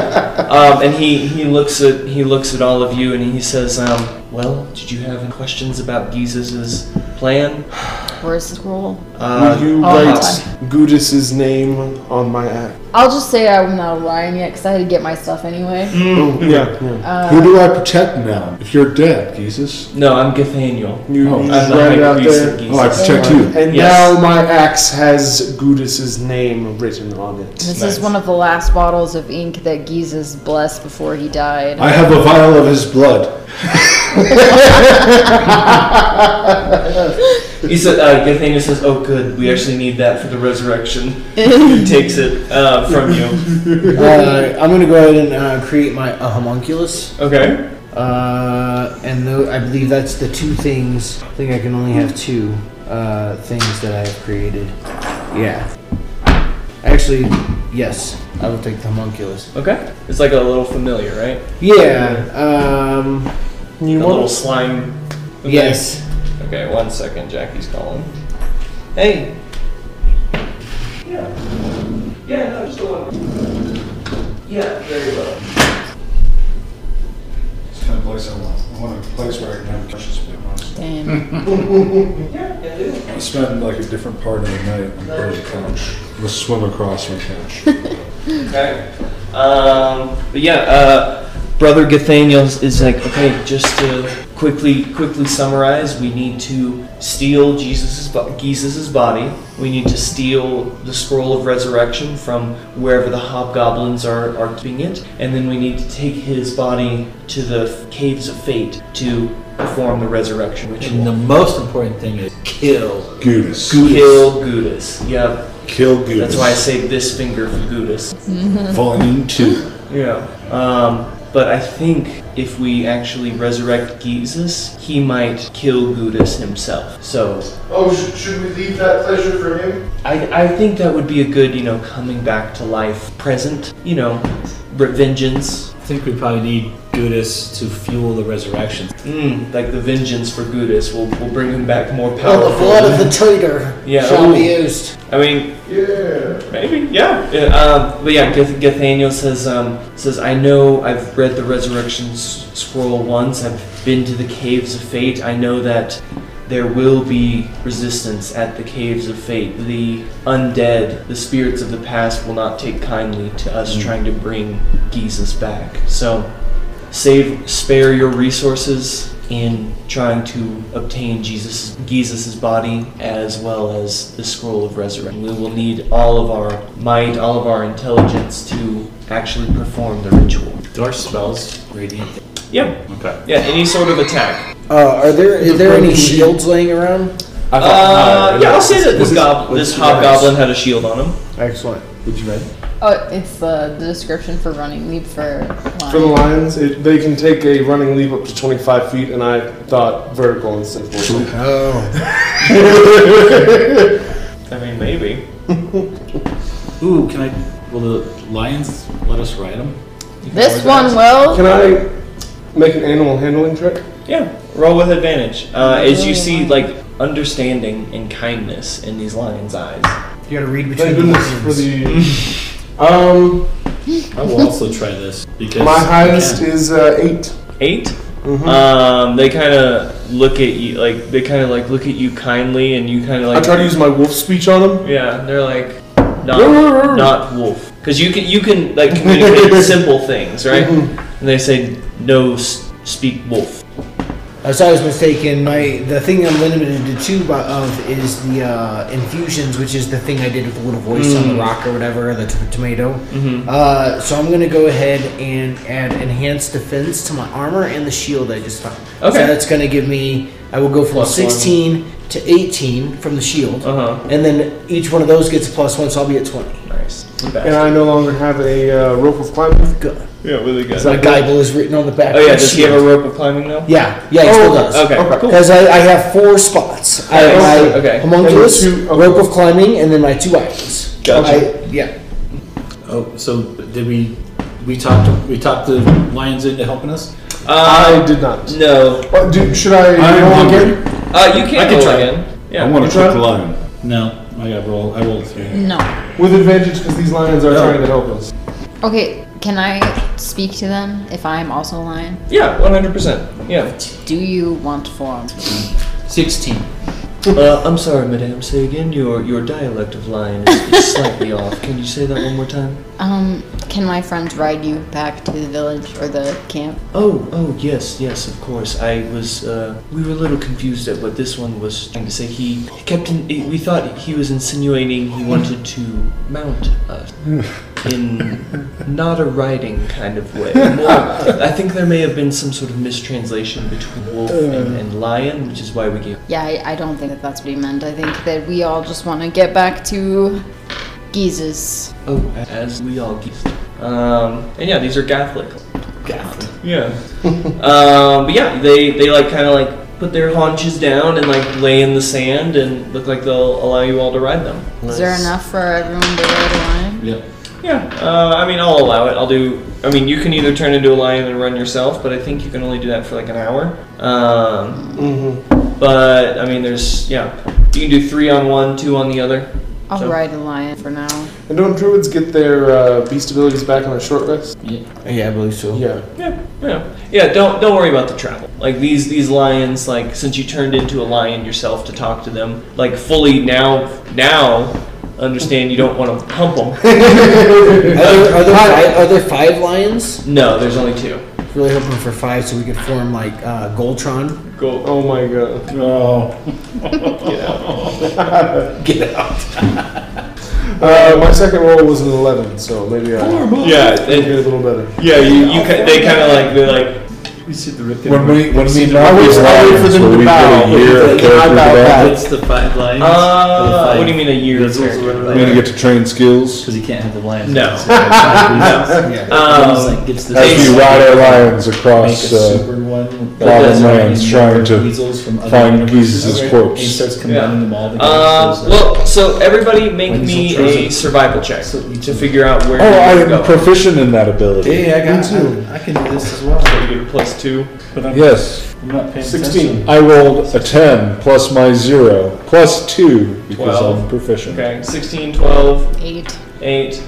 Speaker 1: Um, and he, he looks at he looks at all of you and he says, um, well, did you have any questions about Gizus's plan?
Speaker 2: Where's the roll?
Speaker 1: Uh,
Speaker 3: Will you
Speaker 2: Oh,
Speaker 3: write
Speaker 2: God.
Speaker 3: Gudis's name on my app?
Speaker 2: I'll just say I'm not a lion yet, because I had to get my stuff anyway. Uh,
Speaker 3: Oh, yeah, yeah.
Speaker 1: Uh,
Speaker 6: Who do I protect now? If you're dead, Jesus.
Speaker 1: no, I'm Gathaniel.
Speaker 3: You,
Speaker 6: Oh,
Speaker 3: you
Speaker 1: I'm the
Speaker 3: write it
Speaker 1: high
Speaker 3: out
Speaker 1: priest
Speaker 3: there.
Speaker 1: of
Speaker 6: Oh, I
Speaker 1: Gizus.
Speaker 6: protect you.
Speaker 3: And
Speaker 1: Yes.
Speaker 3: now my axe has Gudis's name written on it.
Speaker 2: This
Speaker 1: Nice.
Speaker 2: is one of the last bottles of ink that Giza's blessed before he died.
Speaker 6: I have a vial of his blood.
Speaker 1: He said, uh, Gathaniel says, oh good, we actually need that for the resurrection. he takes it uh, from you.
Speaker 5: Uh, I'm gonna go ahead and uh, create my a homunculus,
Speaker 1: Okay.
Speaker 5: uh, and tho- I believe that's the two things. I think I can only have two uh, things that I have created. Yeah. Actually, yes, I will take the homunculus.
Speaker 1: Okay. It's like a little familiar, right?
Speaker 5: Yeah. Um,
Speaker 1: a little slime. thing.
Speaker 5: yes.
Speaker 1: Okay, one second. Jackie's calling. Hey. Yeah. Yeah, no, just the one. Yeah, very well.
Speaker 6: It's kind of place I want. I want a place where I can have precious memories.
Speaker 3: Mm.
Speaker 2: Damn.
Speaker 1: Yeah, yeah, do.
Speaker 6: I spend like a different part of the night on the couch. Let's swim across my couch.
Speaker 1: Okay. Um, but yeah, uh, Brother Gathaniel is like, okay, just to quickly quickly summarize, we need to steal Jesus's bo- Jesus's body. We need to steal the scroll of resurrection from wherever the hobgoblins are are keeping it, and then we need to take his body to the caves of fate to perform the resurrection
Speaker 4: And the
Speaker 1: ritual.
Speaker 4: most important thing is kill.
Speaker 6: Gudis.
Speaker 1: Kill Gudis. Yep.
Speaker 6: Kill Gudis.
Speaker 1: That's why I say this finger for Gudis.
Speaker 6: Volume 2.
Speaker 1: Yeah. Um, but I think if we actually resurrect Jesus, he might kill Gudis himself. So
Speaker 10: Oh, sh- should we leave that pleasure for him?
Speaker 1: I, I think that would be a good, you know, coming back to life present, you know, re- vengeance.
Speaker 4: I think we probably need Gudis to fuel the resurrection.
Speaker 1: Mm, like the vengeance for Gudis will will bring him back more
Speaker 5: Oh, the blood
Speaker 1: powerful.
Speaker 5: of the traitor
Speaker 1: Yeah,
Speaker 5: shall be
Speaker 1: ooh.
Speaker 5: used.
Speaker 1: I mean,
Speaker 10: Yeah.
Speaker 1: maybe, yeah. yeah um, but yeah, Gath- Gathaniel says, um, says, I know I've read the resurrection s- scroll once. I've been to the caves of fate. I know that there will be resistance at the caves of fate. The undead, the spirits of the past, will not take kindly to us trying to bring Jesus back. So, save, spare your resources in trying to obtain Jesus Jesus's body as well as the scroll of resurrection. We will need all of our might, all of our intelligence to actually perform the ritual.
Speaker 4: Do our spells radiant?
Speaker 1: Yeah,
Speaker 4: Okay.
Speaker 1: yeah, any sort of attack.
Speaker 5: Uh, are there is there any shields laying around?
Speaker 1: Uh, yeah, I'll say that this gob- this hobgoblin had a shield on him.
Speaker 5: Excellent.
Speaker 4: Did you read?
Speaker 2: Oh, it's the, the description for running leap for lion.
Speaker 3: For the lions, it, they can take a running leap up to 25 feet, and I thought vertical instead of horizontal.
Speaker 5: Oh,
Speaker 1: I mean, maybe.
Speaker 4: Ooh, can I? Will the lions let us ride them?
Speaker 2: This one will.
Speaker 3: Can I make an animal handling check?
Speaker 1: Yeah, roll with advantage. Uh, as you see, like understanding and kindness in these lions' eyes.
Speaker 5: you gotta read
Speaker 3: Thank goodness for the. Um,
Speaker 4: I will also try this because
Speaker 3: my highest
Speaker 4: Yeah.
Speaker 3: is uh, eight.
Speaker 1: 8
Speaker 3: Mm-hmm.
Speaker 1: Um, they kind of look at you like they kind of like look at you kindly, and you kind of like
Speaker 3: I try to use my wolf speech on them.
Speaker 1: Yeah, they're like not not wolf because you can you can like communicate simple things, right?
Speaker 3: Mm-hmm.
Speaker 1: And they say no, s- speak wolf.
Speaker 5: As I was mistaken, my the thing I'm limited to two by, of is the uh, infusions, which is the thing I did with the little voice
Speaker 1: Mm.
Speaker 5: on the rock or whatever, the t- tomato.
Speaker 1: Mm-hmm.
Speaker 5: Uh, so I'm gonna go ahead and add enhanced defense to my armor and the shield I just found.
Speaker 1: Okay.
Speaker 5: So that's gonna give me. I will go from 16 to 18 from the shield,
Speaker 3: Uh-huh.
Speaker 1: Uh huh.
Speaker 5: and then each one of those gets a plus one, so I'll be at 20.
Speaker 1: Nice. The best.
Speaker 3: And I no longer have a uh, rope of climbing.
Speaker 5: Good.
Speaker 1: Yeah, really good.
Speaker 5: So my Bible is written on the back.
Speaker 1: Oh
Speaker 5: of
Speaker 1: yeah,
Speaker 5: the
Speaker 1: does he have
Speaker 5: shield.
Speaker 1: a rope of climbing though?
Speaker 5: Yeah, yeah, he
Speaker 3: Oh,
Speaker 5: still does.
Speaker 1: Okay,
Speaker 3: Okay.
Speaker 1: cool.
Speaker 5: Because I, I have four spots. I
Speaker 1: Nice.
Speaker 5: have my
Speaker 1: Okay.
Speaker 5: homunculus,
Speaker 3: And your two-
Speaker 5: rope of climbing, and then my two items.
Speaker 1: Gotcha.
Speaker 5: I, yeah.
Speaker 4: Oh, so did we? We talked. We talked the lions into helping us.
Speaker 3: I
Speaker 1: Uh,
Speaker 3: did not.
Speaker 1: no.
Speaker 3: Well, do, should I
Speaker 6: I'm
Speaker 3: roll
Speaker 6: hungry.
Speaker 3: again?
Speaker 1: Uh, you
Speaker 6: I
Speaker 1: can't
Speaker 6: can
Speaker 1: roll
Speaker 6: try.
Speaker 1: again. Yeah.
Speaker 6: I want to
Speaker 3: try?
Speaker 6: cook the lion.
Speaker 4: No, I got roll. I rolled three.
Speaker 2: No.
Speaker 3: With advantage because these lions are
Speaker 6: No.
Speaker 3: trying to help us.
Speaker 2: Okay, can I speak to them if I'm also a lion?
Speaker 1: yeah, one hundred percent. Yeah.
Speaker 2: Do you want to form?
Speaker 4: Sixteen.
Speaker 1: Uh, I'm sorry, madame. Say again. Your your dialect of lion is, is slightly off. Can you say that one more time?
Speaker 2: Um, can my friends ride you back to the village or the camp?
Speaker 1: Oh, oh yes, yes, of course. I was. Uh, we were a little confused at what this one was trying to say. He kept. In, we thought he was insinuating he wanted to mount us in not a riding kind of way. More, I think there may have been some sort of mistranslation between wolf
Speaker 4: Uh.
Speaker 1: and, and lion, which is why we gave.
Speaker 2: Yeah, I, I don't think that that's what he meant. I think that we all just want to get back to Giza's.
Speaker 1: Oh, as we all geese. Um, and yeah, these are Catholic. Yeah. um, but yeah, they, they like kind of like put their haunches down and like lay in the sand and look like they'll allow you all to ride them.
Speaker 2: Is there enough for everyone to ride a lion?
Speaker 4: Yep.
Speaker 1: Yeah. Uh, I mean, I'll allow it. I'll do. I mean, you can either turn into a lion and run yourself, but I think you can only do that for like an hour. Um,
Speaker 3: Mm-hmm.
Speaker 1: But I mean, there's yeah. You can do three on one, two on the other.
Speaker 2: I'll
Speaker 1: So-
Speaker 2: ride a lion for now.
Speaker 3: And don't druids get their uh, beast abilities back on a short rest?
Speaker 5: Yeah, I believe so.
Speaker 3: Yeah.
Speaker 1: Yeah, yeah, yeah. Don't don't worry about the travel. Like these these lions, like since you turned into a lion yourself to talk to them, like fully now now understand you don't want to pump them.
Speaker 5: Are there, are, there five, are there five lions?
Speaker 1: No, there's only two.
Speaker 5: Really hoping for five so we could form like uh, Goltron.
Speaker 1: Go.
Speaker 3: Oh my god.
Speaker 6: Oh.
Speaker 3: Uh, my second roll was an 11, so maybe I
Speaker 1: Yeah,
Speaker 3: did a
Speaker 1: it,
Speaker 3: little better.
Speaker 1: yeah. You, you ca- they kind of like they're like
Speaker 4: You see the rip.
Speaker 6: When we when we
Speaker 3: I
Speaker 6: knock
Speaker 3: wait-
Speaker 6: these
Speaker 3: I wait for
Speaker 6: lions,
Speaker 3: them
Speaker 6: will
Speaker 3: to
Speaker 6: we
Speaker 3: bow,
Speaker 6: get a
Speaker 3: but
Speaker 6: year of character development.
Speaker 4: It's the five lines. or the
Speaker 8: Uh,
Speaker 4: five
Speaker 8: what do you mean a year? of
Speaker 4: Grizzles or
Speaker 8: character?
Speaker 4: whatever
Speaker 6: I'm gonna
Speaker 4: they
Speaker 6: get to train skills.
Speaker 4: Because he can't have the lions.
Speaker 8: No.
Speaker 4: So, yeah.
Speaker 1: Yeah.
Speaker 4: It's
Speaker 8: Um,
Speaker 4: like, gets the
Speaker 6: As we ride our lions across,
Speaker 4: Make a
Speaker 6: uh,
Speaker 4: super one.
Speaker 6: Wild Lands trying to uh, find Jesus's
Speaker 4: Jesus'
Speaker 6: corpse.
Speaker 4: He starts combining them all together.
Speaker 8: uh,
Speaker 4: so it's like-
Speaker 8: well, so everybody make
Speaker 4: Wenzel
Speaker 8: me
Speaker 4: Trojan.
Speaker 8: a survival check
Speaker 4: So you
Speaker 8: to
Speaker 4: took-
Speaker 8: figure out where
Speaker 6: oh, I
Speaker 8: you
Speaker 6: am
Speaker 8: go.
Speaker 6: proficient in that ability.
Speaker 1: Hey, I got
Speaker 3: Me too.
Speaker 1: I, I can do this as well.
Speaker 8: So you get a plus two.
Speaker 4: but I'm,
Speaker 6: Yes,
Speaker 4: I'm not paying
Speaker 3: 16.
Speaker 6: I rolled a ten plus my zero plus two because
Speaker 8: Twelve.
Speaker 6: I'm proficient.
Speaker 8: Okay, 16, 12,
Speaker 2: Eight.
Speaker 8: 8,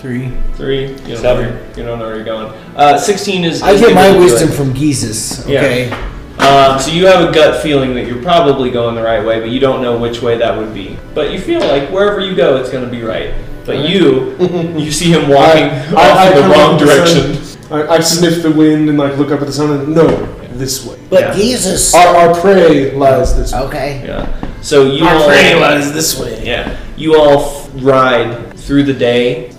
Speaker 1: Three.
Speaker 8: 3. You don't know where, you don't know where you're going. Uh, 16 is.
Speaker 5: I
Speaker 8: is
Speaker 5: get my
Speaker 8: gonna be good.
Speaker 5: wisdom from Geezus,
Speaker 8: Yeah.
Speaker 5: okay?
Speaker 8: Um, so you have a gut feeling that you're probably going the right way, but you don't know which way that would be. But you feel like wherever you go, it's going to be right. But you, you see him walking
Speaker 3: I- I- I
Speaker 8: off in the
Speaker 3: come
Speaker 8: wrong
Speaker 3: up with a
Speaker 8: direction.
Speaker 3: I, I sniff the wind and like look up at the sun and no, this way.
Speaker 5: But Jesus.
Speaker 3: Our, our prey lies this way.
Speaker 5: Okay.
Speaker 8: Yeah. So you all
Speaker 1: this way.
Speaker 8: yeah, you all f- ride through the day.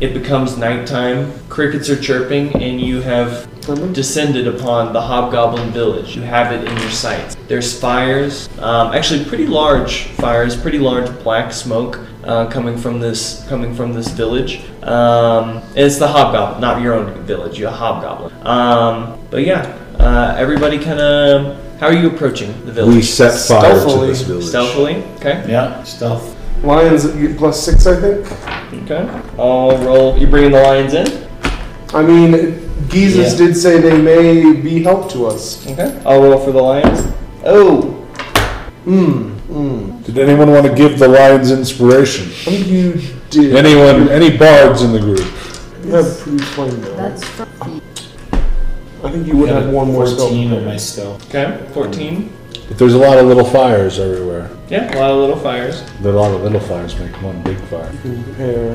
Speaker 8: It becomes nighttime. Crickets are chirping, and you have descended upon the hobgoblin village. You have it in your sights. There's fires, um, actually pretty large fires, pretty large black smoke uh, coming from this coming from this village. Um, and it's the hobgoblin, not your own village. You're a hobgoblin. Um, but yeah, uh, everybody kind of. How are you approaching the
Speaker 6: We
Speaker 8: village?
Speaker 6: set fire to
Speaker 3: Stealthily.
Speaker 6: this village.
Speaker 8: Stealthily. Okay.
Speaker 4: Yeah, stealth.
Speaker 3: Lions you get plus six, I think.
Speaker 8: Okay. I'll roll. You bringing the lions in?
Speaker 3: I mean, Geezus
Speaker 4: Yeah.
Speaker 3: did say they may be help to us.
Speaker 8: Okay. I'll roll for the lions. Oh.
Speaker 3: Mm, mm.
Speaker 6: Did anyone want to give the lions inspiration?
Speaker 3: I think you did.
Speaker 6: Anyone, any bards in the group?
Speaker 3: You have pretty fun though.
Speaker 2: That's from
Speaker 3: I think you would have one more spell.
Speaker 4: Fourteen of my stealth.
Speaker 8: Okay. Fourteen.
Speaker 6: But there's a lot of little fires everywhere.
Speaker 8: Yeah. A lot of little fires.
Speaker 6: There are a lot of little fires make one big fire.
Speaker 3: You can prepare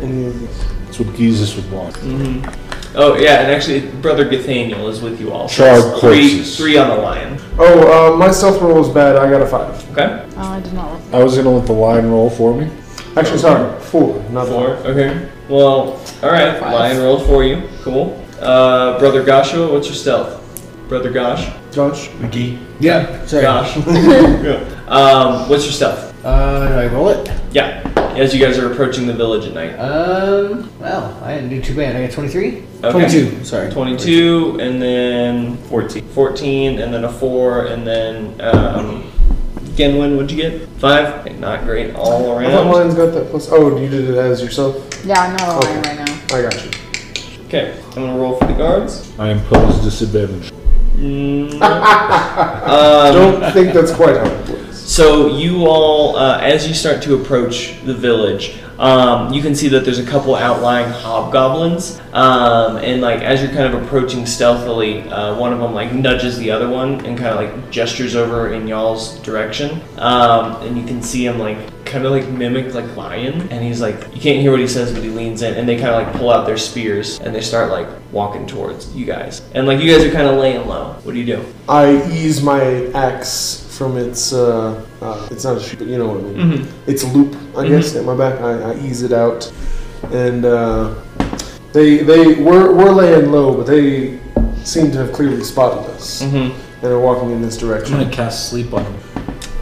Speaker 3: any of these.
Speaker 6: That's what Jesus would want.
Speaker 8: Mm-hmm. Oh yeah, and actually, brother Gathaniel is with you all.
Speaker 6: Charred
Speaker 8: it's three,
Speaker 6: corpses.
Speaker 8: three on the lion.
Speaker 3: Oh, uh, my stealth roll was bad. I got a five.
Speaker 8: Okay.
Speaker 2: Oh, I did not look.
Speaker 6: I was gonna let the lion roll for me.
Speaker 3: Actually, sorry, four. Not
Speaker 8: Four.
Speaker 3: four.
Speaker 8: Okay. Well, all right.
Speaker 2: Five.
Speaker 8: Lion rolled for you. Cool. Uh, brother Goshua, what's your stealth? Brother Gosh.
Speaker 3: Josh.
Speaker 1: McGee.
Speaker 5: Yeah. Sorry.
Speaker 8: Gosh. Yeah. Um, what's your stealth?
Speaker 5: Uh, do I roll it?
Speaker 8: Yeah. As you guys are approaching the village at night.
Speaker 5: Um, well, I didn't do too bad. I got 23?
Speaker 8: Okay.
Speaker 5: 22, sorry.
Speaker 8: 22, and then
Speaker 1: Fourteen.
Speaker 8: 14, and then a 4, and then um, Genwin, what'd you get? 5? Not great all
Speaker 3: I thought
Speaker 8: around.
Speaker 3: mine's got that plus. Oh, you did it as yourself.
Speaker 2: Yeah, I'm not a lion
Speaker 3: Okay.
Speaker 2: right now.
Speaker 3: I got you.
Speaker 8: Okay, I'm gonna roll for the guards.
Speaker 6: I impose disadvantage.
Speaker 8: Mm,
Speaker 3: I
Speaker 8: um,
Speaker 3: don't think that's quite how it works.
Speaker 8: so, you all, uh, as you start to approach the village, um, you can see that there's a couple outlying hobgoblins, um, and like as you're kind of approaching stealthily, uh, one of them like nudges the other one and kind of like gestures over in y'all's direction, um, and you can see him like kind of like mimic like lion and he's like you can't hear what he says but he leans in and they kind of like pull out their spears and they start like walking towards you guys and like you guys are kind of laying low what do you do
Speaker 3: I ease my axe from its. Uh, uh, it's not a shoot, but you know what I mean.
Speaker 8: mm-hmm.
Speaker 3: It's a loop, I guess, at my back. I, I ease it out, and uh, they they we're, we're laying low, but they seem to have clearly spotted us
Speaker 8: Mm-hmm.
Speaker 3: and are walking in this
Speaker 4: I'm
Speaker 3: direction.
Speaker 4: gonna cast sleep on him.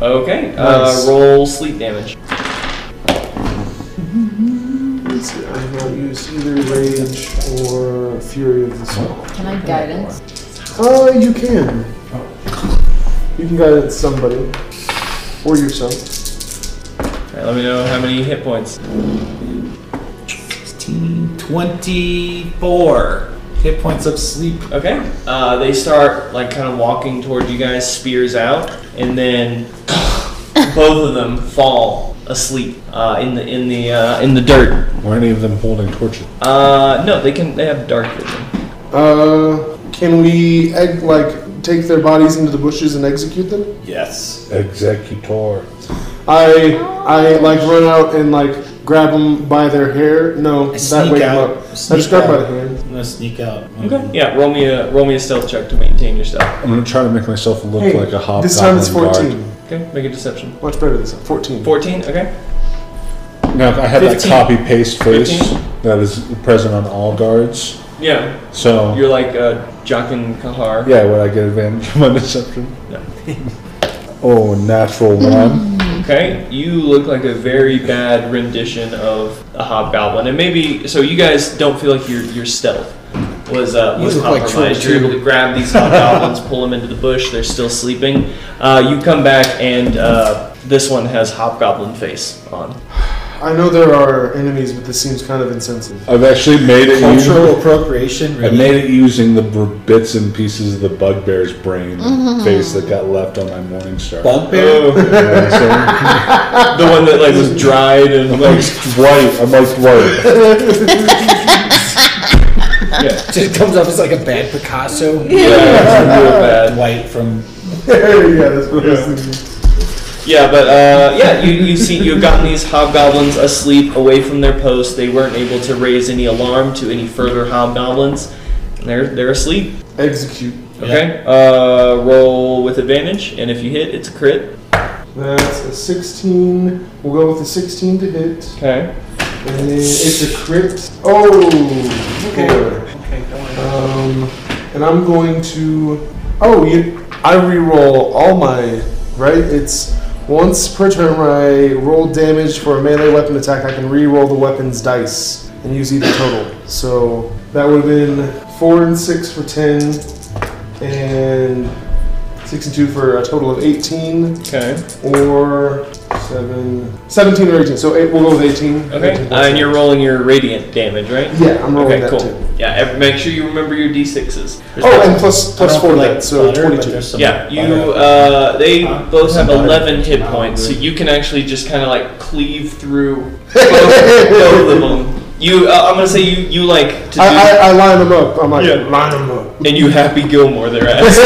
Speaker 8: Okay.
Speaker 3: Nice.
Speaker 8: Uh, roll sleep damage.
Speaker 3: Let's see, I have not used either rage or fury of the soul.
Speaker 2: Can I guidance?
Speaker 3: Uh, you can.
Speaker 8: Oh.
Speaker 3: You can guide at somebody or yourself.
Speaker 8: All right, let me know how many hit points.
Speaker 4: 16, 24 hit points of sleep.
Speaker 8: Okay. Uh, they start like kind of walking toward you guys, spears out, and then both of them fall asleep uh, in the in the uh, in the dirt.
Speaker 6: Were any of them holding torches?
Speaker 8: Uh, no, they can. They have dark vision.
Speaker 3: Uh, can we egg, like take their bodies into the bushes and execute them?
Speaker 4: Yes.
Speaker 6: Executor.
Speaker 3: I I like run out and like grab them by their hair. No,
Speaker 4: I
Speaker 3: that
Speaker 4: sneak
Speaker 3: way
Speaker 4: out.
Speaker 3: up. I just grab by the hand.
Speaker 4: I'm gonna sneak out. Um,
Speaker 8: Okay. Yeah. Roll me a roll me a stealth check to maintain your stealth.
Speaker 6: I'm gonna try to make myself look
Speaker 3: Hey,
Speaker 6: like a hobgoblin
Speaker 3: this time it's fourteen.
Speaker 6: guard.
Speaker 8: Okay. Make a deception.
Speaker 3: Much better this time. Fourteen.
Speaker 8: Fourteen. Okay.
Speaker 6: Now I have that
Speaker 8: 15.
Speaker 6: copy paste face
Speaker 8: 15.
Speaker 6: that is present on all guards.
Speaker 8: Yeah.
Speaker 6: So
Speaker 8: You're like uh, Jockin Kahar.
Speaker 6: yeah, would I get advantage on my deception?
Speaker 8: No.
Speaker 6: Oh, natural one.
Speaker 3: Mm.
Speaker 8: Okay, you look like a very bad rendition of a hobgoblin, and maybe so you guys don't feel like your your stealth was uh, was
Speaker 5: look like
Speaker 8: compromised.
Speaker 5: Troy
Speaker 8: You're able to grab these hobgoblins, pull them into the bush. They're still sleeping. Uh, you come back, and uh, this one has hobgoblin face on.
Speaker 3: I know there are enemies, but this seems kind of insensitive.
Speaker 6: I've actually made it.
Speaker 4: Cultural
Speaker 6: Using,
Speaker 4: appropriation.
Speaker 6: I made it using the br- bits and pieces of the bugbear's brain face that got left on my morning star.
Speaker 4: Bugbear?
Speaker 8: The one that like was dried and
Speaker 6: I'm like Dwight. I'm like Dwight.
Speaker 8: yeah,
Speaker 4: It comes off as like a bad Picasso.
Speaker 8: yeah, it's real bad.
Speaker 4: White from
Speaker 3: yeah, that's what I was thinking.
Speaker 8: Yeah, but uh, yeah, you you see you've gotten these hobgoblins asleep away from their post. They weren't able to raise any alarm to any further hobgoblins. And they're they're asleep.
Speaker 3: Execute.
Speaker 8: Okay. Uh, roll with advantage, and if you hit, it's a crit.
Speaker 3: That's a 16. We'll go with a 16 to hit.
Speaker 8: Okay.
Speaker 3: And then it's a crit. Oh! boy.
Speaker 11: Okay, don't worry.
Speaker 3: Um, and I'm going to. Oh, you, I re-roll all my. Right? It's once per turn when I roll damage for a melee weapon attack, I can re-roll the weapon's dice and use either total. So that would have been 4 and 6 for 10, and 6 and 2 for a total of 18,
Speaker 8: Okay.
Speaker 3: or 7. 17 or 18. So eight, we'll go with 18.
Speaker 8: Okay.
Speaker 3: 18
Speaker 8: Uh, and you're rolling your radiant damage, right?
Speaker 3: Yeah, I'm rolling
Speaker 8: Okay.
Speaker 3: that
Speaker 8: Cool.
Speaker 3: too.
Speaker 8: Yeah. ev- Make sure you remember your d6s.
Speaker 3: Oh, and plus, plus 4 to that, so 22.
Speaker 8: Yeah, you. Uh, they
Speaker 4: Huh?
Speaker 8: both
Speaker 4: Some
Speaker 8: have
Speaker 4: butter.
Speaker 8: 11 hit
Speaker 4: Wow,
Speaker 8: points, so
Speaker 4: good.
Speaker 8: you can actually just kind of like cleave through both, both of them. You, uh, I'm gonna say you, you like to do,
Speaker 3: I, I, I line them up. I'm like,
Speaker 8: Yeah.
Speaker 3: line them up.
Speaker 8: and you Happy Gilmore their ass.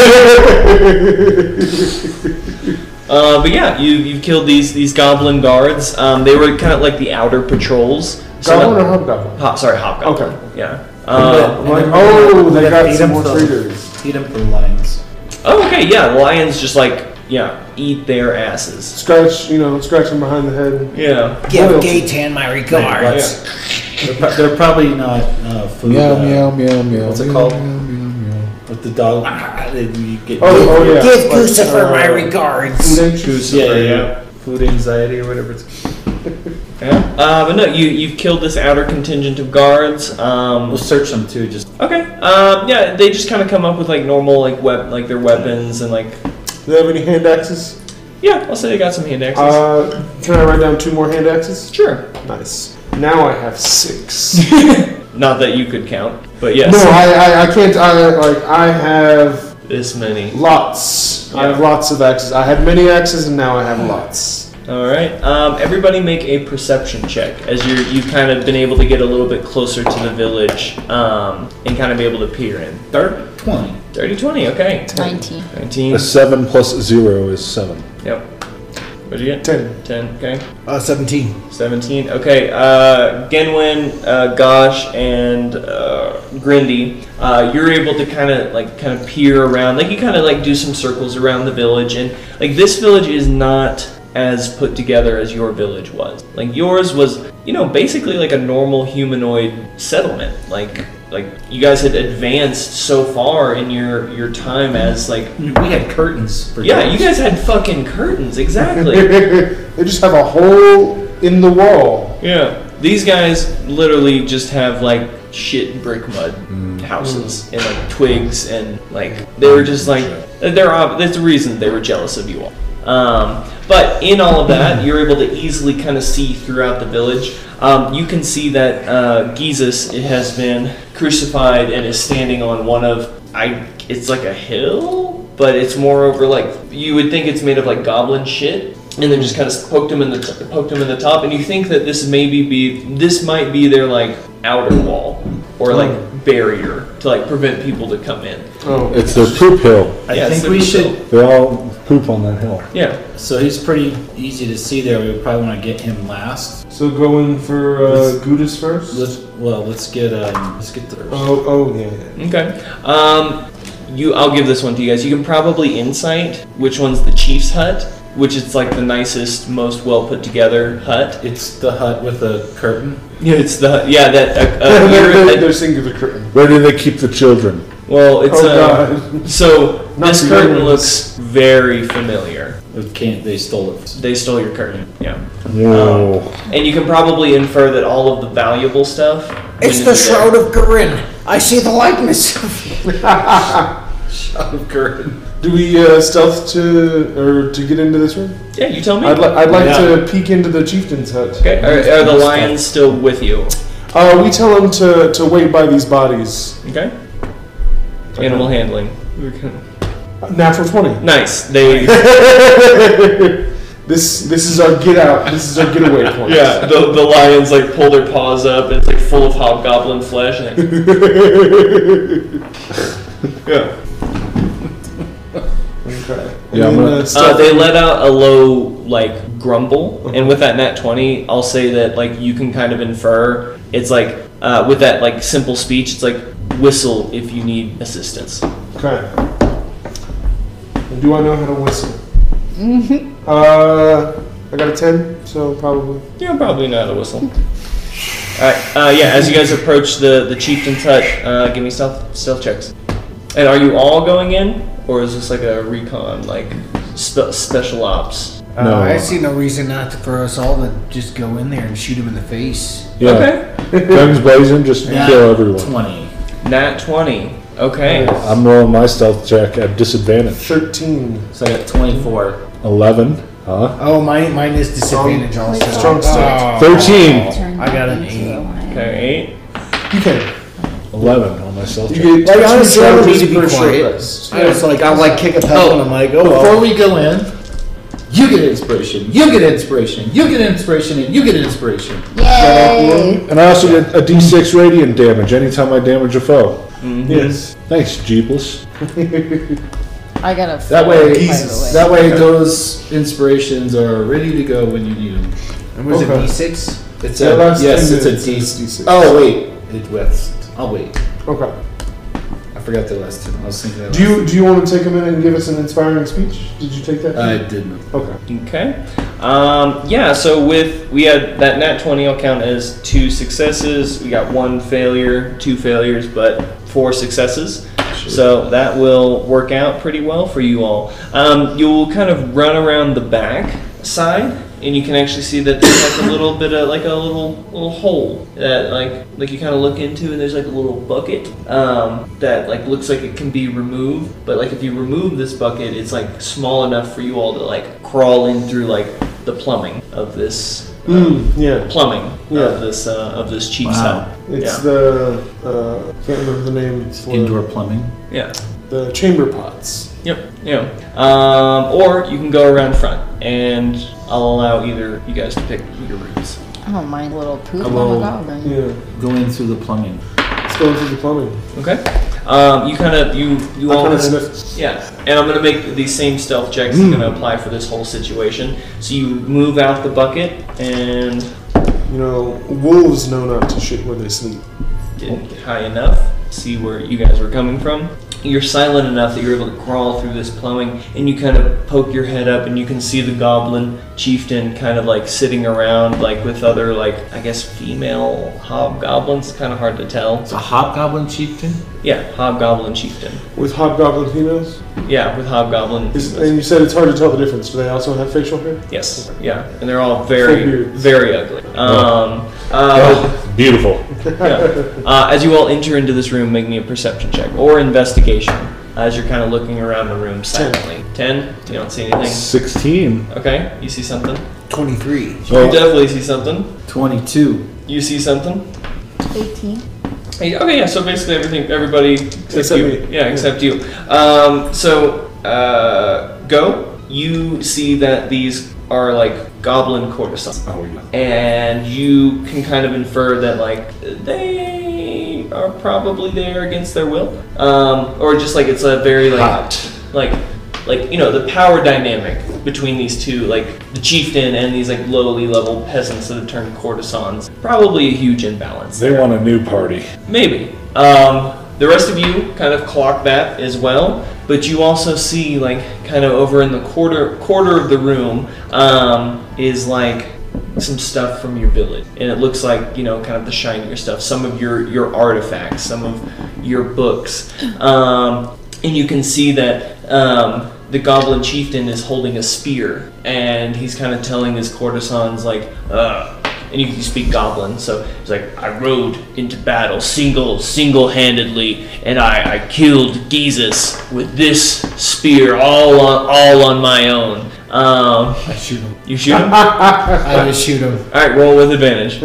Speaker 8: Uh, but yeah, you you've killed these these goblin guards. Um, they were kind of like the outer patrols. So
Speaker 3: Goblin or
Speaker 8: not-
Speaker 3: hobgoblin?
Speaker 8: Hop, sorry, hobgoblin.
Speaker 3: Okay.
Speaker 8: Yeah. Uh,
Speaker 3: I'm like, oh, they got some more traitors.
Speaker 4: Eat him for lines.
Speaker 8: oh, okay. Yeah, lions just like yeah eat their asses.
Speaker 3: Scratch, you know, scratch them behind the head.
Speaker 8: Yeah.
Speaker 5: Give
Speaker 3: Well-
Speaker 5: Gaytan my regards.
Speaker 4: What's- They're, pro- they're probably not uh, food. uh,
Speaker 6: meow meow.
Speaker 4: What's it called? With the dog. Ah, they- you get-
Speaker 3: Oh, oh yeah.
Speaker 5: Give
Speaker 3: like,
Speaker 5: Lucifer
Speaker 3: uh,
Speaker 5: my regards.
Speaker 3: food anxious.
Speaker 4: yeah, yeah, yeah. Food anxiety or whatever it's called.
Speaker 8: Yeah. Uh, but no, you you've killed this outer contingent of guards. Um,
Speaker 4: We'll search them too. Just
Speaker 8: okay. Um, yeah, they just kind of come up with like normal like wep- like their weapons and like
Speaker 3: Do they have any hand axes?
Speaker 8: yeah, I'll say they got some hand axes.
Speaker 3: Uh, can I write down two more hand axes?
Speaker 8: sure.
Speaker 3: Nice. Now I have six.
Speaker 8: Not that you could count, but yes,
Speaker 3: No, I, I, I can't. I like, I have
Speaker 8: this many.
Speaker 3: lots. I have lots of axes. I had many axes, and now I have lots.
Speaker 8: All right. Um, everybody, make a perception check as you you've kind of been able to get a little bit closer to the village um, and kind of be able to peer in. 30,
Speaker 4: 20.
Speaker 8: 30 20, Okay.
Speaker 2: 19.
Speaker 8: Nineteen.
Speaker 6: A seven plus zero is seven.
Speaker 8: Yep. What'd you get?
Speaker 3: Ten.
Speaker 8: Ten. Okay.
Speaker 5: Uh, 17.
Speaker 8: 17. Okay, uh, Genwin, uh, Gosh, and uh, Grindy, uh, you're able to kind of like kind of peer around. Like you kind of like do some circles around the village, and like this village is not as put together as your village was. Like yours was, you know, basically like a normal humanoid settlement. Like like you guys had advanced so far in your your time as like
Speaker 4: We had curtains for
Speaker 8: yeah,
Speaker 4: dogs.
Speaker 8: you guys had fucking curtains exactly.
Speaker 3: they just have a hole in the wall.
Speaker 8: Yeah. These guys literally just have like shit and brick mud houses and like twigs and like they were just like they're ob- that's the reason they were jealous of you all. Um, but in all of that, you're able to easily kind of see throughout the village. Um, you can see that uh, Jesus has been crucified and is standing on one of I. It's like a hill, but it's more over like you would think it's made of like goblin shit and then just kind of poked him in the t- poked him in the top, and you think that this maybe be this might be their like outer wall or like barrier to like prevent people to come in.
Speaker 3: Oh,
Speaker 6: It's their poop hill.
Speaker 4: I
Speaker 8: Yeah,
Speaker 4: think
Speaker 8: so
Speaker 4: we
Speaker 8: we
Speaker 4: should.
Speaker 6: They all poop on that hill.
Speaker 8: Yeah,
Speaker 4: So he's pretty easy to see there. We would probably want to get him last.
Speaker 3: so going for uh, Gudis first.
Speaker 4: Let's well, let's get um, let's get the.
Speaker 3: Oh, oh yeah, yeah.
Speaker 8: okay. Um, you, I'll give this one to you guys. You can probably insight which one's the chief's hut, which is like the nicest, most well put together hut.
Speaker 4: It's the hut with a curtain.
Speaker 8: Yeah, it's the yeah that uh, uh,
Speaker 3: they're,
Speaker 8: ear-
Speaker 3: they're,
Speaker 8: uh,
Speaker 3: they're singular curtain.
Speaker 6: Where do they keep the children?
Speaker 8: well, it's
Speaker 3: Oh
Speaker 8: uh, so
Speaker 3: Not
Speaker 8: this
Speaker 3: for you.
Speaker 8: curtain looks very familiar.
Speaker 4: It can't. They stole it.
Speaker 8: They stole your curtain. Yeah.
Speaker 6: Whoa.
Speaker 8: And you can probably infer that all of the valuable stuff.
Speaker 5: It's
Speaker 8: went
Speaker 5: the
Speaker 8: into there.
Speaker 5: Shroud of Garin. I see the likeness.
Speaker 3: Do we uh, stealth to or to get into this room?
Speaker 8: Yeah, you tell me.
Speaker 3: I'd, li- I'd like
Speaker 4: Yeah.
Speaker 3: to peek into the chieftain's hut.
Speaker 8: okay. Are, are the lions still with you?
Speaker 3: Uh, we tell him to, to wait by these bodies.
Speaker 8: Okay. Animal handling.
Speaker 3: Natural twenty.
Speaker 8: Nice. They.
Speaker 3: This this is our get out. This is our getaway point.
Speaker 8: Yeah, the, the lions like pull their paws up and it's like full of hobgoblin flesh. And like,
Speaker 3: yeah. Okay. And
Speaker 6: Yeah,
Speaker 3: then,
Speaker 6: I'm gonna-
Speaker 3: uh,
Speaker 8: uh,
Speaker 3: stealth-
Speaker 8: they let out a low like grumble, and with that nat twenty, I'll say that like you can kind of infer it's like uh, with that like simple speech, it's like whistle if you need assistance.
Speaker 3: Okay. And do I know how to whistle?
Speaker 5: Mm-hmm.
Speaker 3: Uh, I got a ten, so probably.
Speaker 8: Yeah, probably know how to whistle. All right, uh, yeah. As you guys approach the the chieftain's hut, uh, give me stealth stealth checks. And are you all going in, or is this like a recon, like spe- special ops?
Speaker 6: No.
Speaker 5: Uh, I see no reason not to for us all to just go in there and shoot him in the face.
Speaker 6: Yeah. Guns blazing, just kill everyone.
Speaker 4: Twenty.
Speaker 8: Nat 20. Okay.
Speaker 6: I'm rolling my stealth check at disadvantage.
Speaker 3: Thirteen.
Speaker 4: So I got twenty-four.
Speaker 6: 11. Huh?
Speaker 5: Oh, mine, mine is disadvantage also. Oh.
Speaker 3: Strong stealth.
Speaker 6: 13.
Speaker 2: Turn
Speaker 5: I got an
Speaker 2: into
Speaker 5: eight.
Speaker 2: a lion.
Speaker 8: Okay,
Speaker 6: 11 on my stealth check.
Speaker 3: You get
Speaker 5: Like,
Speaker 3: two
Speaker 5: honestly, I don't need to
Speaker 3: strategies
Speaker 5: be
Speaker 3: per short
Speaker 5: quiet.
Speaker 3: rest.
Speaker 5: I was like, I'm like kick a pedal and I'm like, oh,
Speaker 4: Before
Speaker 5: well.
Speaker 4: we go in, you get inspiration. You get inspiration. You get inspiration, and you get inspiration.
Speaker 2: Yay!
Speaker 6: And I also get a d6 radiant damage anytime I damage a foe.
Speaker 8: Mm-hmm.
Speaker 3: Yes.
Speaker 6: Thanks, Jeebless.
Speaker 2: I got a.
Speaker 4: That
Speaker 2: four, by
Speaker 4: way,
Speaker 2: the way.
Speaker 4: that way, those inspirations are ready to go when you need them.
Speaker 5: And was
Speaker 3: Okay.
Speaker 5: it D6?
Speaker 4: It's
Speaker 3: Yeah,
Speaker 4: a
Speaker 3: that's
Speaker 4: yes,
Speaker 3: ten
Speaker 4: it's a
Speaker 3: minutes.
Speaker 4: D.
Speaker 3: It's D6.
Speaker 4: Oh wait, it west. I'll wait.
Speaker 3: Okay.
Speaker 4: I forgot the last two. I was thinking. That
Speaker 3: Do you do you want to take a minute and give us an inspiring speech? Did you take that?
Speaker 4: I didn't.
Speaker 3: okay.
Speaker 8: okay. Um, yeah, so with, we had that nat 20, I'll count as two successes. We got one failure, two failures, but four successes. So that will work out pretty well for you all. Um, you'll kind of run around the back side, and you can actually see that there's like a little bit of like a little little hole that like like you kind of look into, and there's like a little bucket um, that like looks like it can be removed. But like if you remove this bucket, it's like small enough for you all to like crawl in through like the plumbing of this uh,
Speaker 3: Mm, yeah.
Speaker 8: plumbing
Speaker 3: Yeah.
Speaker 8: of this uh, of this cheap
Speaker 4: Wow.
Speaker 8: cell.
Speaker 3: It's
Speaker 8: yeah.
Speaker 3: the uh, can't remember the name. It's for
Speaker 4: Indoor plumbing.
Speaker 8: yeah.
Speaker 3: The chamber pots.
Speaker 8: Yep. Yeah. Um, or you can go around front, and I'll allow either you guys to pick your routes.
Speaker 2: I don't mind little poop on
Speaker 4: Hello.
Speaker 2: a goblin.
Speaker 3: Yeah.
Speaker 4: Going through the plumbing.
Speaker 3: It's going through the plumbing.
Speaker 8: Okay. Um, you kind of you you
Speaker 3: I
Speaker 8: all
Speaker 3: kind of
Speaker 8: kinda-
Speaker 3: sniffed.
Speaker 8: yeah. And I'm gonna make these same stealth checks. I'm gonna apply for this whole situation. So you move out the bucket and
Speaker 3: You know, wolves know not to shit where they sleep.
Speaker 8: didn't get high enough. See where you guys were coming from. You're silent enough that you're able to crawl through this plumbing, and you kind of poke your head up, and you can see the goblin chieftain kind of like sitting around, like with other like I guess female hobgoblins. Kind of hard to tell.
Speaker 4: It's a hobgoblin chieftain.
Speaker 8: Yeah, hobgoblin chieftain.
Speaker 3: With hobgoblin females,
Speaker 8: Yeah, with hobgoblin.
Speaker 3: Is, and you said it's hard to tell the difference. Do they also have facial hair?
Speaker 8: Yes. Yeah, and they're all
Speaker 3: Full
Speaker 8: very,
Speaker 3: beards.
Speaker 8: very ugly. Um, uh,
Speaker 6: Oh, Beautiful.
Speaker 8: yeah. Uh, as you all enter into this room, make me a perception check or investigation as you're kind of looking around the room silently. Ten. You don't see anything.
Speaker 6: 16.
Speaker 8: Okay. You see something.
Speaker 5: 23.
Speaker 8: You definitely see something.
Speaker 4: Twenty-two.
Speaker 8: You see something.
Speaker 2: 18.
Speaker 8: Hey, Okay. Yeah. So basically, everything, everybody except,
Speaker 3: Except
Speaker 8: you.
Speaker 3: me.
Speaker 8: Yeah, except you. Um, so uh, go. You see that these are like goblin courtesans.
Speaker 6: Oh, yeah.
Speaker 8: and you can kind of infer that like they are probably there against their will, um, or just like it's a very like
Speaker 6: Hot.
Speaker 8: like like you know the power dynamic between these two like the chieftain and these like lowly level peasants that have turned courtesans probably a huge imbalance
Speaker 6: They want a new party.
Speaker 8: Maybe. Um, the rest of you kind of clock that as well, but you also see like kind of over in the quarter quarter of the room um, is like some stuff from your village, and it looks like you know kind of the shinier stuff, some of your your artifacts, some of your books. Um, and you can see that um, the goblin chieftain is holding a spear and he's kind of telling his courtesans like uh and you can speak goblin so he's like i rode into battle single single-handedly and i, I killed jesus with this spear all on all on my own um,
Speaker 12: I shoot him.
Speaker 8: you shoot him
Speaker 12: I just shoot him.
Speaker 8: all right, roll with advantage.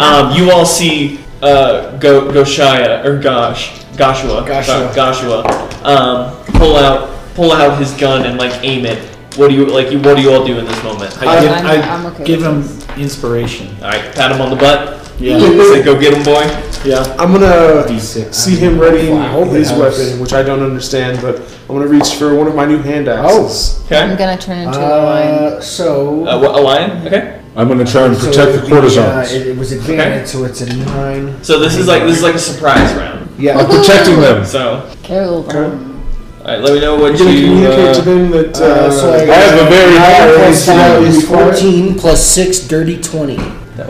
Speaker 8: um, you all see uh, Go Goshaya or Gosh Goshua
Speaker 12: Goshua.
Speaker 8: sorry, Goshua um, pull out pull out his gun and like aim it. What do you like? You, what do you all do in this moment? All
Speaker 4: I give,
Speaker 2: I'm-
Speaker 4: I
Speaker 2: I'm okay
Speaker 4: give
Speaker 2: with
Speaker 4: him inspiration.
Speaker 8: right, pat him on the butt.
Speaker 4: Yeah,
Speaker 8: Say, "Go get him, boy."
Speaker 4: yeah.
Speaker 3: I'm gonna
Speaker 4: D6.
Speaker 3: see him readying
Speaker 5: Wow,
Speaker 3: his
Speaker 5: that was-
Speaker 3: weapon, which I don't understand, but I'm gonna reach for one of my new hand axes.
Speaker 2: I'm
Speaker 8: Okay,
Speaker 2: gonna turn into a lion.
Speaker 5: Uh, so.
Speaker 8: uh, what, a lion. Okay,
Speaker 6: I'm going to try and
Speaker 5: so
Speaker 6: protect
Speaker 5: it
Speaker 6: the
Speaker 5: would be, uh,
Speaker 6: courtesans.
Speaker 5: it, it was advantage, so it's a nine.
Speaker 8: so this is like this is like a surprise round.
Speaker 6: I'm
Speaker 5: Yeah.
Speaker 6: protecting them.
Speaker 8: So,
Speaker 2: Kill
Speaker 3: Okay.
Speaker 2: them.
Speaker 8: all right, let me know what
Speaker 3: I'm gonna
Speaker 8: you.
Speaker 3: communicate to
Speaker 8: Uh,
Speaker 3: them that uh,
Speaker 5: Uh, so
Speaker 6: I have a very high
Speaker 5: Nine plus five
Speaker 6: AC.
Speaker 5: is fourteen plus six, dirty twenty.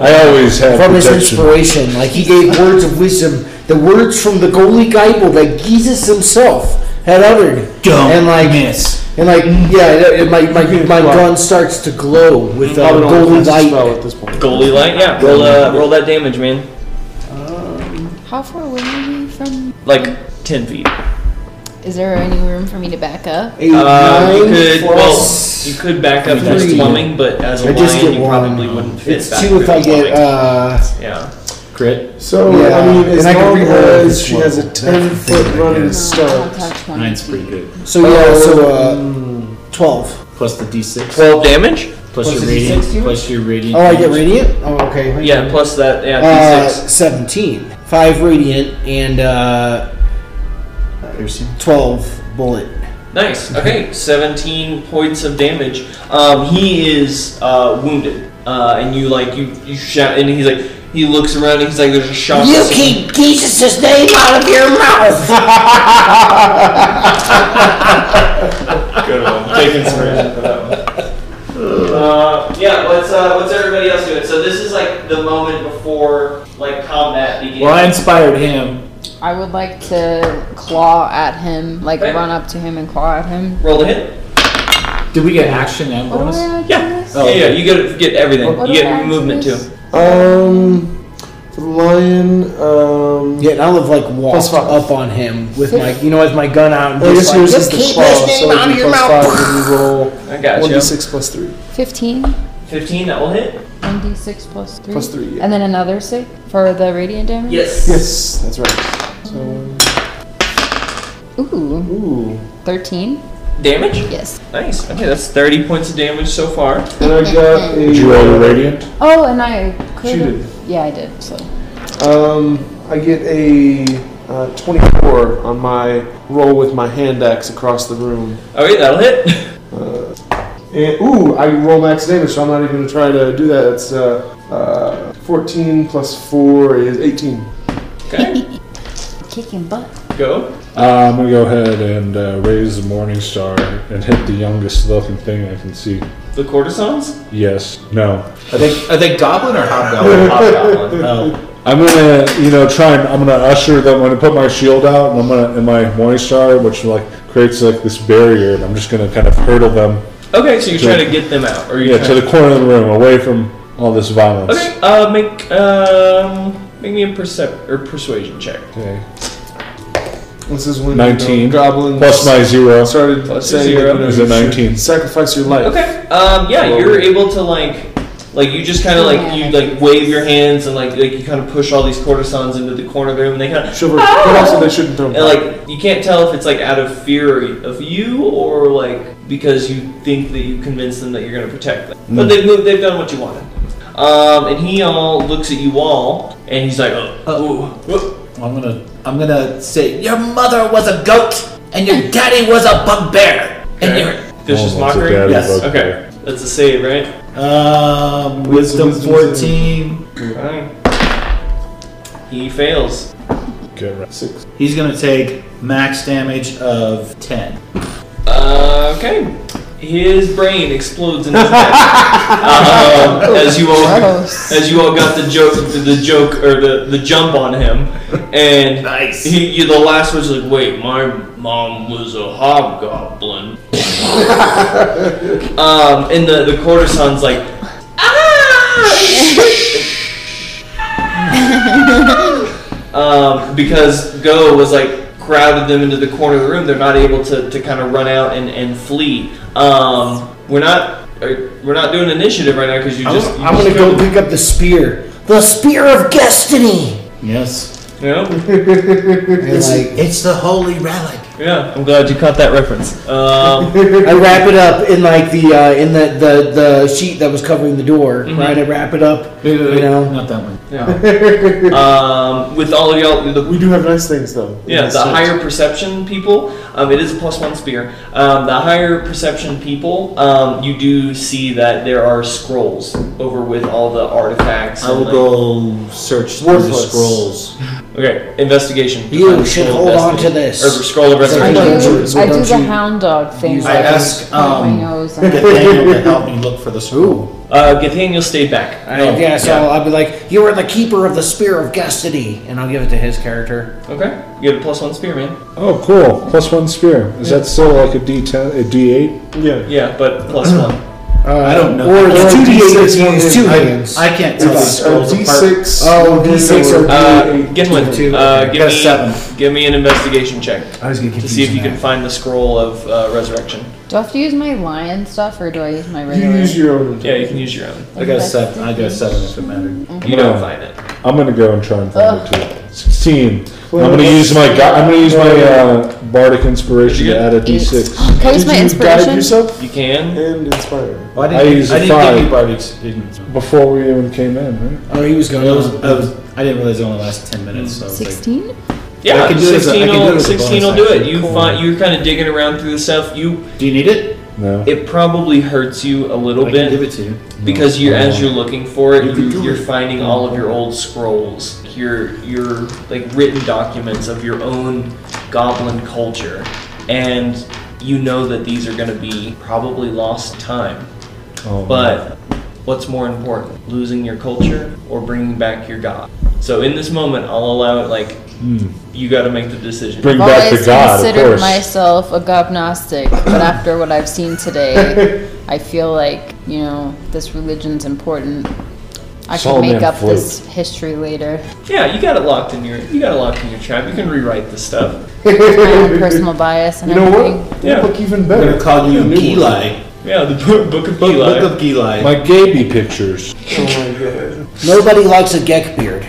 Speaker 6: I always have
Speaker 5: From his
Speaker 6: protection.
Speaker 5: inspiration, like he gave words of wisdom, the words from the Goli Geipel that Jesus himself had uttered,
Speaker 4: Don't
Speaker 5: and like
Speaker 4: miss.
Speaker 5: and like yeah, it, it- my my, my gun starts to glow with
Speaker 3: I
Speaker 5: uh,
Speaker 3: don't know
Speaker 5: golden
Speaker 3: if that's a
Speaker 5: light.
Speaker 3: spell at this point.
Speaker 8: Goalie light, yeah. Roll, uh, roll that damage, man.
Speaker 2: How far away are we from?
Speaker 8: Like ten feet.
Speaker 2: Is there any room for me to back up?
Speaker 5: Eight,
Speaker 8: Uh, you
Speaker 5: nine
Speaker 8: could
Speaker 5: plus-
Speaker 8: well, you could back up
Speaker 5: three.
Speaker 8: as plumbing, but as a
Speaker 5: I just
Speaker 8: lion,
Speaker 5: get
Speaker 8: you
Speaker 5: one.
Speaker 8: probably wouldn't fit.
Speaker 5: It's
Speaker 8: back
Speaker 5: two if
Speaker 8: through
Speaker 5: I get
Speaker 8: plumbing.
Speaker 5: uh.
Speaker 8: yeah,
Speaker 4: Crit.
Speaker 3: So
Speaker 5: Yeah,
Speaker 3: I mean, as
Speaker 5: and I can
Speaker 3: long
Speaker 5: reroll
Speaker 3: as
Speaker 5: this
Speaker 3: she
Speaker 5: one.
Speaker 3: has a
Speaker 5: That's the
Speaker 3: ten foot
Speaker 4: thing, I
Speaker 3: running
Speaker 4: guess.
Speaker 2: I'll
Speaker 3: start,
Speaker 2: touch one.
Speaker 4: Nine's pretty good.
Speaker 5: So yeah,
Speaker 3: Oh,
Speaker 5: so uh,
Speaker 3: hmm.
Speaker 5: twelve.
Speaker 4: Plus the d6.
Speaker 8: twelve damage.
Speaker 4: Plus,
Speaker 5: Plus
Speaker 4: your
Speaker 5: the
Speaker 4: radiant.
Speaker 5: D6 you-
Speaker 4: Plus your radiant.
Speaker 5: Oh, I get
Speaker 4: damage.
Speaker 5: radiant. Oh, okay. hang
Speaker 8: Yeah,
Speaker 5: on.
Speaker 8: plus that. Yeah,
Speaker 5: Uh,
Speaker 8: d six.
Speaker 5: seventeen. Five radiant and uh,
Speaker 4: Piercing.
Speaker 5: twelve bullet.
Speaker 8: Nice. Okay, seventeen points of damage. Um, he is uh, wounded, uh, and you like you you shout, and he's like he looks around, and he's like, "There's a shot." that's-
Speaker 5: Jesus' name out of your mouth.
Speaker 8: Good one. Take inspiration for that one. Uh, yeah, what's uh, what's everybody else doing? So this is like the moment before like combat begins.
Speaker 4: Well, I inspired him.
Speaker 2: I would like to claw at him, like
Speaker 8: Okay.
Speaker 2: run up to him and claw at him.
Speaker 8: Roll the hit.
Speaker 4: Did we get action and
Speaker 2: What do
Speaker 4: bonus?
Speaker 2: I add to
Speaker 8: Yeah.
Speaker 2: this?
Speaker 4: Oh.
Speaker 8: yeah, yeah, you get get everything.
Speaker 2: What
Speaker 8: you
Speaker 2: do I add
Speaker 8: get
Speaker 2: to
Speaker 8: movement too.
Speaker 2: this?
Speaker 3: um, for the lion, um,
Speaker 5: yeah, and I'll have like walked
Speaker 3: Plus five.
Speaker 5: up on him with my, you know, with my gun out and
Speaker 3: I guess
Speaker 5: just like,
Speaker 3: yours is the claw, so it'd be plus five when you roll
Speaker 8: I got
Speaker 3: one d
Speaker 8: you.
Speaker 3: six plus three.
Speaker 2: 15,
Speaker 8: Fifteen. That will hit.
Speaker 2: 1d6 plus 3.
Speaker 3: Plus three, yeah.
Speaker 2: And then another 6 for the radiant damage?
Speaker 8: Yes.
Speaker 3: Yes, that's right. So,
Speaker 2: Ooh,
Speaker 3: ooh,
Speaker 2: 13?
Speaker 8: Damage.
Speaker 2: Yes.
Speaker 8: Nice. Okay, that's thirty points of damage so far.
Speaker 3: and I got a.
Speaker 6: Did you roll a radiant?
Speaker 2: Oh, and I could.
Speaker 3: She did.
Speaker 2: Yeah, I did. So
Speaker 3: Um, I get a uh, 24 on my roll with my hand axe across the room.
Speaker 8: Okay, Oh, that'll hit.
Speaker 3: And, ooh, I roll max damage, so I'm not even going to try to do that. It's uh, uh, 14 plus 4 is 18.
Speaker 8: Okay,
Speaker 2: kicking butt.
Speaker 8: go.
Speaker 6: Uh, I'm gonna go ahead and uh, raise the Morning Star and hit the youngest looking thing I can see.
Speaker 8: The courtesans.
Speaker 6: Yes, no.
Speaker 4: Are they are they goblin or hobgoblin?
Speaker 8: Hobgoblin.
Speaker 4: oh,
Speaker 6: I'm gonna, you know, try and I'm gonna usher them. I'm gonna put my shield out and I'm gonna and my Morning Star, which like creates like this barrier, and I'm just gonna kind of hurdle them,
Speaker 8: Okay, so you're trying to get them out, or you?
Speaker 6: yeah, to the corner of the room, away from all this violence.
Speaker 8: Okay. Uh, make um, make me a percep or persuasion check.
Speaker 6: Okay.
Speaker 3: This is when
Speaker 6: 19.
Speaker 3: you know, goblins
Speaker 6: Plus my zero.
Speaker 3: started
Speaker 8: Plus
Speaker 3: saying
Speaker 8: zero.
Speaker 3: that, you know,
Speaker 6: Is
Speaker 3: you
Speaker 6: it
Speaker 3: should
Speaker 6: 19?
Speaker 3: Sacrifice your life.
Speaker 8: Okay. Um, yeah,
Speaker 3: Well,
Speaker 8: you're
Speaker 3: we-
Speaker 8: able to like, like you just kind of like you like wave your hands and like like you kind of push all these courtesans into the corner of the room. And they kind of
Speaker 3: Chivalry. But also, they shouldn't throw
Speaker 8: And Uh, like you can't tell if it's like out of fear of you or like because you think that you convinced them that you're gonna protect them. But they've moved, they've done what you wanted. Um, and he all looks at you all and he's like, oh, oh, oh.
Speaker 4: I'm gonna I'm gonna say your mother was a goat and your daddy was a bugbear and
Speaker 8: Okay.
Speaker 4: your
Speaker 8: vicious
Speaker 6: Oh, that's a
Speaker 8: mockery.
Speaker 6: daddy
Speaker 4: Yes.
Speaker 6: bug.
Speaker 8: Okay, that's a save, right?
Speaker 4: Um, wisdom,
Speaker 3: Wisdom
Speaker 4: 14.
Speaker 8: Fine. He fails.
Speaker 6: Get right.
Speaker 3: Six.
Speaker 4: He's gonna take max damage of 10.
Speaker 8: Uh, okay. His brain explodes in his head. Uh, as you all
Speaker 2: Gross.
Speaker 8: as you all got the joke the joke or the, the jump on him, and
Speaker 13: Nice.
Speaker 8: he, you, the last was like, "Wait, my mom was a hobgoblin," um, and the the courtesan's like, "Ah!" um, because Go was like crowded them into the corner of the room. They're not able to, to kind of run out and, and flee. Um, we're not er, we're not doing initiative right now because you just you
Speaker 5: I'm gonna
Speaker 8: just
Speaker 5: go
Speaker 8: killed them,
Speaker 5: pick up the spear. The spear of destiny.
Speaker 4: Yes.
Speaker 8: you know?
Speaker 5: And like,
Speaker 4: It's the holy relic.
Speaker 8: Yeah, I'm glad you caught that reference. Um,
Speaker 5: I wrap it up in like the uh, in the, the the sheet that was covering the door. Right, I wrap it up. You know,
Speaker 4: Not that one.
Speaker 8: um, with all of y'all, the,
Speaker 3: We do have nice things though.
Speaker 8: yeah, the higher perception people, um, it is a plus one spear. Um, the higher perception people, um, you do see that there are scrolls over with all the artifacts.
Speaker 4: I will
Speaker 8: and, like-
Speaker 4: go search through the
Speaker 3: Worthless.
Speaker 4: scrolls.
Speaker 8: Okay, investigation.
Speaker 5: You
Speaker 8: Find the
Speaker 5: should
Speaker 8: scroll
Speaker 5: hold
Speaker 8: of
Speaker 5: on
Speaker 8: destiny.
Speaker 5: to this.
Speaker 8: Or the scroll of
Speaker 2: I
Speaker 8: resurrection.
Speaker 2: do,
Speaker 3: dangerous,
Speaker 2: I
Speaker 3: why
Speaker 2: do
Speaker 3: don't
Speaker 2: the
Speaker 3: you
Speaker 2: hound dog thing.
Speaker 4: I
Speaker 2: where can
Speaker 4: ask,
Speaker 2: point my
Speaker 4: um,
Speaker 2: nose
Speaker 4: Get
Speaker 2: and-
Speaker 4: Daniel to help me look for the scroll.
Speaker 8: Uh, Gathaniel stayed back. Oh,
Speaker 5: I, yeah, so I'll be like, "You are the keeper of the spear of destiny," and I'll give it to his character.
Speaker 8: Okay, you get a plus one spear, man.
Speaker 6: Oh, cool. Plus one spear. Is that still like a D10, a D8?
Speaker 3: Yeah.
Speaker 8: Yeah, but plus one.
Speaker 5: Uh,
Speaker 4: I don't know.
Speaker 5: Or it's
Speaker 3: Or
Speaker 5: two d
Speaker 3: D6
Speaker 5: eight
Speaker 3: one
Speaker 5: is
Speaker 3: is
Speaker 5: two
Speaker 3: nine.
Speaker 5: hands.
Speaker 4: I can't tell these
Speaker 3: It's a
Speaker 4: scrolls apart.
Speaker 3: D6.
Speaker 5: Oh, D6 or
Speaker 8: Uh, get one.
Speaker 13: Two.
Speaker 8: Uh, give
Speaker 4: Got a
Speaker 8: me
Speaker 4: seven.
Speaker 8: Give me an investigation check
Speaker 13: I was gonna
Speaker 8: to see if you can find the scroll of uh, resurrection.
Speaker 2: Do I have to use my lion stuff or do I use my
Speaker 3: You
Speaker 2: regular?
Speaker 3: use your own.
Speaker 8: Yeah, you can use your own.
Speaker 4: I got a seven. I got a seven if it mattered.
Speaker 8: You
Speaker 6: No.
Speaker 8: don't find it.
Speaker 6: I'm gonna go and try and find it too. 16.
Speaker 3: Well,
Speaker 6: I'm gonna use my gu- I'm gonna use my uh, bardic
Speaker 8: Did
Speaker 6: inspiration
Speaker 8: you
Speaker 6: to
Speaker 8: get-
Speaker 6: add a
Speaker 2: Eight.
Speaker 6: D6.
Speaker 2: Can I use
Speaker 3: Did you
Speaker 2: my
Speaker 3: guide
Speaker 2: inspiration?
Speaker 3: yourself
Speaker 8: You can.
Speaker 3: and inspire.
Speaker 4: Well, I
Speaker 6: I
Speaker 4: didn't,
Speaker 6: used
Speaker 4: I,
Speaker 6: a
Speaker 4: didn't
Speaker 6: five.
Speaker 4: give you bardic experience.
Speaker 6: Before we even came in, right?
Speaker 5: Oh, he was going.
Speaker 4: I, was, I, was, I didn't realize it only lasts ten minutes. So I was like,
Speaker 2: Sixteen.
Speaker 8: Yeah,
Speaker 4: I can do it as a- I
Speaker 8: 16
Speaker 4: can do it
Speaker 8: will,
Speaker 4: as a
Speaker 8: 16 will do
Speaker 4: bonus
Speaker 8: it.
Speaker 4: action.
Speaker 8: You
Speaker 4: Cool.
Speaker 8: find you're kind of digging around through the stuff. You
Speaker 4: Do you need it?
Speaker 6: No.
Speaker 8: it probably hurts you a little
Speaker 4: I
Speaker 8: bit.
Speaker 4: can give it to you.
Speaker 8: because you as you're looking for it,
Speaker 4: You could
Speaker 8: you,
Speaker 4: do
Speaker 8: you're
Speaker 4: it.
Speaker 8: finding all of your old scrolls, your your like written documents of your own goblin culture, and you know that these are going to be probably lost time.
Speaker 6: Oh,
Speaker 8: But what's more important, losing your culture or bringing back your god? So in this moment, I'll allow it. Like
Speaker 6: Hmm.
Speaker 8: you got to make the decision.
Speaker 6: Bring
Speaker 2: I've
Speaker 6: back
Speaker 2: always
Speaker 6: the god, of
Speaker 2: considered
Speaker 6: course.
Speaker 2: myself a gobnostic, but after what I've seen today, I feel like you know this religion's important. I can
Speaker 6: Solomon
Speaker 2: make up
Speaker 6: float.
Speaker 2: this history later.
Speaker 8: yeah, you got it locked in your you got it locked in your trap. You can rewrite the stuff.
Speaker 2: My own personal bias and
Speaker 3: You know
Speaker 2: everything.
Speaker 3: what?
Speaker 8: Yeah.
Speaker 3: Yeah. Look even
Speaker 4: I'm
Speaker 3: better.
Speaker 4: gonna call you
Speaker 3: Get a new one.
Speaker 4: Geli.
Speaker 8: Yeah, the book, book of Eli.
Speaker 4: Book of Geli.
Speaker 6: My Gaby pictures.
Speaker 5: Nobody likes a geck beard.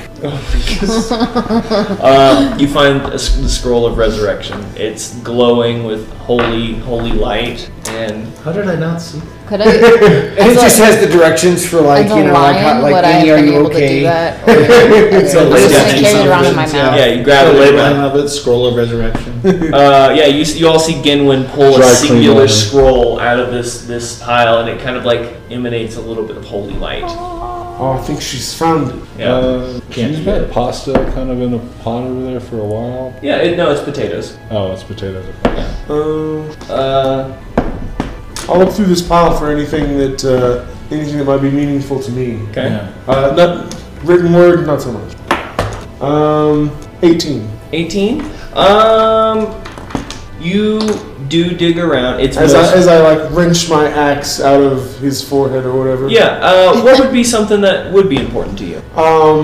Speaker 8: Um, you find a s the scroll of resurrection. It's glowing with holy, holy light, and
Speaker 4: How did I not see?
Speaker 2: Could I,
Speaker 5: And it just has the directions for like
Speaker 2: as a
Speaker 5: you know like
Speaker 2: lion,
Speaker 5: how, like
Speaker 2: would I have
Speaker 5: any are
Speaker 2: been
Speaker 5: you
Speaker 2: able to do
Speaker 5: okay?
Speaker 2: that? Or- I'm just
Speaker 4: yeah,
Speaker 2: gonna
Speaker 4: and
Speaker 2: carry it around in my
Speaker 4: some
Speaker 2: mouth.
Speaker 8: yeah, you grab
Speaker 4: the
Speaker 8: it.
Speaker 4: labeling
Speaker 8: right
Speaker 4: of it, Scroll of Resurrection.
Speaker 8: now. Uh, yeah, you, s- you all see Ginwin pull
Speaker 6: Dry
Speaker 8: a
Speaker 6: clean
Speaker 8: singular
Speaker 6: line.
Speaker 8: scroll out of this this pile, and it kind of like emanates a little bit of holy light.
Speaker 3: Oh, I think she's found it.
Speaker 8: Yeah,
Speaker 6: Uh,
Speaker 4: Can't
Speaker 6: she's
Speaker 4: do
Speaker 6: got
Speaker 4: it.
Speaker 6: pasta kind of in a pot over there for a while.
Speaker 8: yeah. It, no, it's potatoes.
Speaker 6: Oh, it's potatoes.
Speaker 3: Uh,
Speaker 8: Uh,
Speaker 3: I'll look through this pile for anything that uh, anything that might be meaningful to me.
Speaker 8: okay.
Speaker 3: Uh, not written word, not so much. Um, 18.
Speaker 8: 18. Um, you do dig around. It's
Speaker 3: As
Speaker 8: most-
Speaker 3: I, as I like wrench my axe out of his forehead or whatever.
Speaker 8: yeah. Uh, what would be something that would be important to you?
Speaker 3: Um,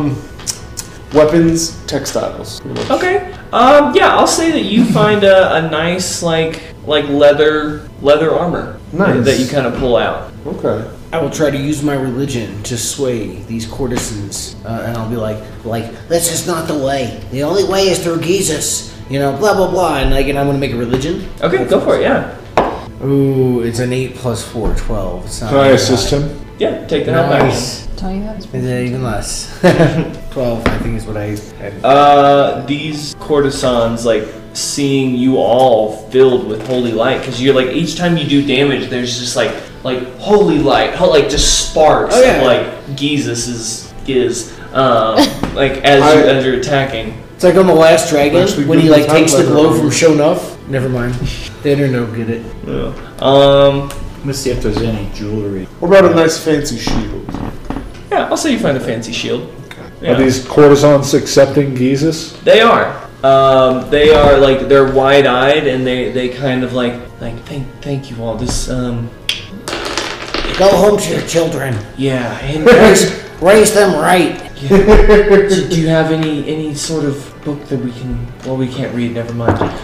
Speaker 3: weapons, textiles. pretty much.
Speaker 8: Okay. Um, yeah, I'll say that you find a, a nice like like leather leather armor
Speaker 3: Nice.
Speaker 8: that you kind of pull out.
Speaker 3: Okay.
Speaker 5: I will try to use my religion to sway these courtesans, uh, and I'll be like, like this is not the way. The only way is through Jesus. You know, blah blah blah, and like, and I'm gonna make a religion.
Speaker 8: Okay, go for it. Yeah,
Speaker 5: Ooh, it's an eight plus four, 12. It's not.
Speaker 6: Can I
Speaker 5: very
Speaker 6: assist
Speaker 5: high.
Speaker 6: him?
Speaker 8: yeah. Take the help action.
Speaker 5: Nice.
Speaker 2: Don't you have?
Speaker 5: Is it even less? Twelve, I think, is what I. I
Speaker 8: Uh, these courtesans like seeing you all filled with holy light because you're like each time you do damage, there's just like like holy light, ho- like just sparks
Speaker 5: Oh, yeah.
Speaker 8: of like Jesus is is um, like as you,
Speaker 3: I-
Speaker 8: as you're attacking.
Speaker 5: it's like on the last dragon
Speaker 3: Actually,
Speaker 5: when he
Speaker 3: good
Speaker 5: like
Speaker 3: time
Speaker 5: takes the
Speaker 3: level.
Speaker 5: glow from Shonuff. Never mind. They don't know. Get it.
Speaker 8: Yeah. Um,
Speaker 4: Let's see if there's any jewelry.
Speaker 3: What about a nice fancy shield?
Speaker 1: Yeah, I'll say you find a fancy shield.
Speaker 6: Are
Speaker 1: Yeah.
Speaker 6: these courtesans accepting Jesus?
Speaker 1: They are. Um, they are like they're wide-eyed and they they kind of like like thank thank you all. This um
Speaker 5: Go home to your children.
Speaker 1: yeah. And guys,
Speaker 5: Raise them right.
Speaker 1: do, do you have any any sort of book that we can? Well, we can't read. Never mind.
Speaker 5: Oh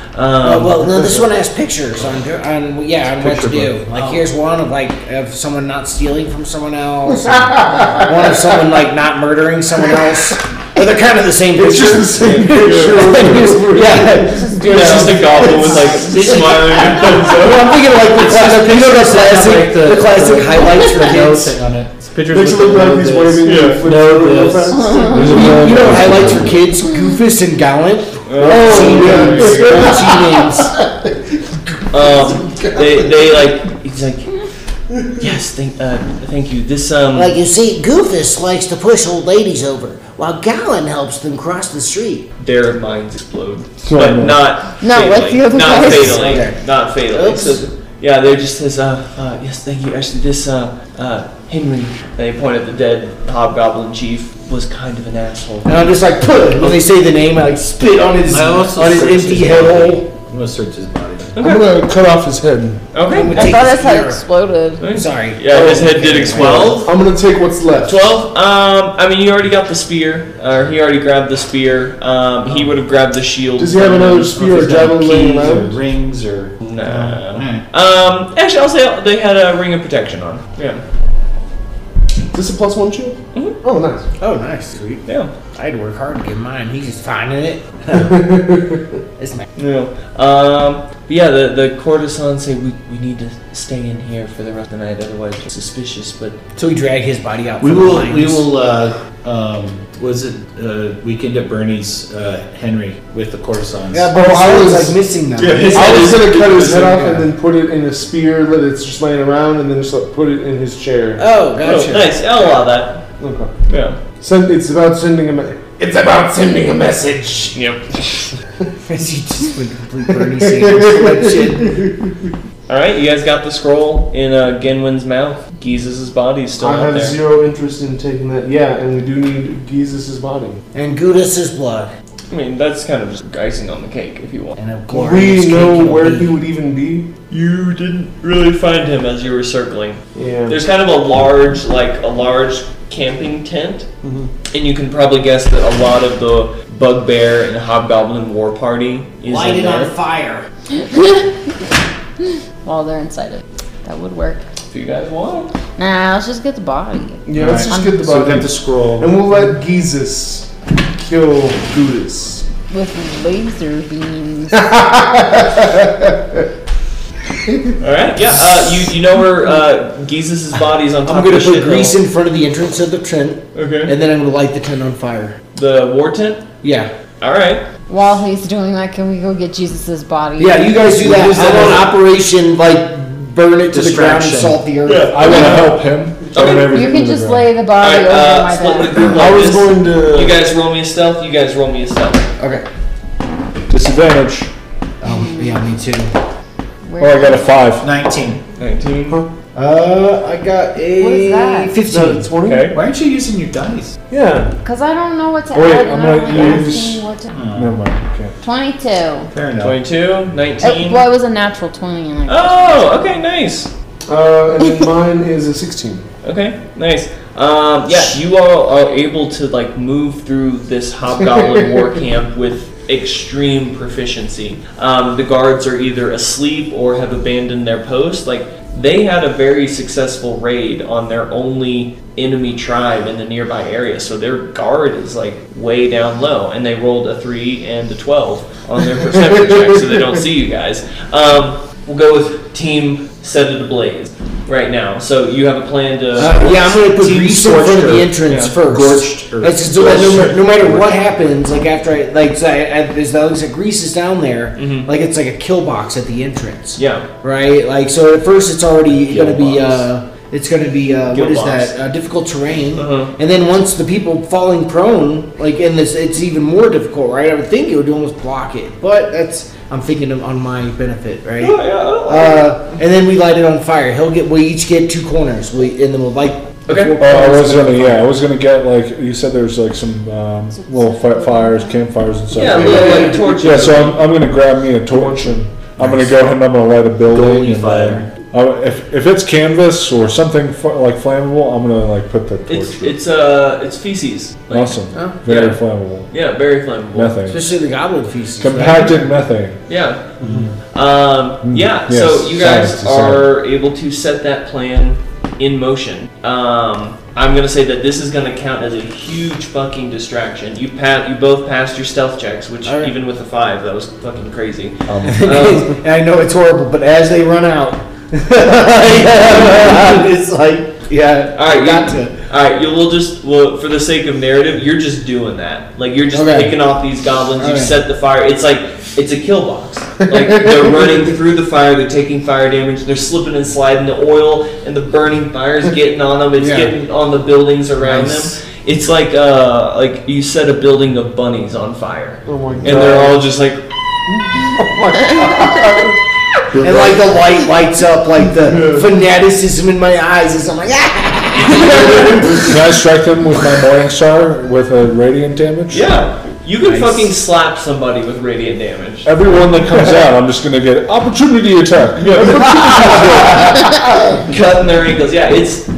Speaker 1: Um,
Speaker 5: well, no, this one has pictures on, on yeah, on what to
Speaker 6: Picture
Speaker 5: do. Like here's one of like of someone not stealing from someone else. one of someone like not murdering someone else. But they're kind of the same
Speaker 3: It's just the
Speaker 5: picture.
Speaker 3: same picture.
Speaker 5: yeah.
Speaker 1: it's just a goblin with like smiling.
Speaker 5: Well, I'm thinking like the classic, you know, the classic, the, classic highlights for kids.
Speaker 7: thing on it. It's pictures
Speaker 3: Makes it look like he's waving
Speaker 6: Yeah.
Speaker 3: with
Speaker 7: No,
Speaker 3: no
Speaker 7: this.
Speaker 3: offense.
Speaker 6: There's a
Speaker 5: You know,
Speaker 6: man-
Speaker 5: highlights for kids, Goofus and Gallant.
Speaker 3: Oh, yeah.
Speaker 5: G-names.
Speaker 1: Um, they they like he's like yes thank uh thank you. This um
Speaker 5: Like you see, Goofus likes to push old ladies over, while Gallant helps them cross the street.
Speaker 1: their minds explode, but not
Speaker 2: Not
Speaker 1: fatally,
Speaker 2: with the other
Speaker 1: not
Speaker 2: guys.
Speaker 1: fatally,
Speaker 5: Okay.
Speaker 1: not fatally.
Speaker 5: Oops.
Speaker 1: So, yeah, they're just says, uh, uh, yes, thank you. Actually, this uh, uh, Henry, they point at the dead hobgoblin chief, was kind of an asshole.
Speaker 5: And I'm just like, "Puh," when they say the name, I like spit on his
Speaker 4: I also
Speaker 5: on his
Speaker 4: searched
Speaker 5: empty
Speaker 4: his
Speaker 5: head
Speaker 4: body.
Speaker 5: hole.
Speaker 4: I'm gonna search his body.
Speaker 3: I'm gonna cut off his head.
Speaker 1: Okay.
Speaker 2: I
Speaker 5: Take
Speaker 2: thought
Speaker 5: his
Speaker 2: his head
Speaker 5: ear.
Speaker 2: exploded.
Speaker 5: Sorry.
Speaker 1: Yeah, his head did explode.
Speaker 3: I'm gonna take what's left.
Speaker 1: Twelve. Um, I mean, you already got the spear, or he already grabbed the spear. Um, he would have grabbed the shield.
Speaker 3: Does he have another spear or
Speaker 4: If he's got
Speaker 3: javelin laying
Speaker 4: keys
Speaker 3: around?
Speaker 4: or rings or
Speaker 1: Nah.
Speaker 4: Alright.
Speaker 1: Um, actually, I'll say they had a ring of protection on. Yeah.
Speaker 3: Is this a plus one shield? Oh, nice.
Speaker 5: Oh, nice, sweet.
Speaker 1: Yeah.
Speaker 5: I had to work hard to get mine. He's just finding it. it's nice.
Speaker 1: No. Um, but yeah, the, the courtesans say we, we need to stay in here for the rest of the night, otherwise it's suspicious. But
Speaker 5: So we drag his body out.
Speaker 4: We
Speaker 5: from
Speaker 4: will.
Speaker 5: The lines.
Speaker 4: We will. Uh, um, was it uh, weekend at Bernie's? Uh, Henry with the courtesans.
Speaker 5: Yeah, but
Speaker 3: Oh, I
Speaker 5: I was
Speaker 3: was-
Speaker 5: like missing them.
Speaker 3: I was gonna cut his head off and then put it in a spear that it's just laying around, and then just like, put it in his chair.
Speaker 5: Oh,
Speaker 1: Oh,
Speaker 5: gotcha.
Speaker 1: nice. I'll allow that.
Speaker 3: Okay.
Speaker 1: Yeah.
Speaker 3: Send, it's about sending him. A, it's about sending a message.
Speaker 1: Yep.
Speaker 5: He just went complete Bernie Sanders type shit.
Speaker 1: All right, you guys got the scroll in uh, Genwin's mouth. Gizus' body is still
Speaker 3: I
Speaker 1: out
Speaker 3: have
Speaker 1: there.
Speaker 3: zero interest in taking that. Yeah, and we do need Gizus' body.
Speaker 5: And Gudas's blood.
Speaker 1: I mean, that's kind of just icing on the cake, if you want.
Speaker 5: And a glorious
Speaker 3: We know
Speaker 5: cake it'll
Speaker 3: where
Speaker 5: be.
Speaker 3: he would even be.
Speaker 1: You didn't really find him as you were circling.
Speaker 3: Yeah.
Speaker 1: There's kind of a large, like a large camping tent,
Speaker 5: Mm-hmm.
Speaker 1: and you can probably guess that a lot of the bugbear and hobgoblin war party is
Speaker 5: Light
Speaker 1: in
Speaker 5: it
Speaker 1: there.
Speaker 5: on fire.
Speaker 2: While they're inside it. That would work.
Speaker 1: If you guys want.
Speaker 2: Nah, let's just get the body.
Speaker 3: yeah, let's just get the
Speaker 4: So we
Speaker 3: body.
Speaker 4: got the scroll.
Speaker 3: and we'll let Gizus kill Gudis.
Speaker 2: With laser beams.
Speaker 1: All right. Yeah. Uh, you you know where uh, Gizus' body is on top
Speaker 5: I'm gonna
Speaker 1: of the
Speaker 5: put
Speaker 1: shit
Speaker 5: grease
Speaker 1: hill.
Speaker 5: in front of the entrance of the tent,
Speaker 1: Okay.
Speaker 5: and then I'm gonna light the tent on fire.
Speaker 1: The war tent.
Speaker 5: Yeah.
Speaker 1: All right.
Speaker 2: While he's doing that, can we go get Jesus' body?
Speaker 5: Yeah, you guys do
Speaker 4: We
Speaker 5: that.
Speaker 4: use that
Speaker 5: I want
Speaker 4: as a-
Speaker 5: operation like burn it to the ground and
Speaker 4: Distraction.
Speaker 5: salt the earth.
Speaker 6: I want to help him. Put
Speaker 1: Okay.
Speaker 6: everything
Speaker 2: You
Speaker 6: in
Speaker 2: can
Speaker 6: the
Speaker 2: just
Speaker 6: ground.
Speaker 2: lay the
Speaker 1: All
Speaker 2: body
Speaker 1: right.
Speaker 2: over
Speaker 1: Uh,
Speaker 2: my
Speaker 1: split the
Speaker 2: bed.
Speaker 1: group like
Speaker 3: I was
Speaker 1: this.
Speaker 3: going
Speaker 1: You
Speaker 3: to.
Speaker 1: guys roll me a stealth. You guys roll me a stealth.
Speaker 5: Okay.
Speaker 6: Disadvantage.
Speaker 5: Oh yeah, me too.
Speaker 6: Oh, I got a five.
Speaker 4: Nineteen.
Speaker 1: Nineteen.
Speaker 5: Uh, I got a
Speaker 2: What is that?
Speaker 5: fifteen.
Speaker 3: Twenty.
Speaker 6: Okay.
Speaker 4: Why aren't you using your dice?
Speaker 3: Yeah.
Speaker 2: Because I don't know what to
Speaker 6: Wait,
Speaker 2: add.
Speaker 6: I'm
Speaker 2: and I don't
Speaker 6: gonna
Speaker 2: like
Speaker 6: use-
Speaker 2: asking what
Speaker 1: Hmm.
Speaker 2: to-
Speaker 6: Never mind. Okay.
Speaker 2: 22.
Speaker 4: Fair enough.
Speaker 1: Twenty-two.
Speaker 2: It,
Speaker 1: Nineteen.
Speaker 2: well, it was a natural 20. And I,
Speaker 1: Oh. Okay. Nice.
Speaker 3: Uh, and then mine is a sixteen.
Speaker 1: Okay, nice. Um, yeah, you all are able to like move through this hobgoblin war camp with extreme proficiency. Um, the guards are either asleep or have abandoned their post. Like they had a very successful raid on their only enemy tribe in the nearby area, so their guard is like way down low, and they rolled a three and a twelve on their perception check, so they don't see you guys. Um, we'll go with team set it ablaze right now. So you have a plan to.
Speaker 5: Uh, yeah, I'm gonna put
Speaker 4: Team
Speaker 5: grease in front of
Speaker 4: scorched
Speaker 5: the
Speaker 4: earth.
Speaker 5: entrance
Speaker 1: Yeah.
Speaker 5: first.
Speaker 4: Scorched earth.
Speaker 5: That's just so that no, ma- no matter what happens, like after I like so I, I, there's that looks like grease is down there,
Speaker 4: Mm-hmm.
Speaker 1: Mhm.
Speaker 5: like it's like a kill box at the entrance,
Speaker 1: Yeah.
Speaker 5: right? Like so at first it's already
Speaker 4: Kill
Speaker 5: gonna be
Speaker 4: box.
Speaker 5: uh It's going to be uh, what
Speaker 1: Guild
Speaker 5: is
Speaker 1: locks.
Speaker 5: that? Uh, difficult terrain.
Speaker 1: Uh-huh.
Speaker 5: And then once the people falling prone, like in this, it's even more difficult, right? I would think it would almost block it, but that's I'm thinking of on my benefit, right?
Speaker 1: Oh, yeah, oh,
Speaker 5: Uh, and then we light it on fire. He'll get. We each get two corners. We and then we'll light.
Speaker 1: Okay.
Speaker 5: four
Speaker 6: Oh, I
Speaker 5: corners
Speaker 6: was
Speaker 5: on
Speaker 6: gonna,
Speaker 5: fire.
Speaker 6: yeah, I was gonna get like you said. There's like some um, little fi- fires, campfires, and stuff.
Speaker 1: Yeah, a little light torch.
Speaker 6: Yeah, so I'm, I'm gonna grab me a torch and I'm gonna go ahead and I'm gonna light a building.
Speaker 4: Golden
Speaker 6: And,
Speaker 4: fire.
Speaker 6: um, I- if if it's canvas or something fu- like flammable, I'm gonna like put the torch.
Speaker 1: It's it's uh it's feces. Like,
Speaker 6: awesome,
Speaker 5: Huh?
Speaker 6: very
Speaker 1: Yeah.
Speaker 6: flammable.
Speaker 1: Yeah, very flammable.
Speaker 6: Methane,
Speaker 5: Especially the goblin feces. right?
Speaker 6: compacted methane.
Speaker 1: Yeah. Um, yeah.
Speaker 6: Yes,
Speaker 1: So you guys
Speaker 6: science,
Speaker 1: are able to set that plan in motion. Um, I'm gonna say that this is gonna count as a huge fucking distraction. You pa- you both passed your stealth checks, which
Speaker 5: All right.
Speaker 1: even with a five, that was fucking crazy.
Speaker 6: Um,
Speaker 1: Um,
Speaker 5: I know it's horrible, but as they run out, it's like, yeah,
Speaker 1: All right,
Speaker 5: I got
Speaker 1: you,
Speaker 5: to.
Speaker 1: all right. You will just well for the sake of narrative, you're just doing that. Like you're just
Speaker 5: Okay.
Speaker 1: picking off these goblins. You
Speaker 5: All right.
Speaker 1: set the fire. It's like it's a kill box. Like they're running through the fire. They're taking fire damage. They're slipping and sliding. The oil and the burning fire's getting on them. It's
Speaker 5: Yeah.
Speaker 1: getting on the buildings around
Speaker 5: Nice.
Speaker 1: them. It's like uh like you set a building of bunnies on fire,
Speaker 3: Oh my god.
Speaker 1: and they're all just like
Speaker 5: And like the light lights up, like the fanaticism in my eyes is I'm like, ah!
Speaker 6: Can I strike them with my morning star with a radiant damage?
Speaker 1: yeah. You can fucking slap somebody with radiant damage.
Speaker 6: Everyone that comes out, I'm just gonna get opportunity attack.
Speaker 1: cutting their ankles. Yeah, it's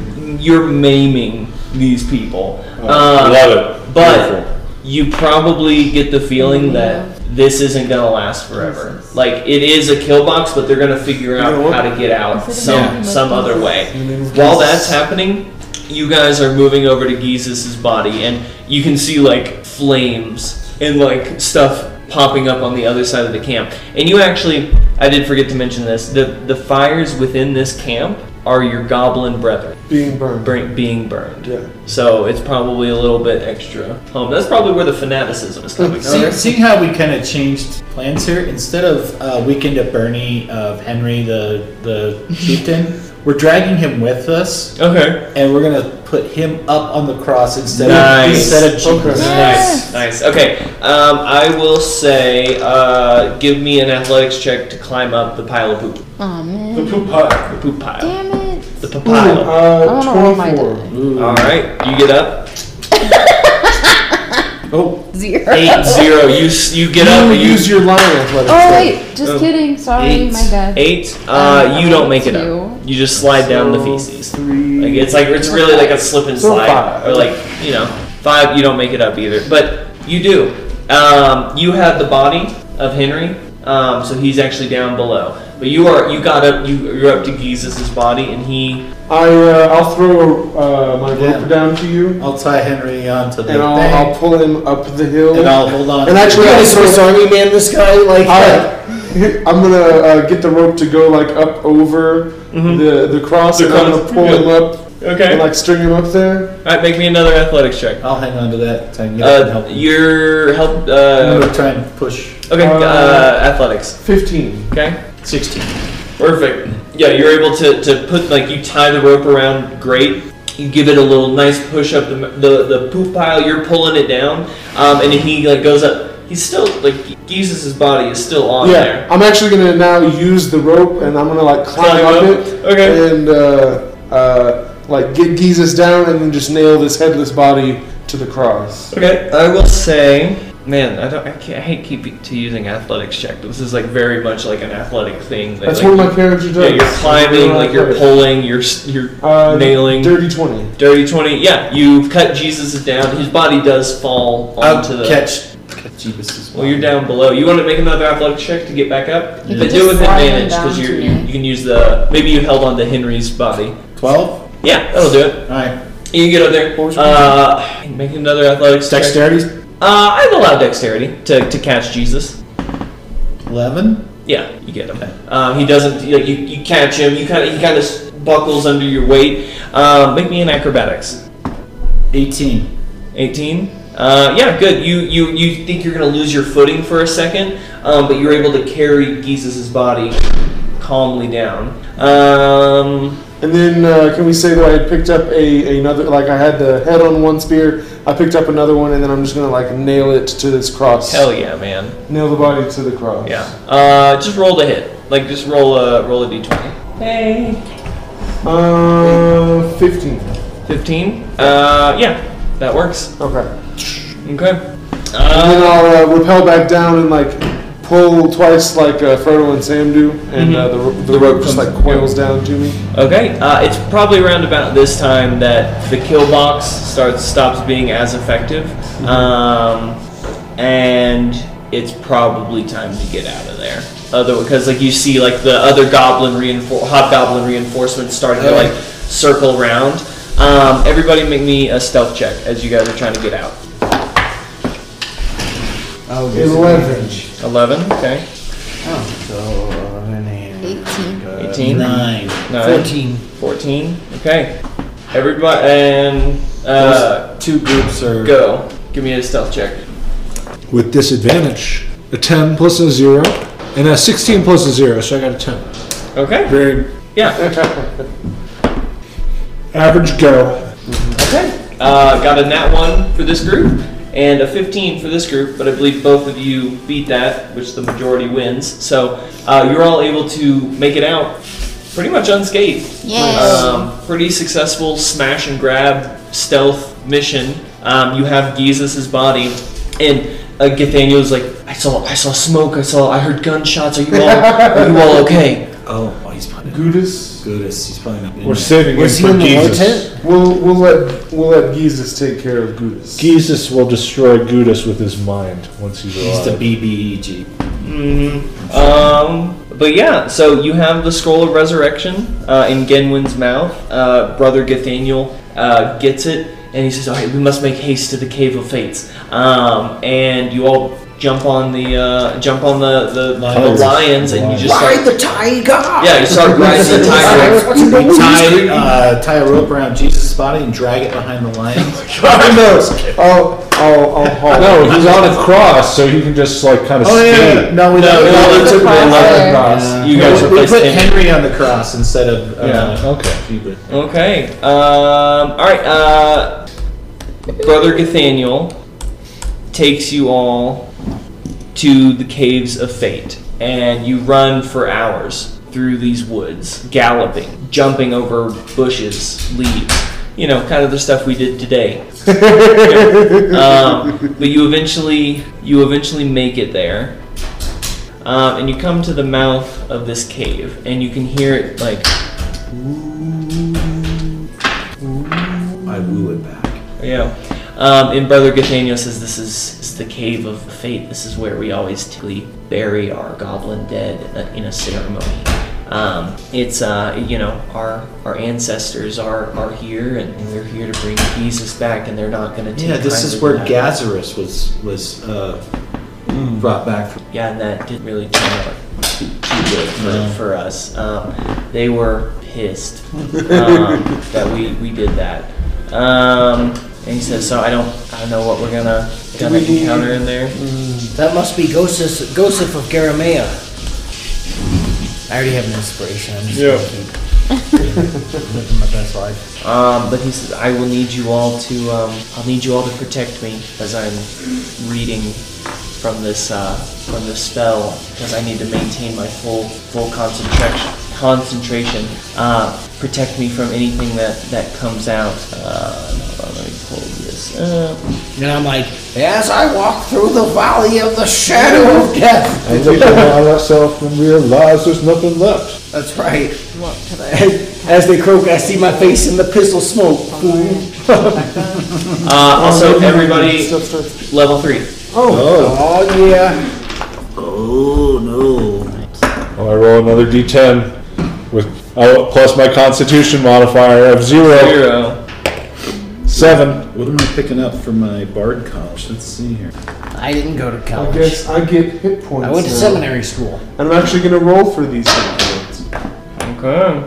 Speaker 1: you're maiming these people. Uh,
Speaker 6: Oh, love it.
Speaker 1: But
Speaker 6: Beautiful.
Speaker 1: you probably get the feeling
Speaker 3: Mm-hmm.
Speaker 1: that this isn't gonna last forever. Like it is a kill box, but they're gonna figure out
Speaker 3: know what?
Speaker 1: how to get out
Speaker 14: Is it
Speaker 1: some
Speaker 14: a name of
Speaker 1: some other
Speaker 14: Jesus?
Speaker 1: way. While that's happening, you guys are moving over to Gizus' body, and you can see like flames and like stuff popping up on the other side of the camp. And you actually, I did forget to mention this: the the fires within this camp are your goblin brethren
Speaker 3: being burned.
Speaker 1: burn, being burned.
Speaker 3: Yeah.
Speaker 1: So it's probably a little bit extra. Um, that's probably where the fanaticism is coming
Speaker 4: See,
Speaker 1: from.
Speaker 4: Seeing how we kind of changed plans here, instead of uh, weekend at Bernie of Henry the the chieftain, we're dragging him with us,
Speaker 1: Okay.
Speaker 4: and we're gonna put him up on the cross instead of
Speaker 1: Nice.
Speaker 4: instead of Jesus.
Speaker 3: Okay.
Speaker 1: Nice, nice. Okay, um, I will say, uh, give me an athletics check to climb up the pile of poop,
Speaker 2: Oh
Speaker 10: The
Speaker 2: man.
Speaker 10: poop pile.
Speaker 1: the poop pile,
Speaker 2: Damn it.
Speaker 1: the poop
Speaker 3: Ooh,
Speaker 1: pile.
Speaker 2: I don't know
Speaker 3: uh,
Speaker 2: what my
Speaker 3: 24.
Speaker 2: di-
Speaker 1: All right, you get up.
Speaker 2: zero.
Speaker 1: Eight zero. You s- you Oh. get up.
Speaker 3: You
Speaker 1: and you
Speaker 3: use your line athletics.
Speaker 2: Oh
Speaker 3: then.
Speaker 2: wait, just
Speaker 1: Oh.
Speaker 2: kidding. Sorry,
Speaker 1: eight.
Speaker 2: my bad.
Speaker 1: Eight. Uh,
Speaker 2: Um,
Speaker 1: you don't make it
Speaker 2: two.
Speaker 1: up. You just slide down the
Speaker 3: So,
Speaker 1: feces.
Speaker 3: Three.
Speaker 1: Like it's like it's really like a slip and
Speaker 3: So
Speaker 1: slide,
Speaker 3: five.
Speaker 1: or like you know, five. You don't make it up either, but you do. Um, you have the body of Henry, um, so he's actually down below. But you are you got up. You you're up to Gizus's body, and he
Speaker 3: I uh, I'll throw uh, my rope
Speaker 4: Yeah.
Speaker 3: down to you,
Speaker 4: I'll tie Henry onto the
Speaker 3: and I'll,
Speaker 4: thing,
Speaker 3: I'll pull him up the hill.
Speaker 4: and I'll hold on.
Speaker 5: And actually,
Speaker 3: Yeah,
Speaker 5: I'm a
Speaker 3: so-
Speaker 5: Swiss Army man, this guy, like,
Speaker 3: I, I'm gonna uh, get the rope to go like up over the the cross,
Speaker 1: Mm-hmm. The
Speaker 3: and I'm
Speaker 1: cross,
Speaker 3: gonna pull
Speaker 1: yeah.
Speaker 3: him up
Speaker 1: okay.
Speaker 3: and like string him up there.
Speaker 1: All right, make me another athletics check.
Speaker 4: I'll hang on to that. Time you can
Speaker 1: Uh,
Speaker 4: help. me.
Speaker 1: your help.
Speaker 4: I'm
Speaker 1: Uh,
Speaker 4: gonna try and push.
Speaker 1: okay,
Speaker 3: Uh,
Speaker 1: uh, athletics.
Speaker 3: Fifteen.
Speaker 1: Okay.
Speaker 4: Sixteen.
Speaker 1: Perfect. Yeah, you're able to, to put like you tie the rope around great. You give it a little nice push up the the, the poop pile. You're pulling it down, um, and he like goes up. He's still like Jesus' body is still on
Speaker 3: yeah,
Speaker 1: there.
Speaker 3: I'm actually gonna now use the rope, and I'm gonna like climb,
Speaker 1: Climb
Speaker 3: up,
Speaker 1: up.
Speaker 3: it,
Speaker 1: Okay.
Speaker 3: and uh, uh, like get Jesus down, and then just nail this headless body to the cross.
Speaker 1: Okay, I will say, man, I don't, I, can't, I hate keep to using athletics check, but this is like very much like an athletic thing. that,
Speaker 3: That's
Speaker 1: like,
Speaker 3: what my character
Speaker 1: yeah,
Speaker 3: does.
Speaker 1: you're climbing, like you're pulling, you're s- you're
Speaker 3: uh,
Speaker 1: nailing.
Speaker 3: Dirty twenty.
Speaker 1: Dirty twenty, yeah. You've cut Jesus down. His body does fall
Speaker 4: I'll
Speaker 1: onto the
Speaker 4: catch. catch Jeebus's
Speaker 1: Well, you're down below. You want to make another athletic check to get back up,
Speaker 2: You
Speaker 1: but
Speaker 2: can
Speaker 1: do it with
Speaker 2: just slide
Speaker 1: advantage
Speaker 2: them
Speaker 1: because
Speaker 2: down
Speaker 1: you
Speaker 2: to
Speaker 1: you
Speaker 2: me.
Speaker 1: you can use the maybe you held on to Henry's body.
Speaker 4: Twelve.
Speaker 1: Yeah, that'll do it.
Speaker 4: All right.
Speaker 1: You can get up there. Uh, make another athletics check.
Speaker 4: Dexterity.
Speaker 1: Uh, I'd allow dexterity to, to catch Jesus.
Speaker 4: Eleven.
Speaker 1: Yeah, you get him. Um, he doesn't. You, you, you catch him. You kind of he kind of buckles under your weight. Um, make me an acrobatics.
Speaker 4: Eighteen.
Speaker 1: 18 uh, yeah good you, you you think you're gonna lose your footing for a second um, but Uh, you're able to carry Gizus' body calmly down um,
Speaker 3: And then uh, can we say that I picked up a another like I had the head on one spear, I picked up another one, and then I'm just gonna like nail it to this cross.
Speaker 1: Hell yeah, man.
Speaker 3: Nail the body to the cross.
Speaker 1: Yeah. Uh, just roll the hit. Like just roll a roll a d20.
Speaker 3: Uh, fifteen.
Speaker 1: 15. Uh, yeah, that works.
Speaker 3: Okay.
Speaker 1: Okay.
Speaker 3: And then
Speaker 1: Uh,
Speaker 3: I'll uh, rappel back down and like pull twice like uh, Frodo and Sam do, and uh, the, ro- the, rope just like coils down to me.
Speaker 1: okay. Uh, it's probably around about this time that the kill box starts stops being as effective, um, and it's probably time to get out of there. Other because like you see like the other goblin reinfor- hobgoblin reinforcements starting to like circle around. Um, everybody, make me a stealth check as you guys are trying to get out.
Speaker 5: Oh,
Speaker 3: Eleven.
Speaker 1: Eleven. Okay.
Speaker 5: Oh, so. uh, and-
Speaker 2: 18.
Speaker 1: Eighteen.
Speaker 4: Nine.
Speaker 1: Nine.
Speaker 5: 14.
Speaker 1: 14. Okay. Everybody, and uh,
Speaker 4: Two groups are.
Speaker 1: go. Give me a stealth check.
Speaker 14: with disadvantage. A 10 plus a 0, and a 16 plus a 0, so I got a 10.
Speaker 1: Okay.
Speaker 14: Very
Speaker 1: Yeah.
Speaker 14: average go.
Speaker 1: Okay. Uh, got a nat 1 for this group and a 15 for this group, but I believe both of you beat that, which the majority wins. So uh, you're all able to make it out pretty much unscathed.
Speaker 2: Yay.
Speaker 1: Um, pretty successful smash and grab stealth mission. Um, you have Gizus' body, and uh, Gathaniel's like, I saw, I saw smoke. I saw, I heard gunshots. Are you all, are you all okay?
Speaker 4: Oh, oh, he's probably not.
Speaker 3: Gudis.
Speaker 4: Good. He's probably not. in
Speaker 6: We're
Speaker 4: there.
Speaker 6: saving
Speaker 5: Was he in
Speaker 6: him for
Speaker 5: the war
Speaker 6: Jesus.
Speaker 5: tent?
Speaker 3: We'll we'll let we'll let Gizus take care of Gudis.
Speaker 6: Jesus will destroy Gudis with his mind once he's
Speaker 4: He's
Speaker 6: alive.
Speaker 4: the E BBEG.
Speaker 1: Mm-hmm. Um, but yeah, so you have the scroll of resurrection uh, in Genwin's mouth. Uh, Brother Gathaniel uh, gets it, and he says, "All right, we must make haste to the cave of fates." Um, and you all jump on the uh, jump on the the, the
Speaker 4: Lions.
Speaker 1: lions, and you just
Speaker 5: Ride
Speaker 1: start.
Speaker 5: the tiger!
Speaker 1: Yeah, you start riding the tiger.
Speaker 4: Tie, uh, tie a rope around Jesus' body and drag it behind the lions.
Speaker 3: I know. I'll I'll I'll haul.
Speaker 6: no, he's on a cross, so he can just like kind of
Speaker 4: Oh, yeah,
Speaker 6: skate.
Speaker 4: yeah. No, we
Speaker 1: No,
Speaker 4: don't.
Speaker 1: no,
Speaker 4: we
Speaker 1: it's
Speaker 4: don't-
Speaker 1: a
Speaker 2: cross there.
Speaker 6: Cross.
Speaker 1: You guys
Speaker 4: we- we
Speaker 1: replace
Speaker 4: put
Speaker 1: Henry.
Speaker 4: Henry on the cross instead of. Uh,
Speaker 6: Yeah, okay.
Speaker 4: Hubert.
Speaker 1: Okay. Um, all right. Uh, Brother Gathaniel takes you all to the caves of fate, and you run for hours through these woods, galloping, jumping over bushes, leaves. You know, kind of the stuff we did today. um, but you eventually, you eventually make it there, um, and you come to the mouth of this cave, and you can hear it like
Speaker 4: I woo it back.
Speaker 1: Yeah. Um, and Brother Gathaniel says this is, is the cave of fate. This is where we always typically bury our goblin dead uh, in a ceremony. Um, it's uh, you know our our ancestors are are here and we're here to bring Jesus back, and they're not going to take.
Speaker 4: Yeah, this
Speaker 1: kindly
Speaker 4: is
Speaker 1: to
Speaker 4: where
Speaker 1: that.
Speaker 4: Gazarus was was uh, brought back from.
Speaker 1: Yeah, and that didn't really turn out too, too good for, for us. Um, they were pissed um, that we, we did that. Um, and he says, "So I don't I don't know what we're gonna gonna encounter in there."
Speaker 5: That must be Gosef, Gosef of Garamea. I already have an inspiration. I'm just yeah. living my best life.
Speaker 1: Um, but he says, "I will need you all to um, I'll need you all to protect me as I'm reading from this uh, from this spell because I need to maintain my full full concentration concentration. Uh, protect me from anything that that comes out. Uh, hold on, let me pull this up.
Speaker 5: And I'm like, as I walk through the valley of the shadow of death.
Speaker 6: I look at myself and realize there's nothing left.
Speaker 5: That's right. As they croak, I see my face in the pistol smoke.
Speaker 1: Uh,
Speaker 4: Oh,
Speaker 1: also, everybody,
Speaker 3: Stuff starts-
Speaker 1: level three.
Speaker 5: Oh, yeah.
Speaker 4: Oh no!
Speaker 6: Well, Oh, I roll another d10 with oh, plus my Constitution modifier of zero.
Speaker 1: Zero.
Speaker 6: Seven.
Speaker 4: What am I picking up for my bard college? Let's see here.
Speaker 5: I didn't go to
Speaker 3: I
Speaker 5: college.
Speaker 3: guess I get hit points.
Speaker 5: I went to
Speaker 3: now.
Speaker 5: seminary school.
Speaker 3: And I'm actually gonna roll for these hit points.
Speaker 1: Okay.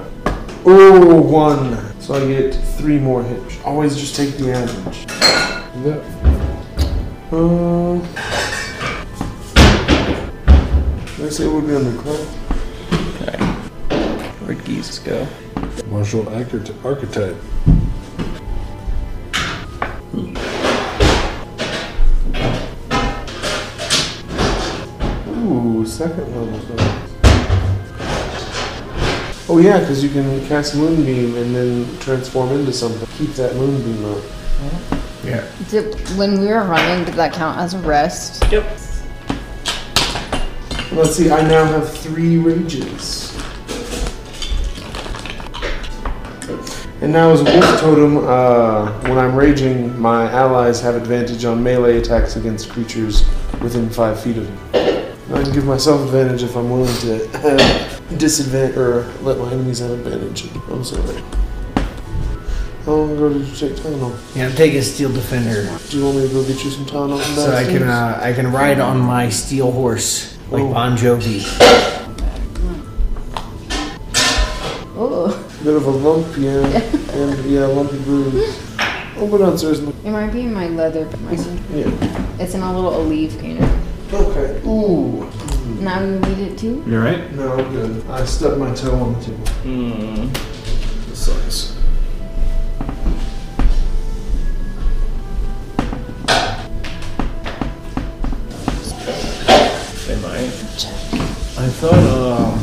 Speaker 3: Ooh, one. So I get three more hits. Always just take the average. Yep. Um. Did I say it would be under class?
Speaker 1: Where'd geese go?
Speaker 6: Martial archety- archetype.
Speaker 3: Ooh, second level spells. Oh yeah, because you can cast Moonbeam and then transform into something. Keep that Moonbeam up.
Speaker 2: Did, when we were running, did that count as a rest?
Speaker 1: Yep.
Speaker 3: Let's see, I now have three rages. And now as a wolf totem, uh, when I'm raging, my allies have advantage on melee attacks against creatures within five feet of me. And I can give myself advantage if I'm willing to disadvantage or let my enemies have advantage. I'm sorry. How long ago did you take Tylenol?
Speaker 5: Yeah, I'm taking Steel Defender,
Speaker 3: Do you want me to go get you some Tylenol? from
Speaker 5: so I can
Speaker 3: downstairs?
Speaker 5: uh, I can ride on my steel horse like
Speaker 3: Ooh.
Speaker 5: Bon Jovi.
Speaker 2: Oh,
Speaker 3: Bit of a lump, yeah, and yeah, lumpy Oh, bruise. I'll go downstairs and
Speaker 2: it might be in my leather, but my-
Speaker 3: yeah.
Speaker 2: it's in a little olive greener.
Speaker 3: Okay. Ooh.
Speaker 2: Now you need it too.
Speaker 4: You're right.
Speaker 3: No, I'm good. I stubbed my toe on the table.
Speaker 6: This sucks.
Speaker 7: They might. I thought, um,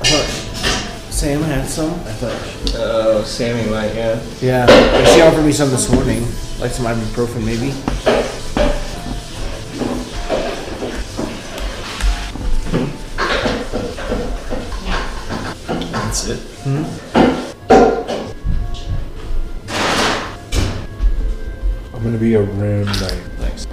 Speaker 7: I thought
Speaker 5: Sam had some.
Speaker 7: I thought, uh, Sammy might, yeah.
Speaker 5: Yeah, but she offered me some this morning, like some ibuprofen maybe.
Speaker 4: That's it.
Speaker 6: I'm gonna be a room knight.
Speaker 4: Thanks.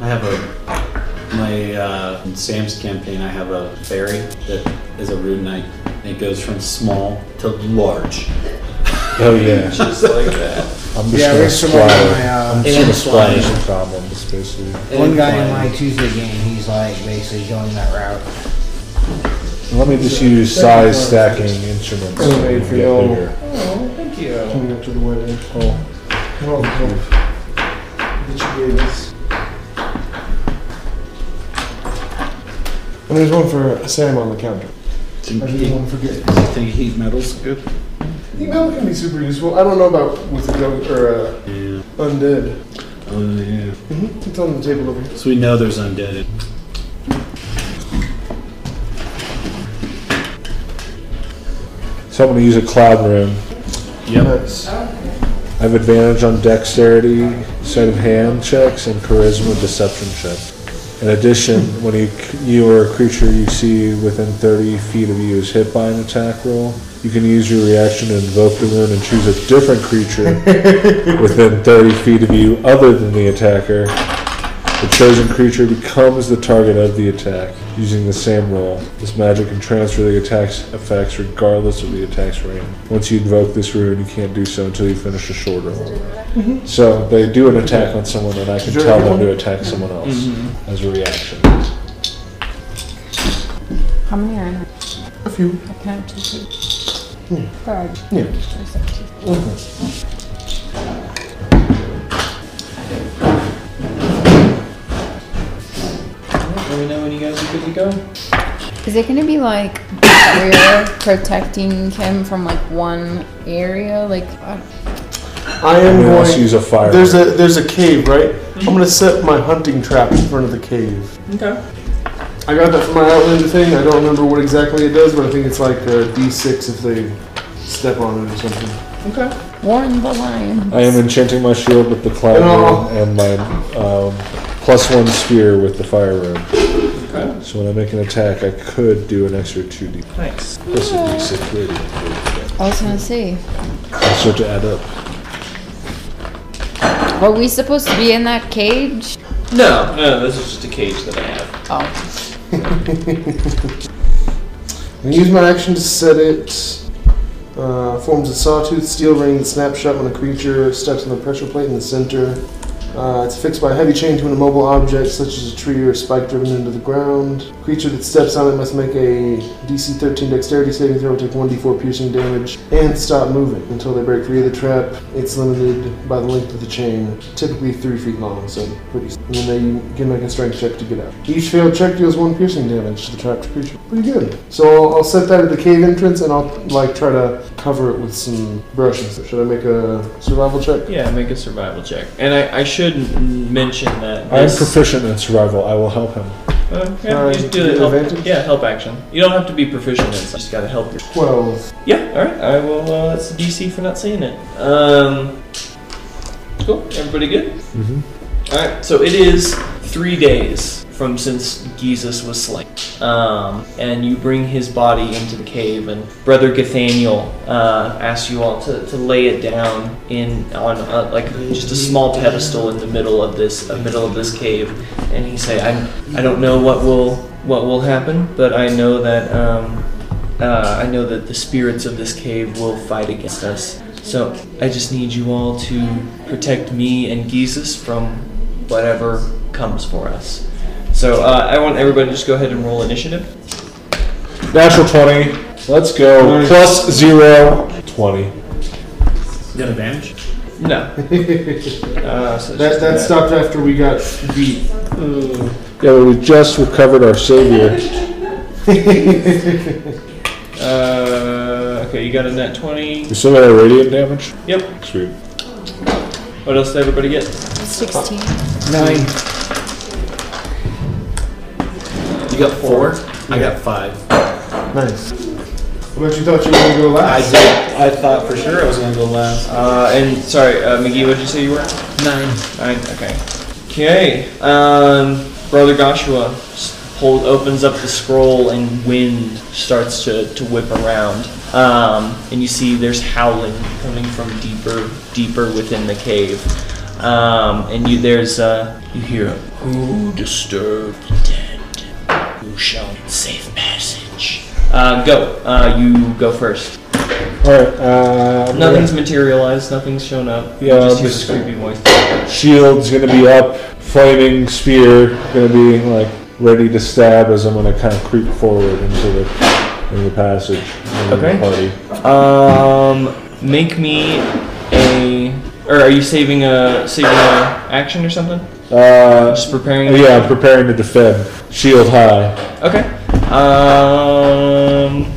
Speaker 4: I have a my uh, in Sam's campaign. I have a fairy that is a rune knight. And it goes from small to large.
Speaker 6: Oh yeah.
Speaker 7: Just like that.
Speaker 6: I'm just
Speaker 5: Yeah,
Speaker 6: gonna
Speaker 5: there's someone on
Speaker 6: splatter.
Speaker 5: my uh,
Speaker 6: I'm just gonna splatter
Speaker 4: flying.
Speaker 6: some goblins, basically.
Speaker 5: one guy in my Tuesday game. He's like basically going that route.
Speaker 6: Let me just use size stacking instruments. so we
Speaker 3: Anyway,
Speaker 6: can
Speaker 3: for
Speaker 6: get
Speaker 3: y'all-
Speaker 6: bigger.
Speaker 7: Oh, thank you.
Speaker 3: Coming up to the wedding. Oh. Well, That you gave us. And there's one for Sam on the counter.
Speaker 4: Think
Speaker 3: I didn't
Speaker 4: heat-
Speaker 3: want to forget.
Speaker 4: think heat metal's good.
Speaker 3: Email can be super useful. I don't know about with the go or uh,
Speaker 4: Yeah.
Speaker 3: undead.
Speaker 4: Oh yeah.
Speaker 3: Mm-hmm. It's on the table over here.
Speaker 4: So we know there's undead. in-
Speaker 6: So I'm gonna use a cloud room.
Speaker 4: Yep.
Speaker 3: Nice.
Speaker 6: I have advantage on dexterity, sleight of hand checks, and charisma deception checks. In addition, when you, you or a creature you see within 30 feet of you is hit by an attack roll, you can use your reaction to invoke the rune and choose a different creature within 30 feet of you other than the attacker. The chosen creature becomes the target of the attack using the same roll. This magic can transfer the attack's effects regardless of the attack's range. Once you invoke this rune, you can't do so until you finish a short roll. So they do an attack on someone, and I can
Speaker 3: Is there Mm-hmm.
Speaker 6: tell them
Speaker 3: everyone?
Speaker 6: to attack someone else as a reaction.
Speaker 2: How many are in it?
Speaker 3: A few.
Speaker 2: I count two, three. Five.
Speaker 3: Yeah.
Speaker 2: Six, seven, eight.
Speaker 7: Do we know when you guys are good to go?
Speaker 2: Is it gonna be like we're protecting him from like one area? Like, uh,
Speaker 3: I am
Speaker 6: I'm going
Speaker 3: going.
Speaker 6: to use a fire.
Speaker 3: There's a there's a cave, right? I'm gonna set my hunting trap in front of the cave.
Speaker 7: Okay.
Speaker 3: I got that from my Outlander thing. I don't remember what exactly it does, but I think it's like a D6 if they step on it or something.
Speaker 7: Okay.
Speaker 2: warn the lion.
Speaker 6: I am enchanting my shield with the cloud
Speaker 3: No.
Speaker 6: rune and my um, plus one spear with the fire rune.
Speaker 7: Okay.
Speaker 6: So when I make an attack, I could do an extra 2d.
Speaker 7: Nice.
Speaker 6: This would be six radiant.
Speaker 2: I was gonna say,
Speaker 6: I'll start to add up.
Speaker 2: are we supposed to be in that cage?
Speaker 1: No, no, this is just a cage that I have.
Speaker 2: Oh,
Speaker 3: And use my action to set it. Uh, forms a sawtooth steel ring that snaps shut when a creature steps on the pressure plate in the center Uh, it's fixed by a heavy chain to an immobile object, such as a tree or a spike driven into the ground. Creature that steps on it must make a DC 13 dexterity saving throw, take 1d4 piercing damage, and stop moving until they break free of the trap. It's limited by the length of the chain, typically 3 feet long, so pretty. And then they can make a strength check to get out. Each failed check deals 1 piercing damage to the trapped creature. Pretty good. So I'll, I'll set that at the cave entrance and I'll like try to cover it with some brushes. Should I make a survival check?
Speaker 1: Yeah, make a survival check. And I, I should n- mention that.
Speaker 6: I'm
Speaker 1: this-
Speaker 6: proficient in survival. I will help him.
Speaker 1: Uh, yeah,
Speaker 3: Uh,
Speaker 1: you just
Speaker 3: do you
Speaker 1: do the
Speaker 3: have
Speaker 1: help,
Speaker 3: advantage?
Speaker 1: yeah, help action. You don't have to be proficient in it, you just gotta help your.
Speaker 3: 12.
Speaker 1: Yeah, alright, I will. Uh, that's the DC for not seeing it. Um, cool, everybody good? Mm-hmm. Alright, so it is three days from since Jesus was slain. Um, and you bring his body into the cave, and Brother Gathaniel uh, asks you all to, to lay it down in on uh, like just a small pedestal in the middle of this uh, middle of this cave, and he say, I, I don't know what will what will happen, but I know that um, uh, I know that the spirits of this cave will fight against us. So I just need you all to protect me and Jesus from whatever comes for us. So uh, I want everybody to just go ahead and roll initiative.
Speaker 6: Natural 20. Let's go. Plus zero. 20.
Speaker 4: Got advantage?
Speaker 1: No. uh, so it's
Speaker 3: That,
Speaker 1: just
Speaker 3: that
Speaker 1: a-
Speaker 3: stopped after we got beat.
Speaker 6: Yeah, but we just recovered our savior.
Speaker 1: Uh, okay, you got a net 20.
Speaker 6: We still got our radiant damage?
Speaker 1: Yep.
Speaker 6: Sweet.
Speaker 1: What else did everybody get?
Speaker 2: 16.
Speaker 5: Nine.
Speaker 4: You got four? I got five.
Speaker 3: Nice. But you thought you were going to go
Speaker 4: I
Speaker 3: last?
Speaker 4: did. I thought for sure I was gonna go last.
Speaker 1: Uh, and sorry, uh, McGee, what did you say you were? at?
Speaker 4: Nine.
Speaker 1: Nine. Okay. Okay. Um, Brother Joshua s- hold, opens up the scroll, and wind starts to, to whip around. Um, and you see there's howling coming from deeper deeper within the cave. Um, and you there's uh, you hear who disturbed the dead. You shall safe passage. Uh, go. Uh, you go first.
Speaker 6: Alright, uh. I'm
Speaker 1: Nothing's materialized. Nothing's shown up. You
Speaker 6: Yeah,
Speaker 1: just
Speaker 6: I'm
Speaker 1: hear
Speaker 6: just-
Speaker 1: this creepy voice.
Speaker 6: gonna- Shield's gonna be up. Flaming spear. Gonna be, like, ready to stab as I'm gonna kind of creep forward into the, into the passage. into the
Speaker 1: Okay.
Speaker 6: Party.
Speaker 1: Um, make me a. Or are you saving a saving a action or something?
Speaker 6: Uh.
Speaker 1: Just preparing.
Speaker 6: Yeah, I'm preparing to defend. Shield high.
Speaker 1: Okay. Um.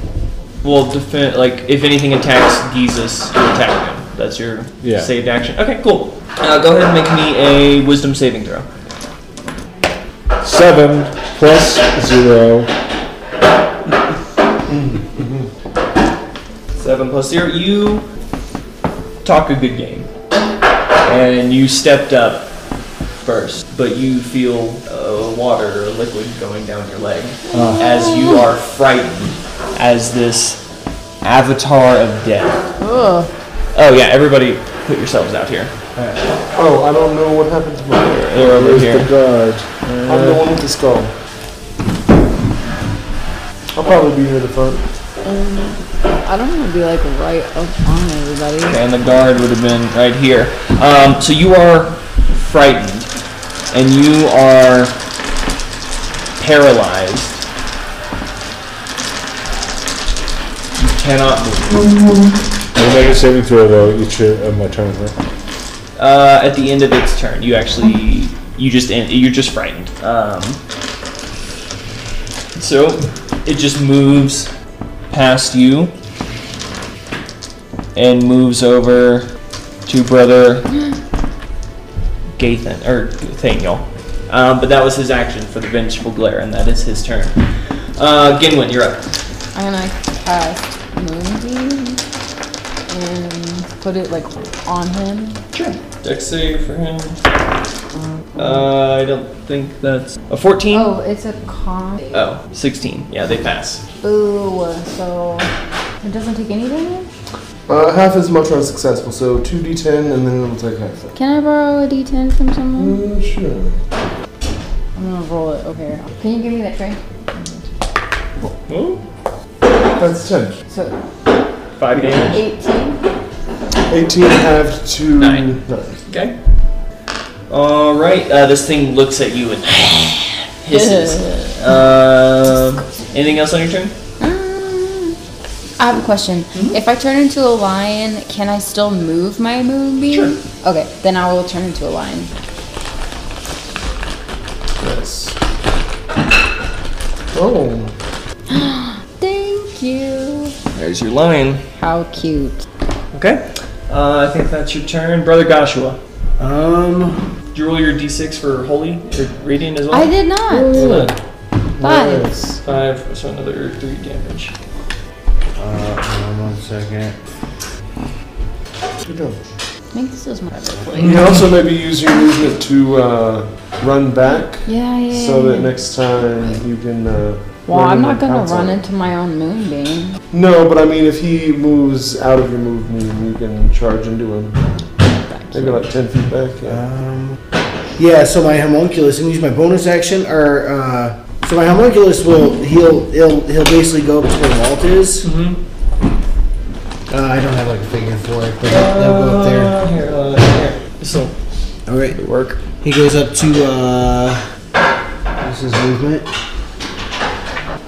Speaker 1: Well, defend like if anything attacks Jesus, you attack him. That's your
Speaker 6: Yeah.
Speaker 1: saved action. Okay, cool. Uh, go ahead and make me a wisdom saving throw.
Speaker 6: Seven plus zero.
Speaker 1: Seven plus zero. You talk a good game, and you stepped up first, but you feel uh, water or liquid going down your leg as you are frightened as this avatar of death.
Speaker 2: Ugh.
Speaker 1: Oh yeah, everybody, put yourselves out here.
Speaker 3: Oh, I don't know what happened to my.
Speaker 1: They're over
Speaker 6: Where's
Speaker 1: here.
Speaker 6: the guard?
Speaker 3: I'm the one with the skull. I'll probably be near the front.
Speaker 2: I don't want to be like right up on everybody.
Speaker 1: Okay, and the guard would have been right here. Um, so you are frightened, and you are paralyzed. You cannot move.
Speaker 6: I'll make a saving throw though each of my turn. Right?
Speaker 1: Uh, at the end of its turn, you actually you just en- you're just frightened. Um, so it just moves past you and moves over to brother Gathan or Nathaniel. Um, but that was his action for the vengeful glare, and that is his turn. Uh, Ginwin, you're up.
Speaker 2: I'm gonna cast Moonbeam and put it like on him.
Speaker 1: Sure. Dex save for him. Uh, I don't think that's a 14.
Speaker 2: Oh, it's a con.
Speaker 1: Oh, 16. Yeah, they pass.
Speaker 2: Ooh, so it doesn't take any damage?
Speaker 3: Uh, half as much on successful, so 2d10 and then it'll take half. that.
Speaker 2: Can I borrow a d10 from someone?
Speaker 3: Mm, sure.
Speaker 2: I'm gonna roll it over here. Can you give me that tray?
Speaker 3: That's 10.
Speaker 2: So
Speaker 1: 5 damage.
Speaker 2: 18?
Speaker 3: 18 halved to
Speaker 1: Nine. Okay. All right. Uh, this thing looks at you and hisses. Um anything else on your turn?
Speaker 2: Mm, I have a question. If I turn into a lion, can I still move my moonbeam? Sure. Okay, then I will turn into a lion.
Speaker 7: Yes.
Speaker 3: Oh.
Speaker 2: Thank you.
Speaker 1: There's your lion.
Speaker 2: How cute.
Speaker 1: Okay. Uh, I think that's your turn, brother Joshua.
Speaker 4: Um,
Speaker 1: Did you roll your d6 for holy or radiant as well?
Speaker 2: I did not.
Speaker 1: Excellent.
Speaker 2: Five.
Speaker 1: Five, so another three damage.
Speaker 4: uh, hold on one second.
Speaker 2: I think this is my other plate.
Speaker 3: You can also maybe use your movement to uh, run back
Speaker 2: Yeah, yeah.
Speaker 3: so
Speaker 2: yeah.
Speaker 3: that next time you can. Uh,
Speaker 2: Well,
Speaker 3: run
Speaker 2: I'm
Speaker 3: him
Speaker 2: not
Speaker 3: and
Speaker 2: gonna
Speaker 3: pounce on
Speaker 2: run
Speaker 3: him.
Speaker 2: into my own moonbeam.
Speaker 3: No, but I mean, if he moves out of your movement, you can charge into him. Maybe like 10 feet back, yeah.
Speaker 5: Um, yeah, so my homunculus, I'm gonna use my bonus action, or uh, so my homunculus will he'll he'll he'll basically go up to where Walt is.
Speaker 1: Mm-hmm.
Speaker 5: Uh, I don't have like a figure for it, but he'll, he'll go up there.
Speaker 1: Here, uh, here. This will
Speaker 5: All right,
Speaker 1: work.
Speaker 5: he goes up to uh, this is movement.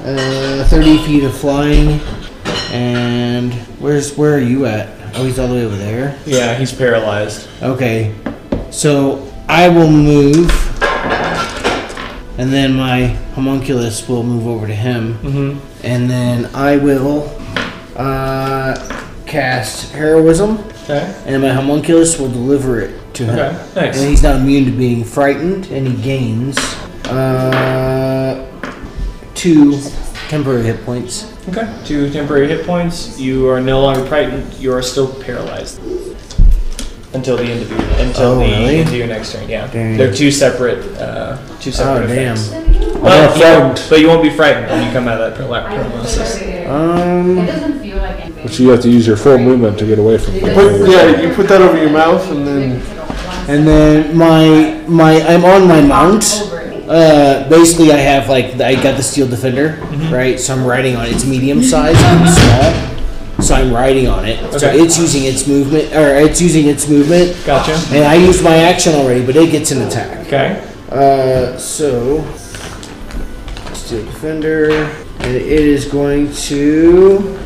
Speaker 5: Uh, 30 feet of flying, and where's where are you at? Oh, he's all the way over there.
Speaker 1: Yeah, he's paralyzed.
Speaker 5: Okay, so I will move, and then my homunculus will move over to him,
Speaker 1: Mm-hmm.
Speaker 5: and then I will uh, cast heroism,
Speaker 1: Okay.
Speaker 5: and my homunculus will deliver it to him.
Speaker 1: Okay.
Speaker 5: And
Speaker 1: Nice.
Speaker 5: he's not immune to being frightened, and he gains uh, two temporary hit points.
Speaker 1: Okay. Two temporary hit points. You are no longer frightened. You are still paralyzed until the end of your until
Speaker 5: Oh,
Speaker 1: the
Speaker 5: really?
Speaker 1: end of your next turn. Yeah.
Speaker 5: Dang.
Speaker 1: They're two separate uh, two separate
Speaker 5: Oh damn!
Speaker 1: effects. But, you won't, but you won't be frightened when you come out of that parala- paralysis.
Speaker 5: Um,
Speaker 8: doesn't feel like anything.
Speaker 6: But you have to use your full movement to get away from
Speaker 8: But-
Speaker 3: Put,
Speaker 6: it.
Speaker 3: yeah, you put that over your mouth and then.
Speaker 5: and then my my I'm on my mount. Uh, basically, I have like I got the steel defender, right? So I'm riding on it. it's medium sized, it's small, so I'm riding on it. So
Speaker 1: Okay.
Speaker 5: it's using its movement, or it's using its movement,
Speaker 1: Gotcha.
Speaker 5: and I used my action already, but it gets an attack.
Speaker 1: Okay.
Speaker 5: Uh, so steel defender, and it is going to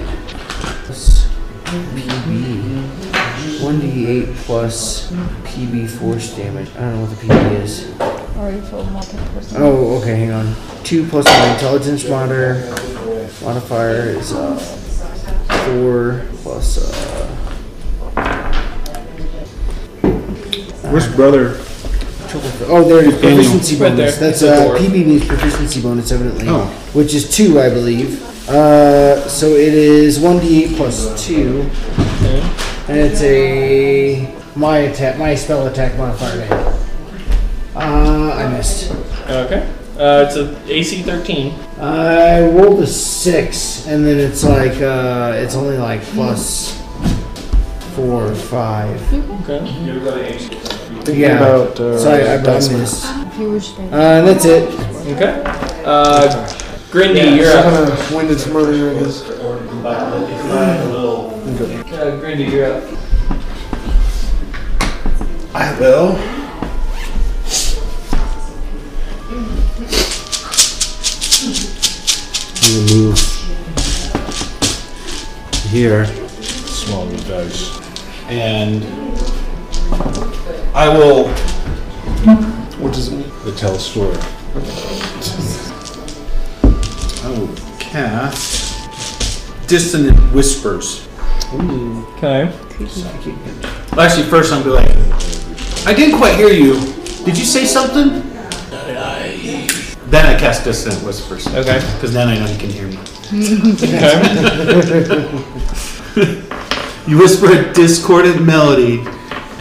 Speaker 5: PB one d eight plus PB force damage. I don't know what the PB is.
Speaker 2: Already filled multiple person.
Speaker 5: Oh, okay, hang on. Two plus my intelligence modifier, modifier is uh, four plus. Uh,
Speaker 6: Where's brother?
Speaker 5: oh, there it is. Proficiency
Speaker 1: Right
Speaker 5: bonus.
Speaker 1: there.
Speaker 5: That's
Speaker 1: It's a
Speaker 5: uh,
Speaker 1: four.
Speaker 5: PB means proficiency bonus, evidently,
Speaker 6: Oh.
Speaker 5: which is two, I believe. Uh, so it is one d8 plus two, and it's a my attack, my spell attack modifier. to hit. Uh, I missed.
Speaker 1: Okay. Uh, it's a AC 13.
Speaker 5: I rolled a six, and then it's like uh, it's only like plus four or five.
Speaker 1: Okay.
Speaker 3: Thinking
Speaker 5: Yeah.
Speaker 3: about. Uh,
Speaker 5: So I, I brought
Speaker 3: dice
Speaker 5: this. Uh,
Speaker 2: He was dead.
Speaker 5: and that's it.
Speaker 1: Okay. Uh, Grindy,
Speaker 3: Yeah,
Speaker 1: you're
Speaker 3: so
Speaker 1: up.
Speaker 3: I'm gonna wind its murder, I guess.
Speaker 1: Uh, Grindy, you're up.
Speaker 4: I will. I'm gonna move here,
Speaker 6: Small dice.
Speaker 4: and I will.
Speaker 3: What does it mean?
Speaker 6: They tell a story.
Speaker 4: I will cast dissonant whispers.
Speaker 1: Okay.
Speaker 4: Well, actually, first I'm gonna be like, I didn't quite hear you. Did you say something? Then I cast dissonant whispers.
Speaker 1: Okay.
Speaker 4: Because then I know you can hear me.
Speaker 1: Okay.
Speaker 4: You whisper a discordant melody,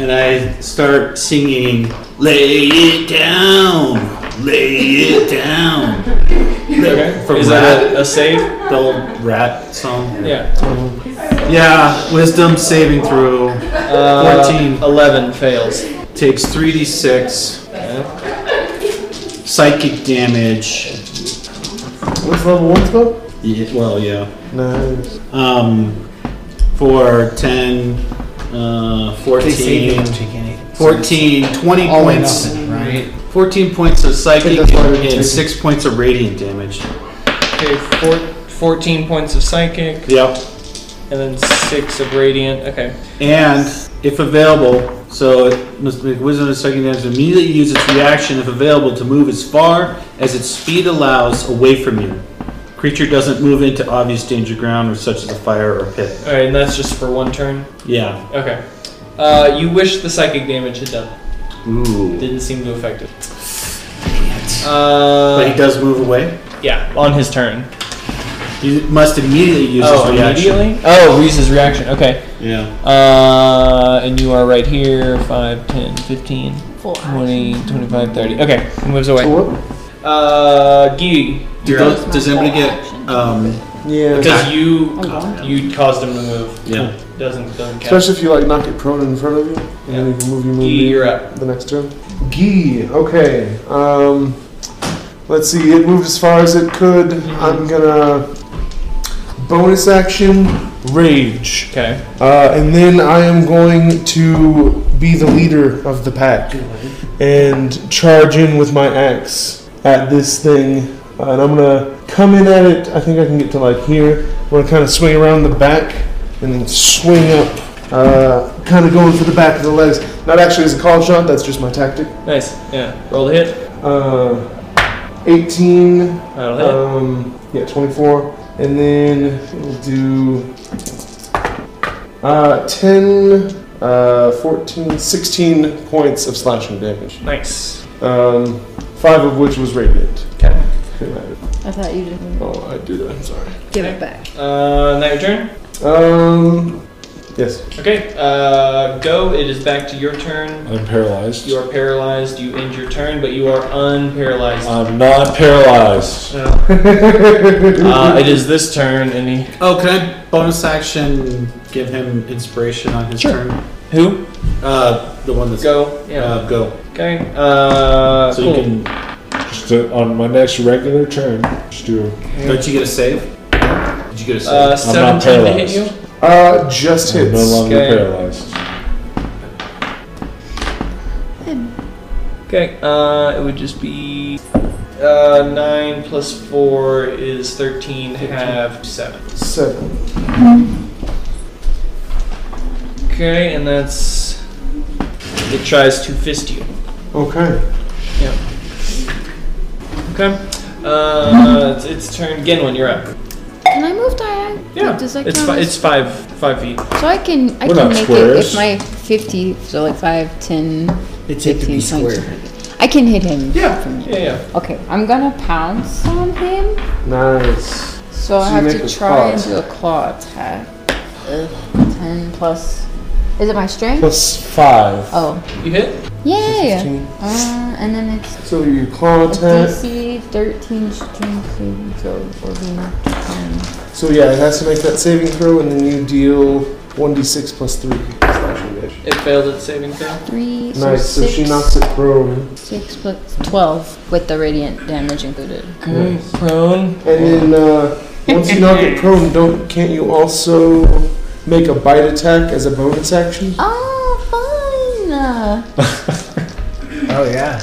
Speaker 4: and I start singing, Lay it down, lay it down.
Speaker 1: okay.
Speaker 4: From
Speaker 1: Is
Speaker 4: rat,
Speaker 1: that a, a save?
Speaker 4: the old rat song?
Speaker 1: Yeah.
Speaker 4: Yeah, wisdom saving throw.
Speaker 1: Uh,
Speaker 4: 14.
Speaker 1: 11 fails.
Speaker 4: Takes 3d6 psychic damage.
Speaker 3: What's level one's called?
Speaker 4: Yeah, well, yeah.
Speaker 3: Nice.
Speaker 4: Um, for 10, Uh,
Speaker 7: They say they
Speaker 4: 14,
Speaker 7: don't take anything.
Speaker 4: 14, 20
Speaker 5: All or
Speaker 4: points.
Speaker 5: nothing, right?
Speaker 4: 14 points of psychic
Speaker 7: Take the fire
Speaker 4: and,
Speaker 7: take-
Speaker 4: 6 points of radiant damage.
Speaker 8: Okay, four, 14 points of psychic,
Speaker 4: Yep.
Speaker 8: and then six of radiant. Okay.
Speaker 4: And if available, so it must make wisdom and second damage immediately use its reaction if available to move as far as its speed allows away from you. Creature doesn't move into obvious danger ground or such as a fire or a pit.
Speaker 8: All right, and that's just for one turn.
Speaker 4: Yeah.
Speaker 8: Okay. Uh, you wish the psychic damage had done.
Speaker 4: Ooh.
Speaker 8: Didn't seem to affect it.
Speaker 4: But he
Speaker 8: Uh,
Speaker 4: does move away.
Speaker 8: yeah, on his turn.
Speaker 4: He must immediately use
Speaker 8: oh,
Speaker 4: his reaction.
Speaker 8: immediately? Oh, use his reaction. Okay.
Speaker 4: Yeah.
Speaker 8: Uh, and you are right here 5, 10, 15,
Speaker 2: Full
Speaker 8: 20, 25, 30. Okay, he moves away. Uh, Gee,
Speaker 4: Do
Speaker 8: you're
Speaker 4: those-
Speaker 8: up.
Speaker 4: does anybody get?
Speaker 1: uh,
Speaker 2: Oh,
Speaker 4: Um,
Speaker 3: Yeah.
Speaker 8: Because you,
Speaker 2: wow.
Speaker 8: you caused him to move.
Speaker 4: yeah.
Speaker 8: Doesn't, doesn't count.
Speaker 3: Especially if you like knock it prone in front of you, and then you can move your
Speaker 8: Gee,
Speaker 3: movement
Speaker 8: you're up.
Speaker 3: the next turn. Gee, okay. Um, let's see. It moved as far as it could. I'm gonna bonus action rage,
Speaker 8: Okay.
Speaker 3: uh, and then I am going to be the leader of the pack and charge in with my axe at this thing. Uh, and I'm gonna come in at it. I think I can get to like here. I'm gonna kind of swing around the back and then swing up. Uh, kind of going for the back of the legs. Not actually as a call shot. That's just my tactic.
Speaker 8: Nice. Yeah. Roll the hit.
Speaker 3: Uh, 18.
Speaker 8: That'll hit.
Speaker 3: Um, yeah, 24. And then we'll do uh, 10, uh, 14, 16 points of slashing damage.
Speaker 8: nice.
Speaker 3: Um, five of which was radiant.
Speaker 8: Okay.
Speaker 2: I thought you didn't
Speaker 3: Oh, I did. I'm sorry.
Speaker 2: give it back.
Speaker 8: Uh, now your turn.
Speaker 3: Um, yes.
Speaker 8: Okay. Uh, go. It is back to your turn.
Speaker 14: I'm paralyzed.
Speaker 8: You are paralyzed. You end your turn, but you are unparalyzed.
Speaker 14: I'm not paralyzed.
Speaker 8: Uh, it is this turn, and he.
Speaker 4: Oh, can I bonus action give him inspiration on his turn?
Speaker 8: Who?
Speaker 4: Uh, the one that's
Speaker 8: Go. Yeah.
Speaker 4: Uh, go.
Speaker 8: Okay. Uh,
Speaker 4: So
Speaker 8: cool.
Speaker 4: you can.
Speaker 14: Just uh, on my next regular turn, just do.
Speaker 4: Don't you get a save? Did you get a save?
Speaker 8: uh,
Speaker 14: I'm not
Speaker 8: 17 to hit you.
Speaker 14: paralyzed.
Speaker 3: Uh, just
Speaker 14: I'm no
Speaker 3: hits.
Speaker 14: longer
Speaker 8: Okay.
Speaker 14: paralyzed.
Speaker 8: Okay. Uh, it would just be. Uh, 9 plus 4 is 13, have 7.
Speaker 3: Seven.
Speaker 8: Okay, and that's. It tries to fist you.
Speaker 3: Okay.
Speaker 8: Okay. Uh, it's, it's turn again when you're up.
Speaker 2: Can I move diagonal?
Speaker 8: Yeah.
Speaker 2: Does that
Speaker 8: it's
Speaker 2: count?
Speaker 8: fi- it's five five feet.
Speaker 2: so I can I
Speaker 14: We're
Speaker 2: can
Speaker 14: not
Speaker 2: make
Speaker 14: squares.
Speaker 2: it if my fifty so like 5, 10,
Speaker 5: It's it to
Speaker 2: 15,
Speaker 5: be square.
Speaker 2: 20. I can hit him. from here.
Speaker 8: Yeah, yeah.
Speaker 2: Okay, I'm gonna pounce on him.
Speaker 3: Nice. So
Speaker 2: So I
Speaker 3: you
Speaker 2: have
Speaker 3: make a
Speaker 2: to try and
Speaker 3: claw
Speaker 2: do a claw attack. Ugh, 10 plus. Is it my strength?
Speaker 3: Plus five.
Speaker 2: oh.
Speaker 8: You hit?
Speaker 2: Yay!
Speaker 3: 15.
Speaker 2: Uh, and then it's
Speaker 3: So you claw attack.
Speaker 2: DC 13 strength saving throw for being um,
Speaker 3: So yeah, it has to make that saving throw, and then you deal 1d6 plus three slashing damage.
Speaker 8: It failed its saving throw.
Speaker 2: 3.
Speaker 3: Nice. So
Speaker 2: So
Speaker 3: she knocks it prone,
Speaker 2: 6 plus 12 with the radiant damage included.
Speaker 8: Okay, prone.
Speaker 3: and then uh, once you knock it prone, don't can't you also make a bite attack as a bonus action?
Speaker 2: Oh, fun! Uh,
Speaker 5: Oh yeah.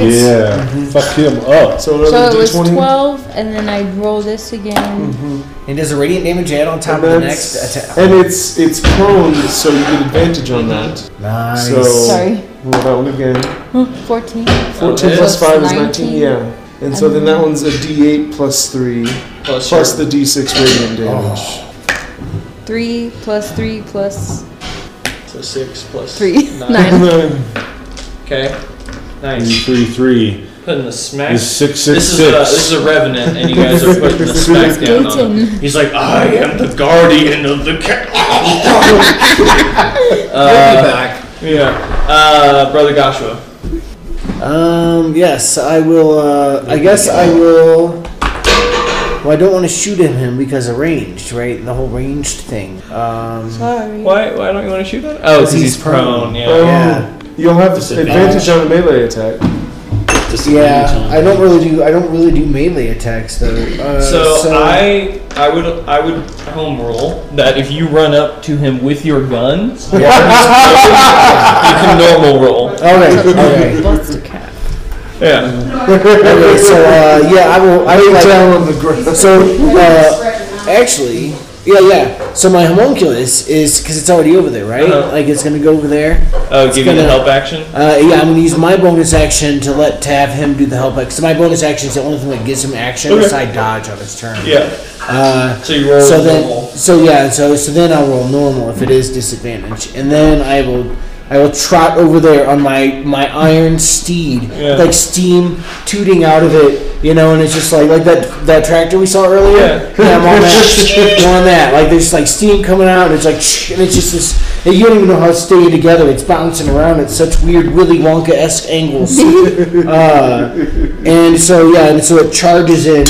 Speaker 14: Yeah, fuck him up.
Speaker 3: So
Speaker 2: So
Speaker 3: another
Speaker 2: it was
Speaker 3: d20.
Speaker 2: 12, and then I roll this again.
Speaker 5: And does the radiant damage add on top
Speaker 3: And,
Speaker 5: of the next
Speaker 3: that's-
Speaker 5: attack?
Speaker 3: and it's it's prone, so you get advantage on that.
Speaker 5: Nice.
Speaker 3: So
Speaker 8: Mm-hmm.
Speaker 2: Sorry.
Speaker 3: roll that one again.
Speaker 2: 14.
Speaker 3: 14 plus
Speaker 2: Plus
Speaker 3: five is
Speaker 2: 19.
Speaker 3: 19. Yeah. And so then that one's a d8 plus three
Speaker 8: Plus,
Speaker 3: plus
Speaker 8: your-
Speaker 3: the d6 radiant damage.
Speaker 5: Oh.
Speaker 2: 3 plus 3 plus
Speaker 8: so six plus
Speaker 2: 3.
Speaker 8: Nine.
Speaker 2: 9.
Speaker 8: Okay. Nice.
Speaker 14: Three three
Speaker 8: Putting the smack.
Speaker 14: is six six
Speaker 8: this is a
Speaker 14: six.
Speaker 8: this is a revenant, and you guys are putting the smack down on him. He's like, I am the guardian of the cat.
Speaker 4: back.
Speaker 8: Yeah. Uh, brother Joshua.
Speaker 5: Um, yes, I will, uh, I guess I will, well, I don't want to shoot at him because of ranged, right? The whole ranged thing. Um,
Speaker 8: Why why don't you want to shoot that? Oh,
Speaker 5: 'Cause
Speaker 8: because Oh, he's,
Speaker 5: he's
Speaker 8: prone.
Speaker 5: prone.
Speaker 8: Yeah.
Speaker 3: Oh,
Speaker 5: Yeah.
Speaker 3: Um, You'll have
Speaker 4: Disadvantage.
Speaker 3: advantage on a melee attack.
Speaker 5: Yeah,
Speaker 4: disadvantage on.
Speaker 5: I don't really do. I don't really do melee attacks though. Uh,
Speaker 8: So, I I would I would home rule that if you run up to him with your gun, you can normal roll.
Speaker 5: Okay. Okay.
Speaker 2: Bust a cat.
Speaker 8: Yeah.
Speaker 5: okay so uh, yeah, I will. I will like, down on the ground. So uh, actually, yeah, yeah. So my homunculus is because it's already over there, right?
Speaker 8: Uh-huh.
Speaker 5: Like it's gonna go over there.
Speaker 8: Oh, give you the
Speaker 5: gonna-
Speaker 8: help action.
Speaker 5: Uh, yeah, I'm gonna use my bonus action to let to have him do the help. Because my bonus action is the only thing that gives him action
Speaker 8: Okay.
Speaker 5: aside dodge on his turn.
Speaker 8: Yeah.
Speaker 5: Uh,
Speaker 8: So you roll
Speaker 5: so
Speaker 8: normal.
Speaker 5: then, so yeah, so so then I'll roll normal if it is disadvantage, and then I will I will trot over there on my my iron steed,
Speaker 8: Yeah.
Speaker 5: like steam tooting out of it, you know, and it's just like like that that tractor we saw earlier.
Speaker 8: Yeah.
Speaker 5: I'm on that, I'm on that. Like there's like steam coming out, and it's like and it's just this. You don't even know how it's staying together. It's bouncing around at such weird Willy Wonka esque angles. uh, and so yeah, and so it charges in,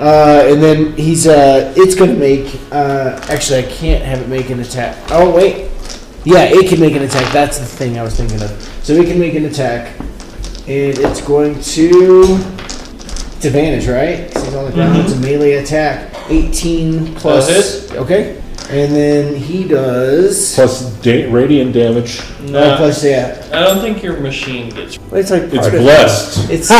Speaker 5: uh, and then he's uh, it's gonna make. Uh, actually, I can't have it make an attack. Oh wait, yeah, it can make an attack. That's the thing I was thinking of. So it can make an attack, and it's going to it's advantage, right? 'Cause he's on the ground. It's a melee attack. Eighteen plus.
Speaker 8: Does
Speaker 5: Okay, and then he does.
Speaker 6: Plus da- radiant damage.
Speaker 5: Oh,
Speaker 8: No,
Speaker 5: plus yeah,
Speaker 8: I don't think your machine gets.
Speaker 5: it's like
Speaker 6: It's blessed.
Speaker 5: It's uh,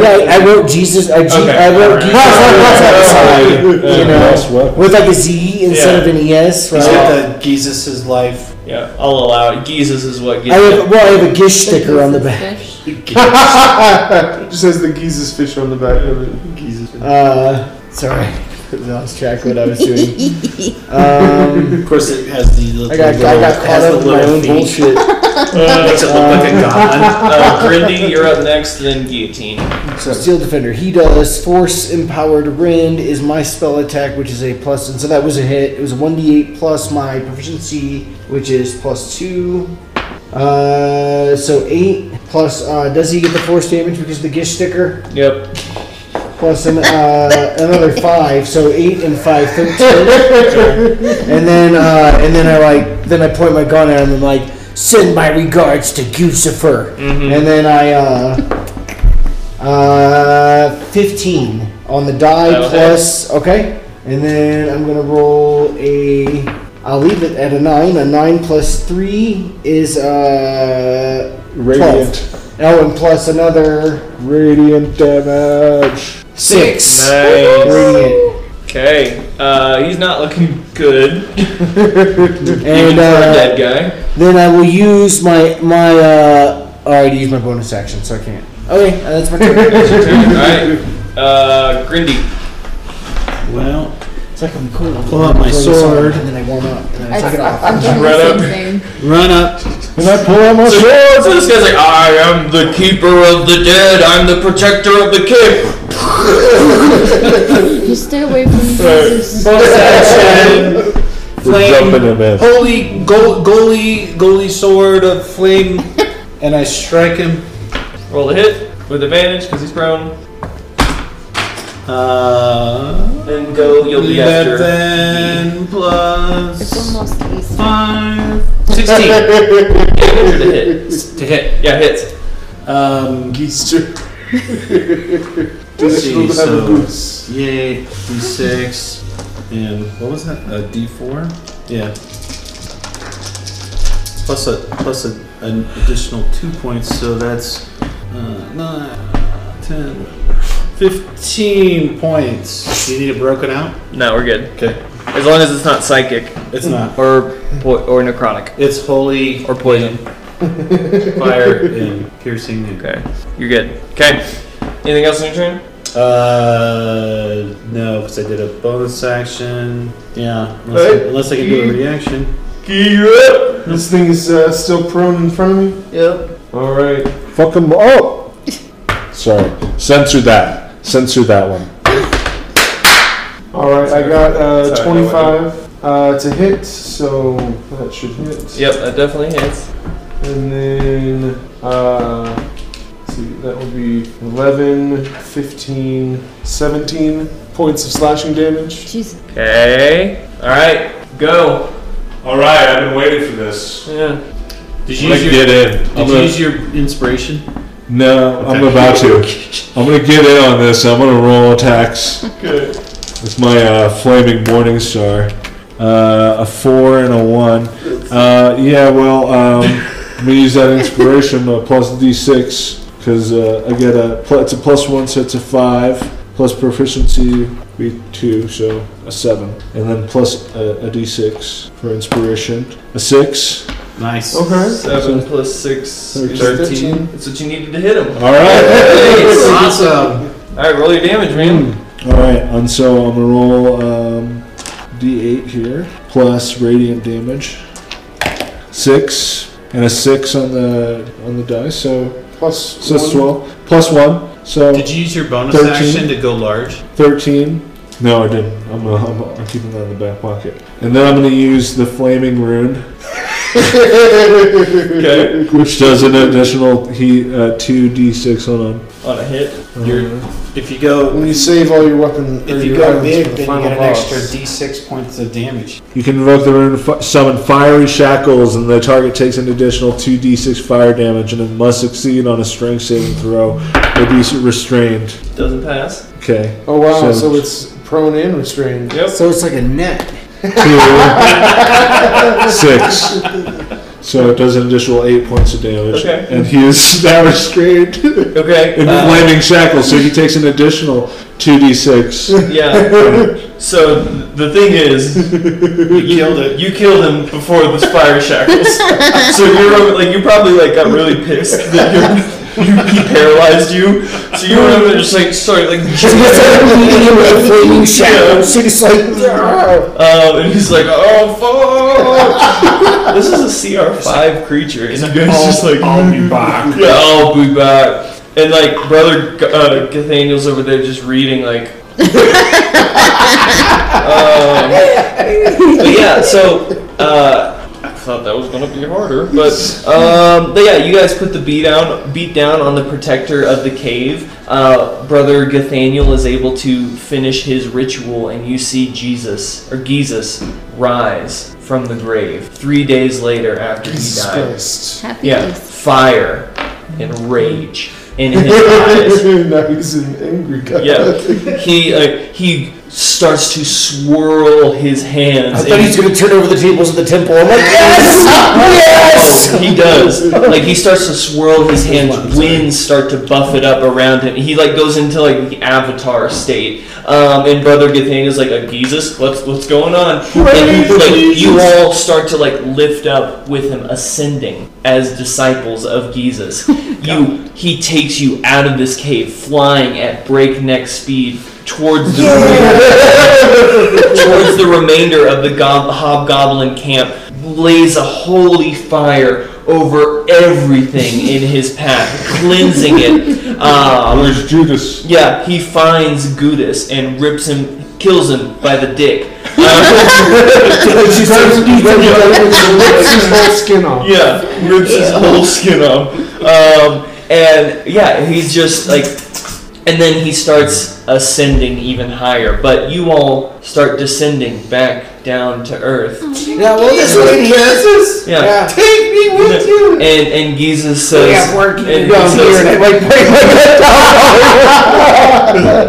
Speaker 5: yeah. I wrote Jesus. I, G-
Speaker 8: Okay,
Speaker 5: I wrote
Speaker 8: alright.
Speaker 5: Jesus on the
Speaker 6: Yeah,
Speaker 5: side, you know,
Speaker 6: blessed weapon.
Speaker 5: with like a Z instead of an
Speaker 1: Uh,
Speaker 5: ES, right?
Speaker 7: He's got the Jesus' life.
Speaker 8: Yeah, I'll allow it. Jesus is what
Speaker 5: I
Speaker 8: gets. it.
Speaker 5: have well, I have a gish sticker on the back.
Speaker 2: Fish.
Speaker 3: Just has the geezer's fish on the back of it.
Speaker 5: Uh, sorry, I lost track of what I was doing. Um,
Speaker 7: Of course, it has the little.
Speaker 5: I got I got caught up in my own bullshit.
Speaker 7: Makes it look like a god.
Speaker 8: Uh, Grindy, you're up next. Then guillotine.
Speaker 5: Steel Defender. He does Force Empowered Rend is my spell attack, which is a plus, and so that was a hit. It was a one d eight plus my proficiency, which is plus two. Uh, so eight plus. Uh, does he get the force damage because of the Gish sticker?
Speaker 8: Yep.
Speaker 5: Plus an, uh, another five, so eight and five, thirteen. and then uh, and then I like then I point my gun at him and like send my regards to Gucifer. And then I uh, uh, fifteen on the die
Speaker 8: That'll
Speaker 5: plus okay. And then I'm gonna roll a. I'll leave it at a nine. A nine plus three is uh. 12.
Speaker 6: Radiant.
Speaker 5: Oh, and plus another
Speaker 6: Radiant damage.
Speaker 5: six.
Speaker 8: Nice.
Speaker 5: Radiant.
Speaker 8: Okay. Uh, he's not looking good. Even
Speaker 5: And
Speaker 8: for a
Speaker 5: uh,
Speaker 8: dead guy.
Speaker 5: then I will use my my. Uh, I already used my bonus action, so I can't. Okay, uh, that's my turn.
Speaker 8: All right. Uh, Grindy.
Speaker 4: Well,
Speaker 5: it's like I'm cool.
Speaker 4: Pull out my
Speaker 5: Throw this
Speaker 4: sword.
Speaker 5: on, and then I warm up. And then I
Speaker 2: I,
Speaker 5: take it off.
Speaker 2: am doing
Speaker 8: Right
Speaker 2: the
Speaker 8: up.
Speaker 2: same thing.
Speaker 4: run up.
Speaker 6: Can I pull out my
Speaker 8: So,
Speaker 6: sword?
Speaker 8: so this guy's like, I am the keeper of the dead. I'm the protector of the king.
Speaker 2: You stay away from Jesus.
Speaker 7: Bonus action.
Speaker 6: We're
Speaker 7: Flame.
Speaker 6: jumping him in.
Speaker 7: Holy goal, goalie, goalie sword of flame, and I strike him.
Speaker 8: Roll a hit with advantage because he's prone.
Speaker 7: Uh,
Speaker 8: Then go. You'll be after.
Speaker 7: eleven plus
Speaker 2: It's almost Easter.
Speaker 7: five.
Speaker 8: 16. to hit. To hit. Yeah, hits.
Speaker 4: Um,
Speaker 3: Geezer.
Speaker 4: let's
Speaker 3: Does
Speaker 4: see,
Speaker 3: have a
Speaker 4: so
Speaker 3: goose?
Speaker 4: yay, d6, and what was that? A d4? Yeah. Plus a plus a, an additional two points, so that's uh, nine, 10, 15 points. Do you need it broken out?
Speaker 8: No, we're good.
Speaker 4: Okay,
Speaker 8: As long as it's not psychic
Speaker 4: it's not.
Speaker 8: or po- or necrotic
Speaker 4: It's holy
Speaker 8: or poison. Fire.
Speaker 4: and piercing. And,
Speaker 8: Okay. You're good. Okay. Anything else in your turn?
Speaker 4: Uh, no, because I did a bonus action. Yeah, unless, I, unless I can do a reaction.
Speaker 3: This thing is uh, still prone in front of me? Yep. Alright.
Speaker 6: Fuck him up. Sorry. Censor that. Censor that one.
Speaker 3: Alright, I got uh,
Speaker 8: Sorry,
Speaker 3: 25 uh, to hit, so that should hit.
Speaker 8: Yep, that definitely hits.
Speaker 3: And then, uh, let's see, that would be 11, 15, 17 points of slashing damage.
Speaker 2: Jesus.
Speaker 8: Okay. All right. Go.
Speaker 6: All right, I've been waiting for this.
Speaker 8: Yeah.
Speaker 4: Did you
Speaker 6: Like
Speaker 4: use your,
Speaker 6: did in.
Speaker 4: did you use your inspiration?
Speaker 6: No, I'm about to. I'm gonna get in on this. I'm gonna roll attacks.
Speaker 15: Good.
Speaker 6: With my uh, flaming morning star, uh, a four and a one. Uh, yeah, well, um, I'm gonna use that inspiration uh, plus d6 because uh, I get a pl- it's a plus one, so it's a five. Plus proficiency be two, so a seven, and then plus a, a d6 for inspiration, a six.
Speaker 16: Nice.
Speaker 3: Okay.
Speaker 1: Seven plus six is
Speaker 3: Thirteen.
Speaker 1: thirteen. That's what you needed to hit him.
Speaker 6: All right.
Speaker 5: Awesome.
Speaker 1: All right, roll your damage, man.
Speaker 6: All right, and so I'm gonna roll um, d8 here plus radiant damage, six and a six on the on the dice. So
Speaker 3: Plus
Speaker 6: so that's
Speaker 3: one.
Speaker 6: twelve plus one, so
Speaker 8: Did you use your bonus
Speaker 6: 13.
Speaker 8: action to go large?
Speaker 6: thirteen. No, I didn't. I'm, uh, I'm, I'm keeping that in the back pocket, and then I'm gonna use the flaming rune,
Speaker 1: Okay.
Speaker 6: which does an additional he uh, two d6 on him.
Speaker 1: On a hit.
Speaker 8: You're, if you go,
Speaker 3: When you save all your weapon, or
Speaker 8: if you
Speaker 3: your
Speaker 8: go
Speaker 3: items
Speaker 8: big,
Speaker 3: for
Speaker 8: then
Speaker 3: the
Speaker 8: you
Speaker 3: final
Speaker 8: get an
Speaker 3: boss.
Speaker 8: extra d6 points of damage.
Speaker 6: You can invoke the rune, fi- summon fiery shackles, and the target takes an additional 2d6 fire damage and it must succeed on a strength saving throw or be restrained.
Speaker 1: Doesn't pass.
Speaker 6: Okay.
Speaker 3: Oh wow!
Speaker 6: So-
Speaker 3: So, it's prone and restrained.
Speaker 1: Yep.
Speaker 5: So it's like a net.
Speaker 6: Two, six. So it does an additional 8 points of damage.
Speaker 1: Okay.
Speaker 6: And he is now restrained in
Speaker 1: Okay. uh,
Speaker 6: flaming shackles, so he takes an additional 2d6.
Speaker 1: yeah. So th- the thing is, you
Speaker 8: killed it.
Speaker 1: You killed him before the fire shackles. so you're over- like you probably like got really pissed that you're, you he paralyzed you. So you were over there just like sorry like.
Speaker 5: flaming
Speaker 1: shadows.
Speaker 5: She's like,
Speaker 1: Um, and he's like, oh, fuck. this is a CR5 creature. And the guy's just like, I'll be back. Yeah, I'll be back. And like, brother uh, Cathaniel's over there just reading, like, um, but yeah, so uh, I thought that was gonna be harder, but um, but yeah, you guys put the beat down, beat down on the protector of the cave. Uh, Brother Gathaniel is able to finish his ritual, and you see Jesus or Jesus rise from the grave three days later after
Speaker 3: Jesus
Speaker 1: he died.
Speaker 3: Christ.
Speaker 2: Happy
Speaker 1: Yeah,
Speaker 2: days.
Speaker 1: fire and rage in his eyes.
Speaker 3: now he's an angry guy.
Speaker 1: Yeah, he uh, he starts to swirl his hands.
Speaker 5: I thought
Speaker 1: in-
Speaker 5: he's gonna turn over the tables of the temple. I'm like, yes,
Speaker 1: Oh,
Speaker 5: yes.
Speaker 1: he does. Like he starts to swirl his hands. Winds start to buff it up around him. He like goes into like the avatar state. Um, and brother Gathan is like, like Jesus, what's what's going on? And like you all start to like lift up with him, ascending as disciples of Jesus. You he takes you out of this cave, flying at breakneck speed towards the towards the remainder of the gob- hobgoblin camp, lays a holy fire over everything in his path, cleansing it. Um,
Speaker 6: Where's Judas?
Speaker 1: yeah, he finds Gudis and rips him, kills him by the dick. Um,
Speaker 3: She starts rips his whole skin off.
Speaker 1: yeah, rips his whole skin off. Um, and yeah, he's just like, and then he starts ascending even higher. But you all start descending back down to earth.
Speaker 5: Yeah, well, this lady.
Speaker 8: Jesus,
Speaker 1: Yeah.
Speaker 8: take me
Speaker 1: with And and Giza says,
Speaker 5: Yeah, we're
Speaker 1: and
Speaker 5: keeping
Speaker 1: he
Speaker 5: down
Speaker 1: says-
Speaker 5: here, and I like break my head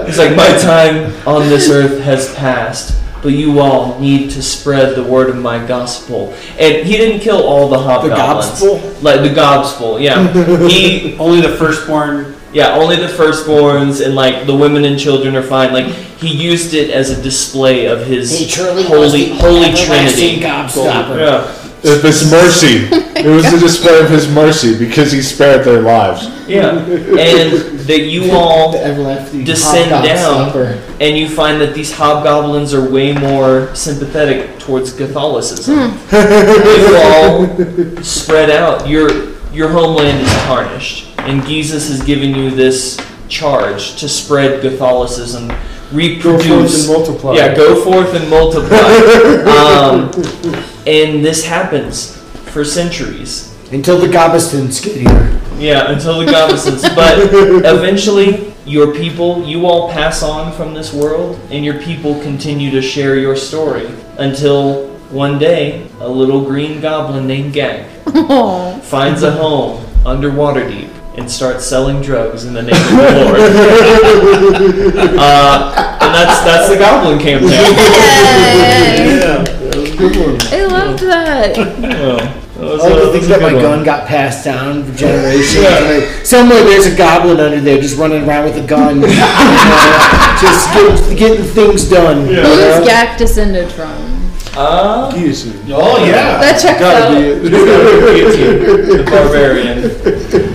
Speaker 1: he's like, my time on this earth has passed, but you all need to spread the word of my gospel. And he didn't kill all the hobgoblins. Like the gospel, yeah. he
Speaker 8: Only the firstborn.
Speaker 1: yeah, only the firstborns and like the women and children are fine. Like he used it as a display of his
Speaker 5: He truly was
Speaker 1: holy
Speaker 5: the
Speaker 1: holy
Speaker 5: everlasting
Speaker 1: trinity.
Speaker 5: gobstopper.
Speaker 1: Yeah.
Speaker 17: If it's mercy, it was a display of his mercy because he spared their lives.
Speaker 1: Yeah. And that you all descend down and you find that these hobgoblins are way more sympathetic towards Catholicism. you all spread out. Your your homeland is tarnished, and Jesus has given you this charge to spread Catholicism,
Speaker 3: Go forth and
Speaker 1: reproduce.
Speaker 3: multiply.
Speaker 1: Yeah, go forth and multiply. um, and this happens for centuries.
Speaker 5: Until the Gobistons get here.
Speaker 1: Yeah, until the goblins. but eventually, your people, you all pass on from this world, and your people continue to share your story until one day a little green goblin named Gag
Speaker 2: Aw.
Speaker 1: finds a home under Waterdeep and and start selling drugs in the name of the Lord. uh, and that's that's the Goblin campaign.
Speaker 2: Yeah, I loved that.
Speaker 5: I like to think that my gun got passed down for generations. and I- somewhere there's a goblin under there just running around with a gun, uh, just get, getting things done.
Speaker 2: Who is Gak descended from?
Speaker 1: Uh,
Speaker 3: Guillotine.
Speaker 7: Oh yeah.
Speaker 2: That checks out.
Speaker 3: Gotta be it.
Speaker 1: the barbarian.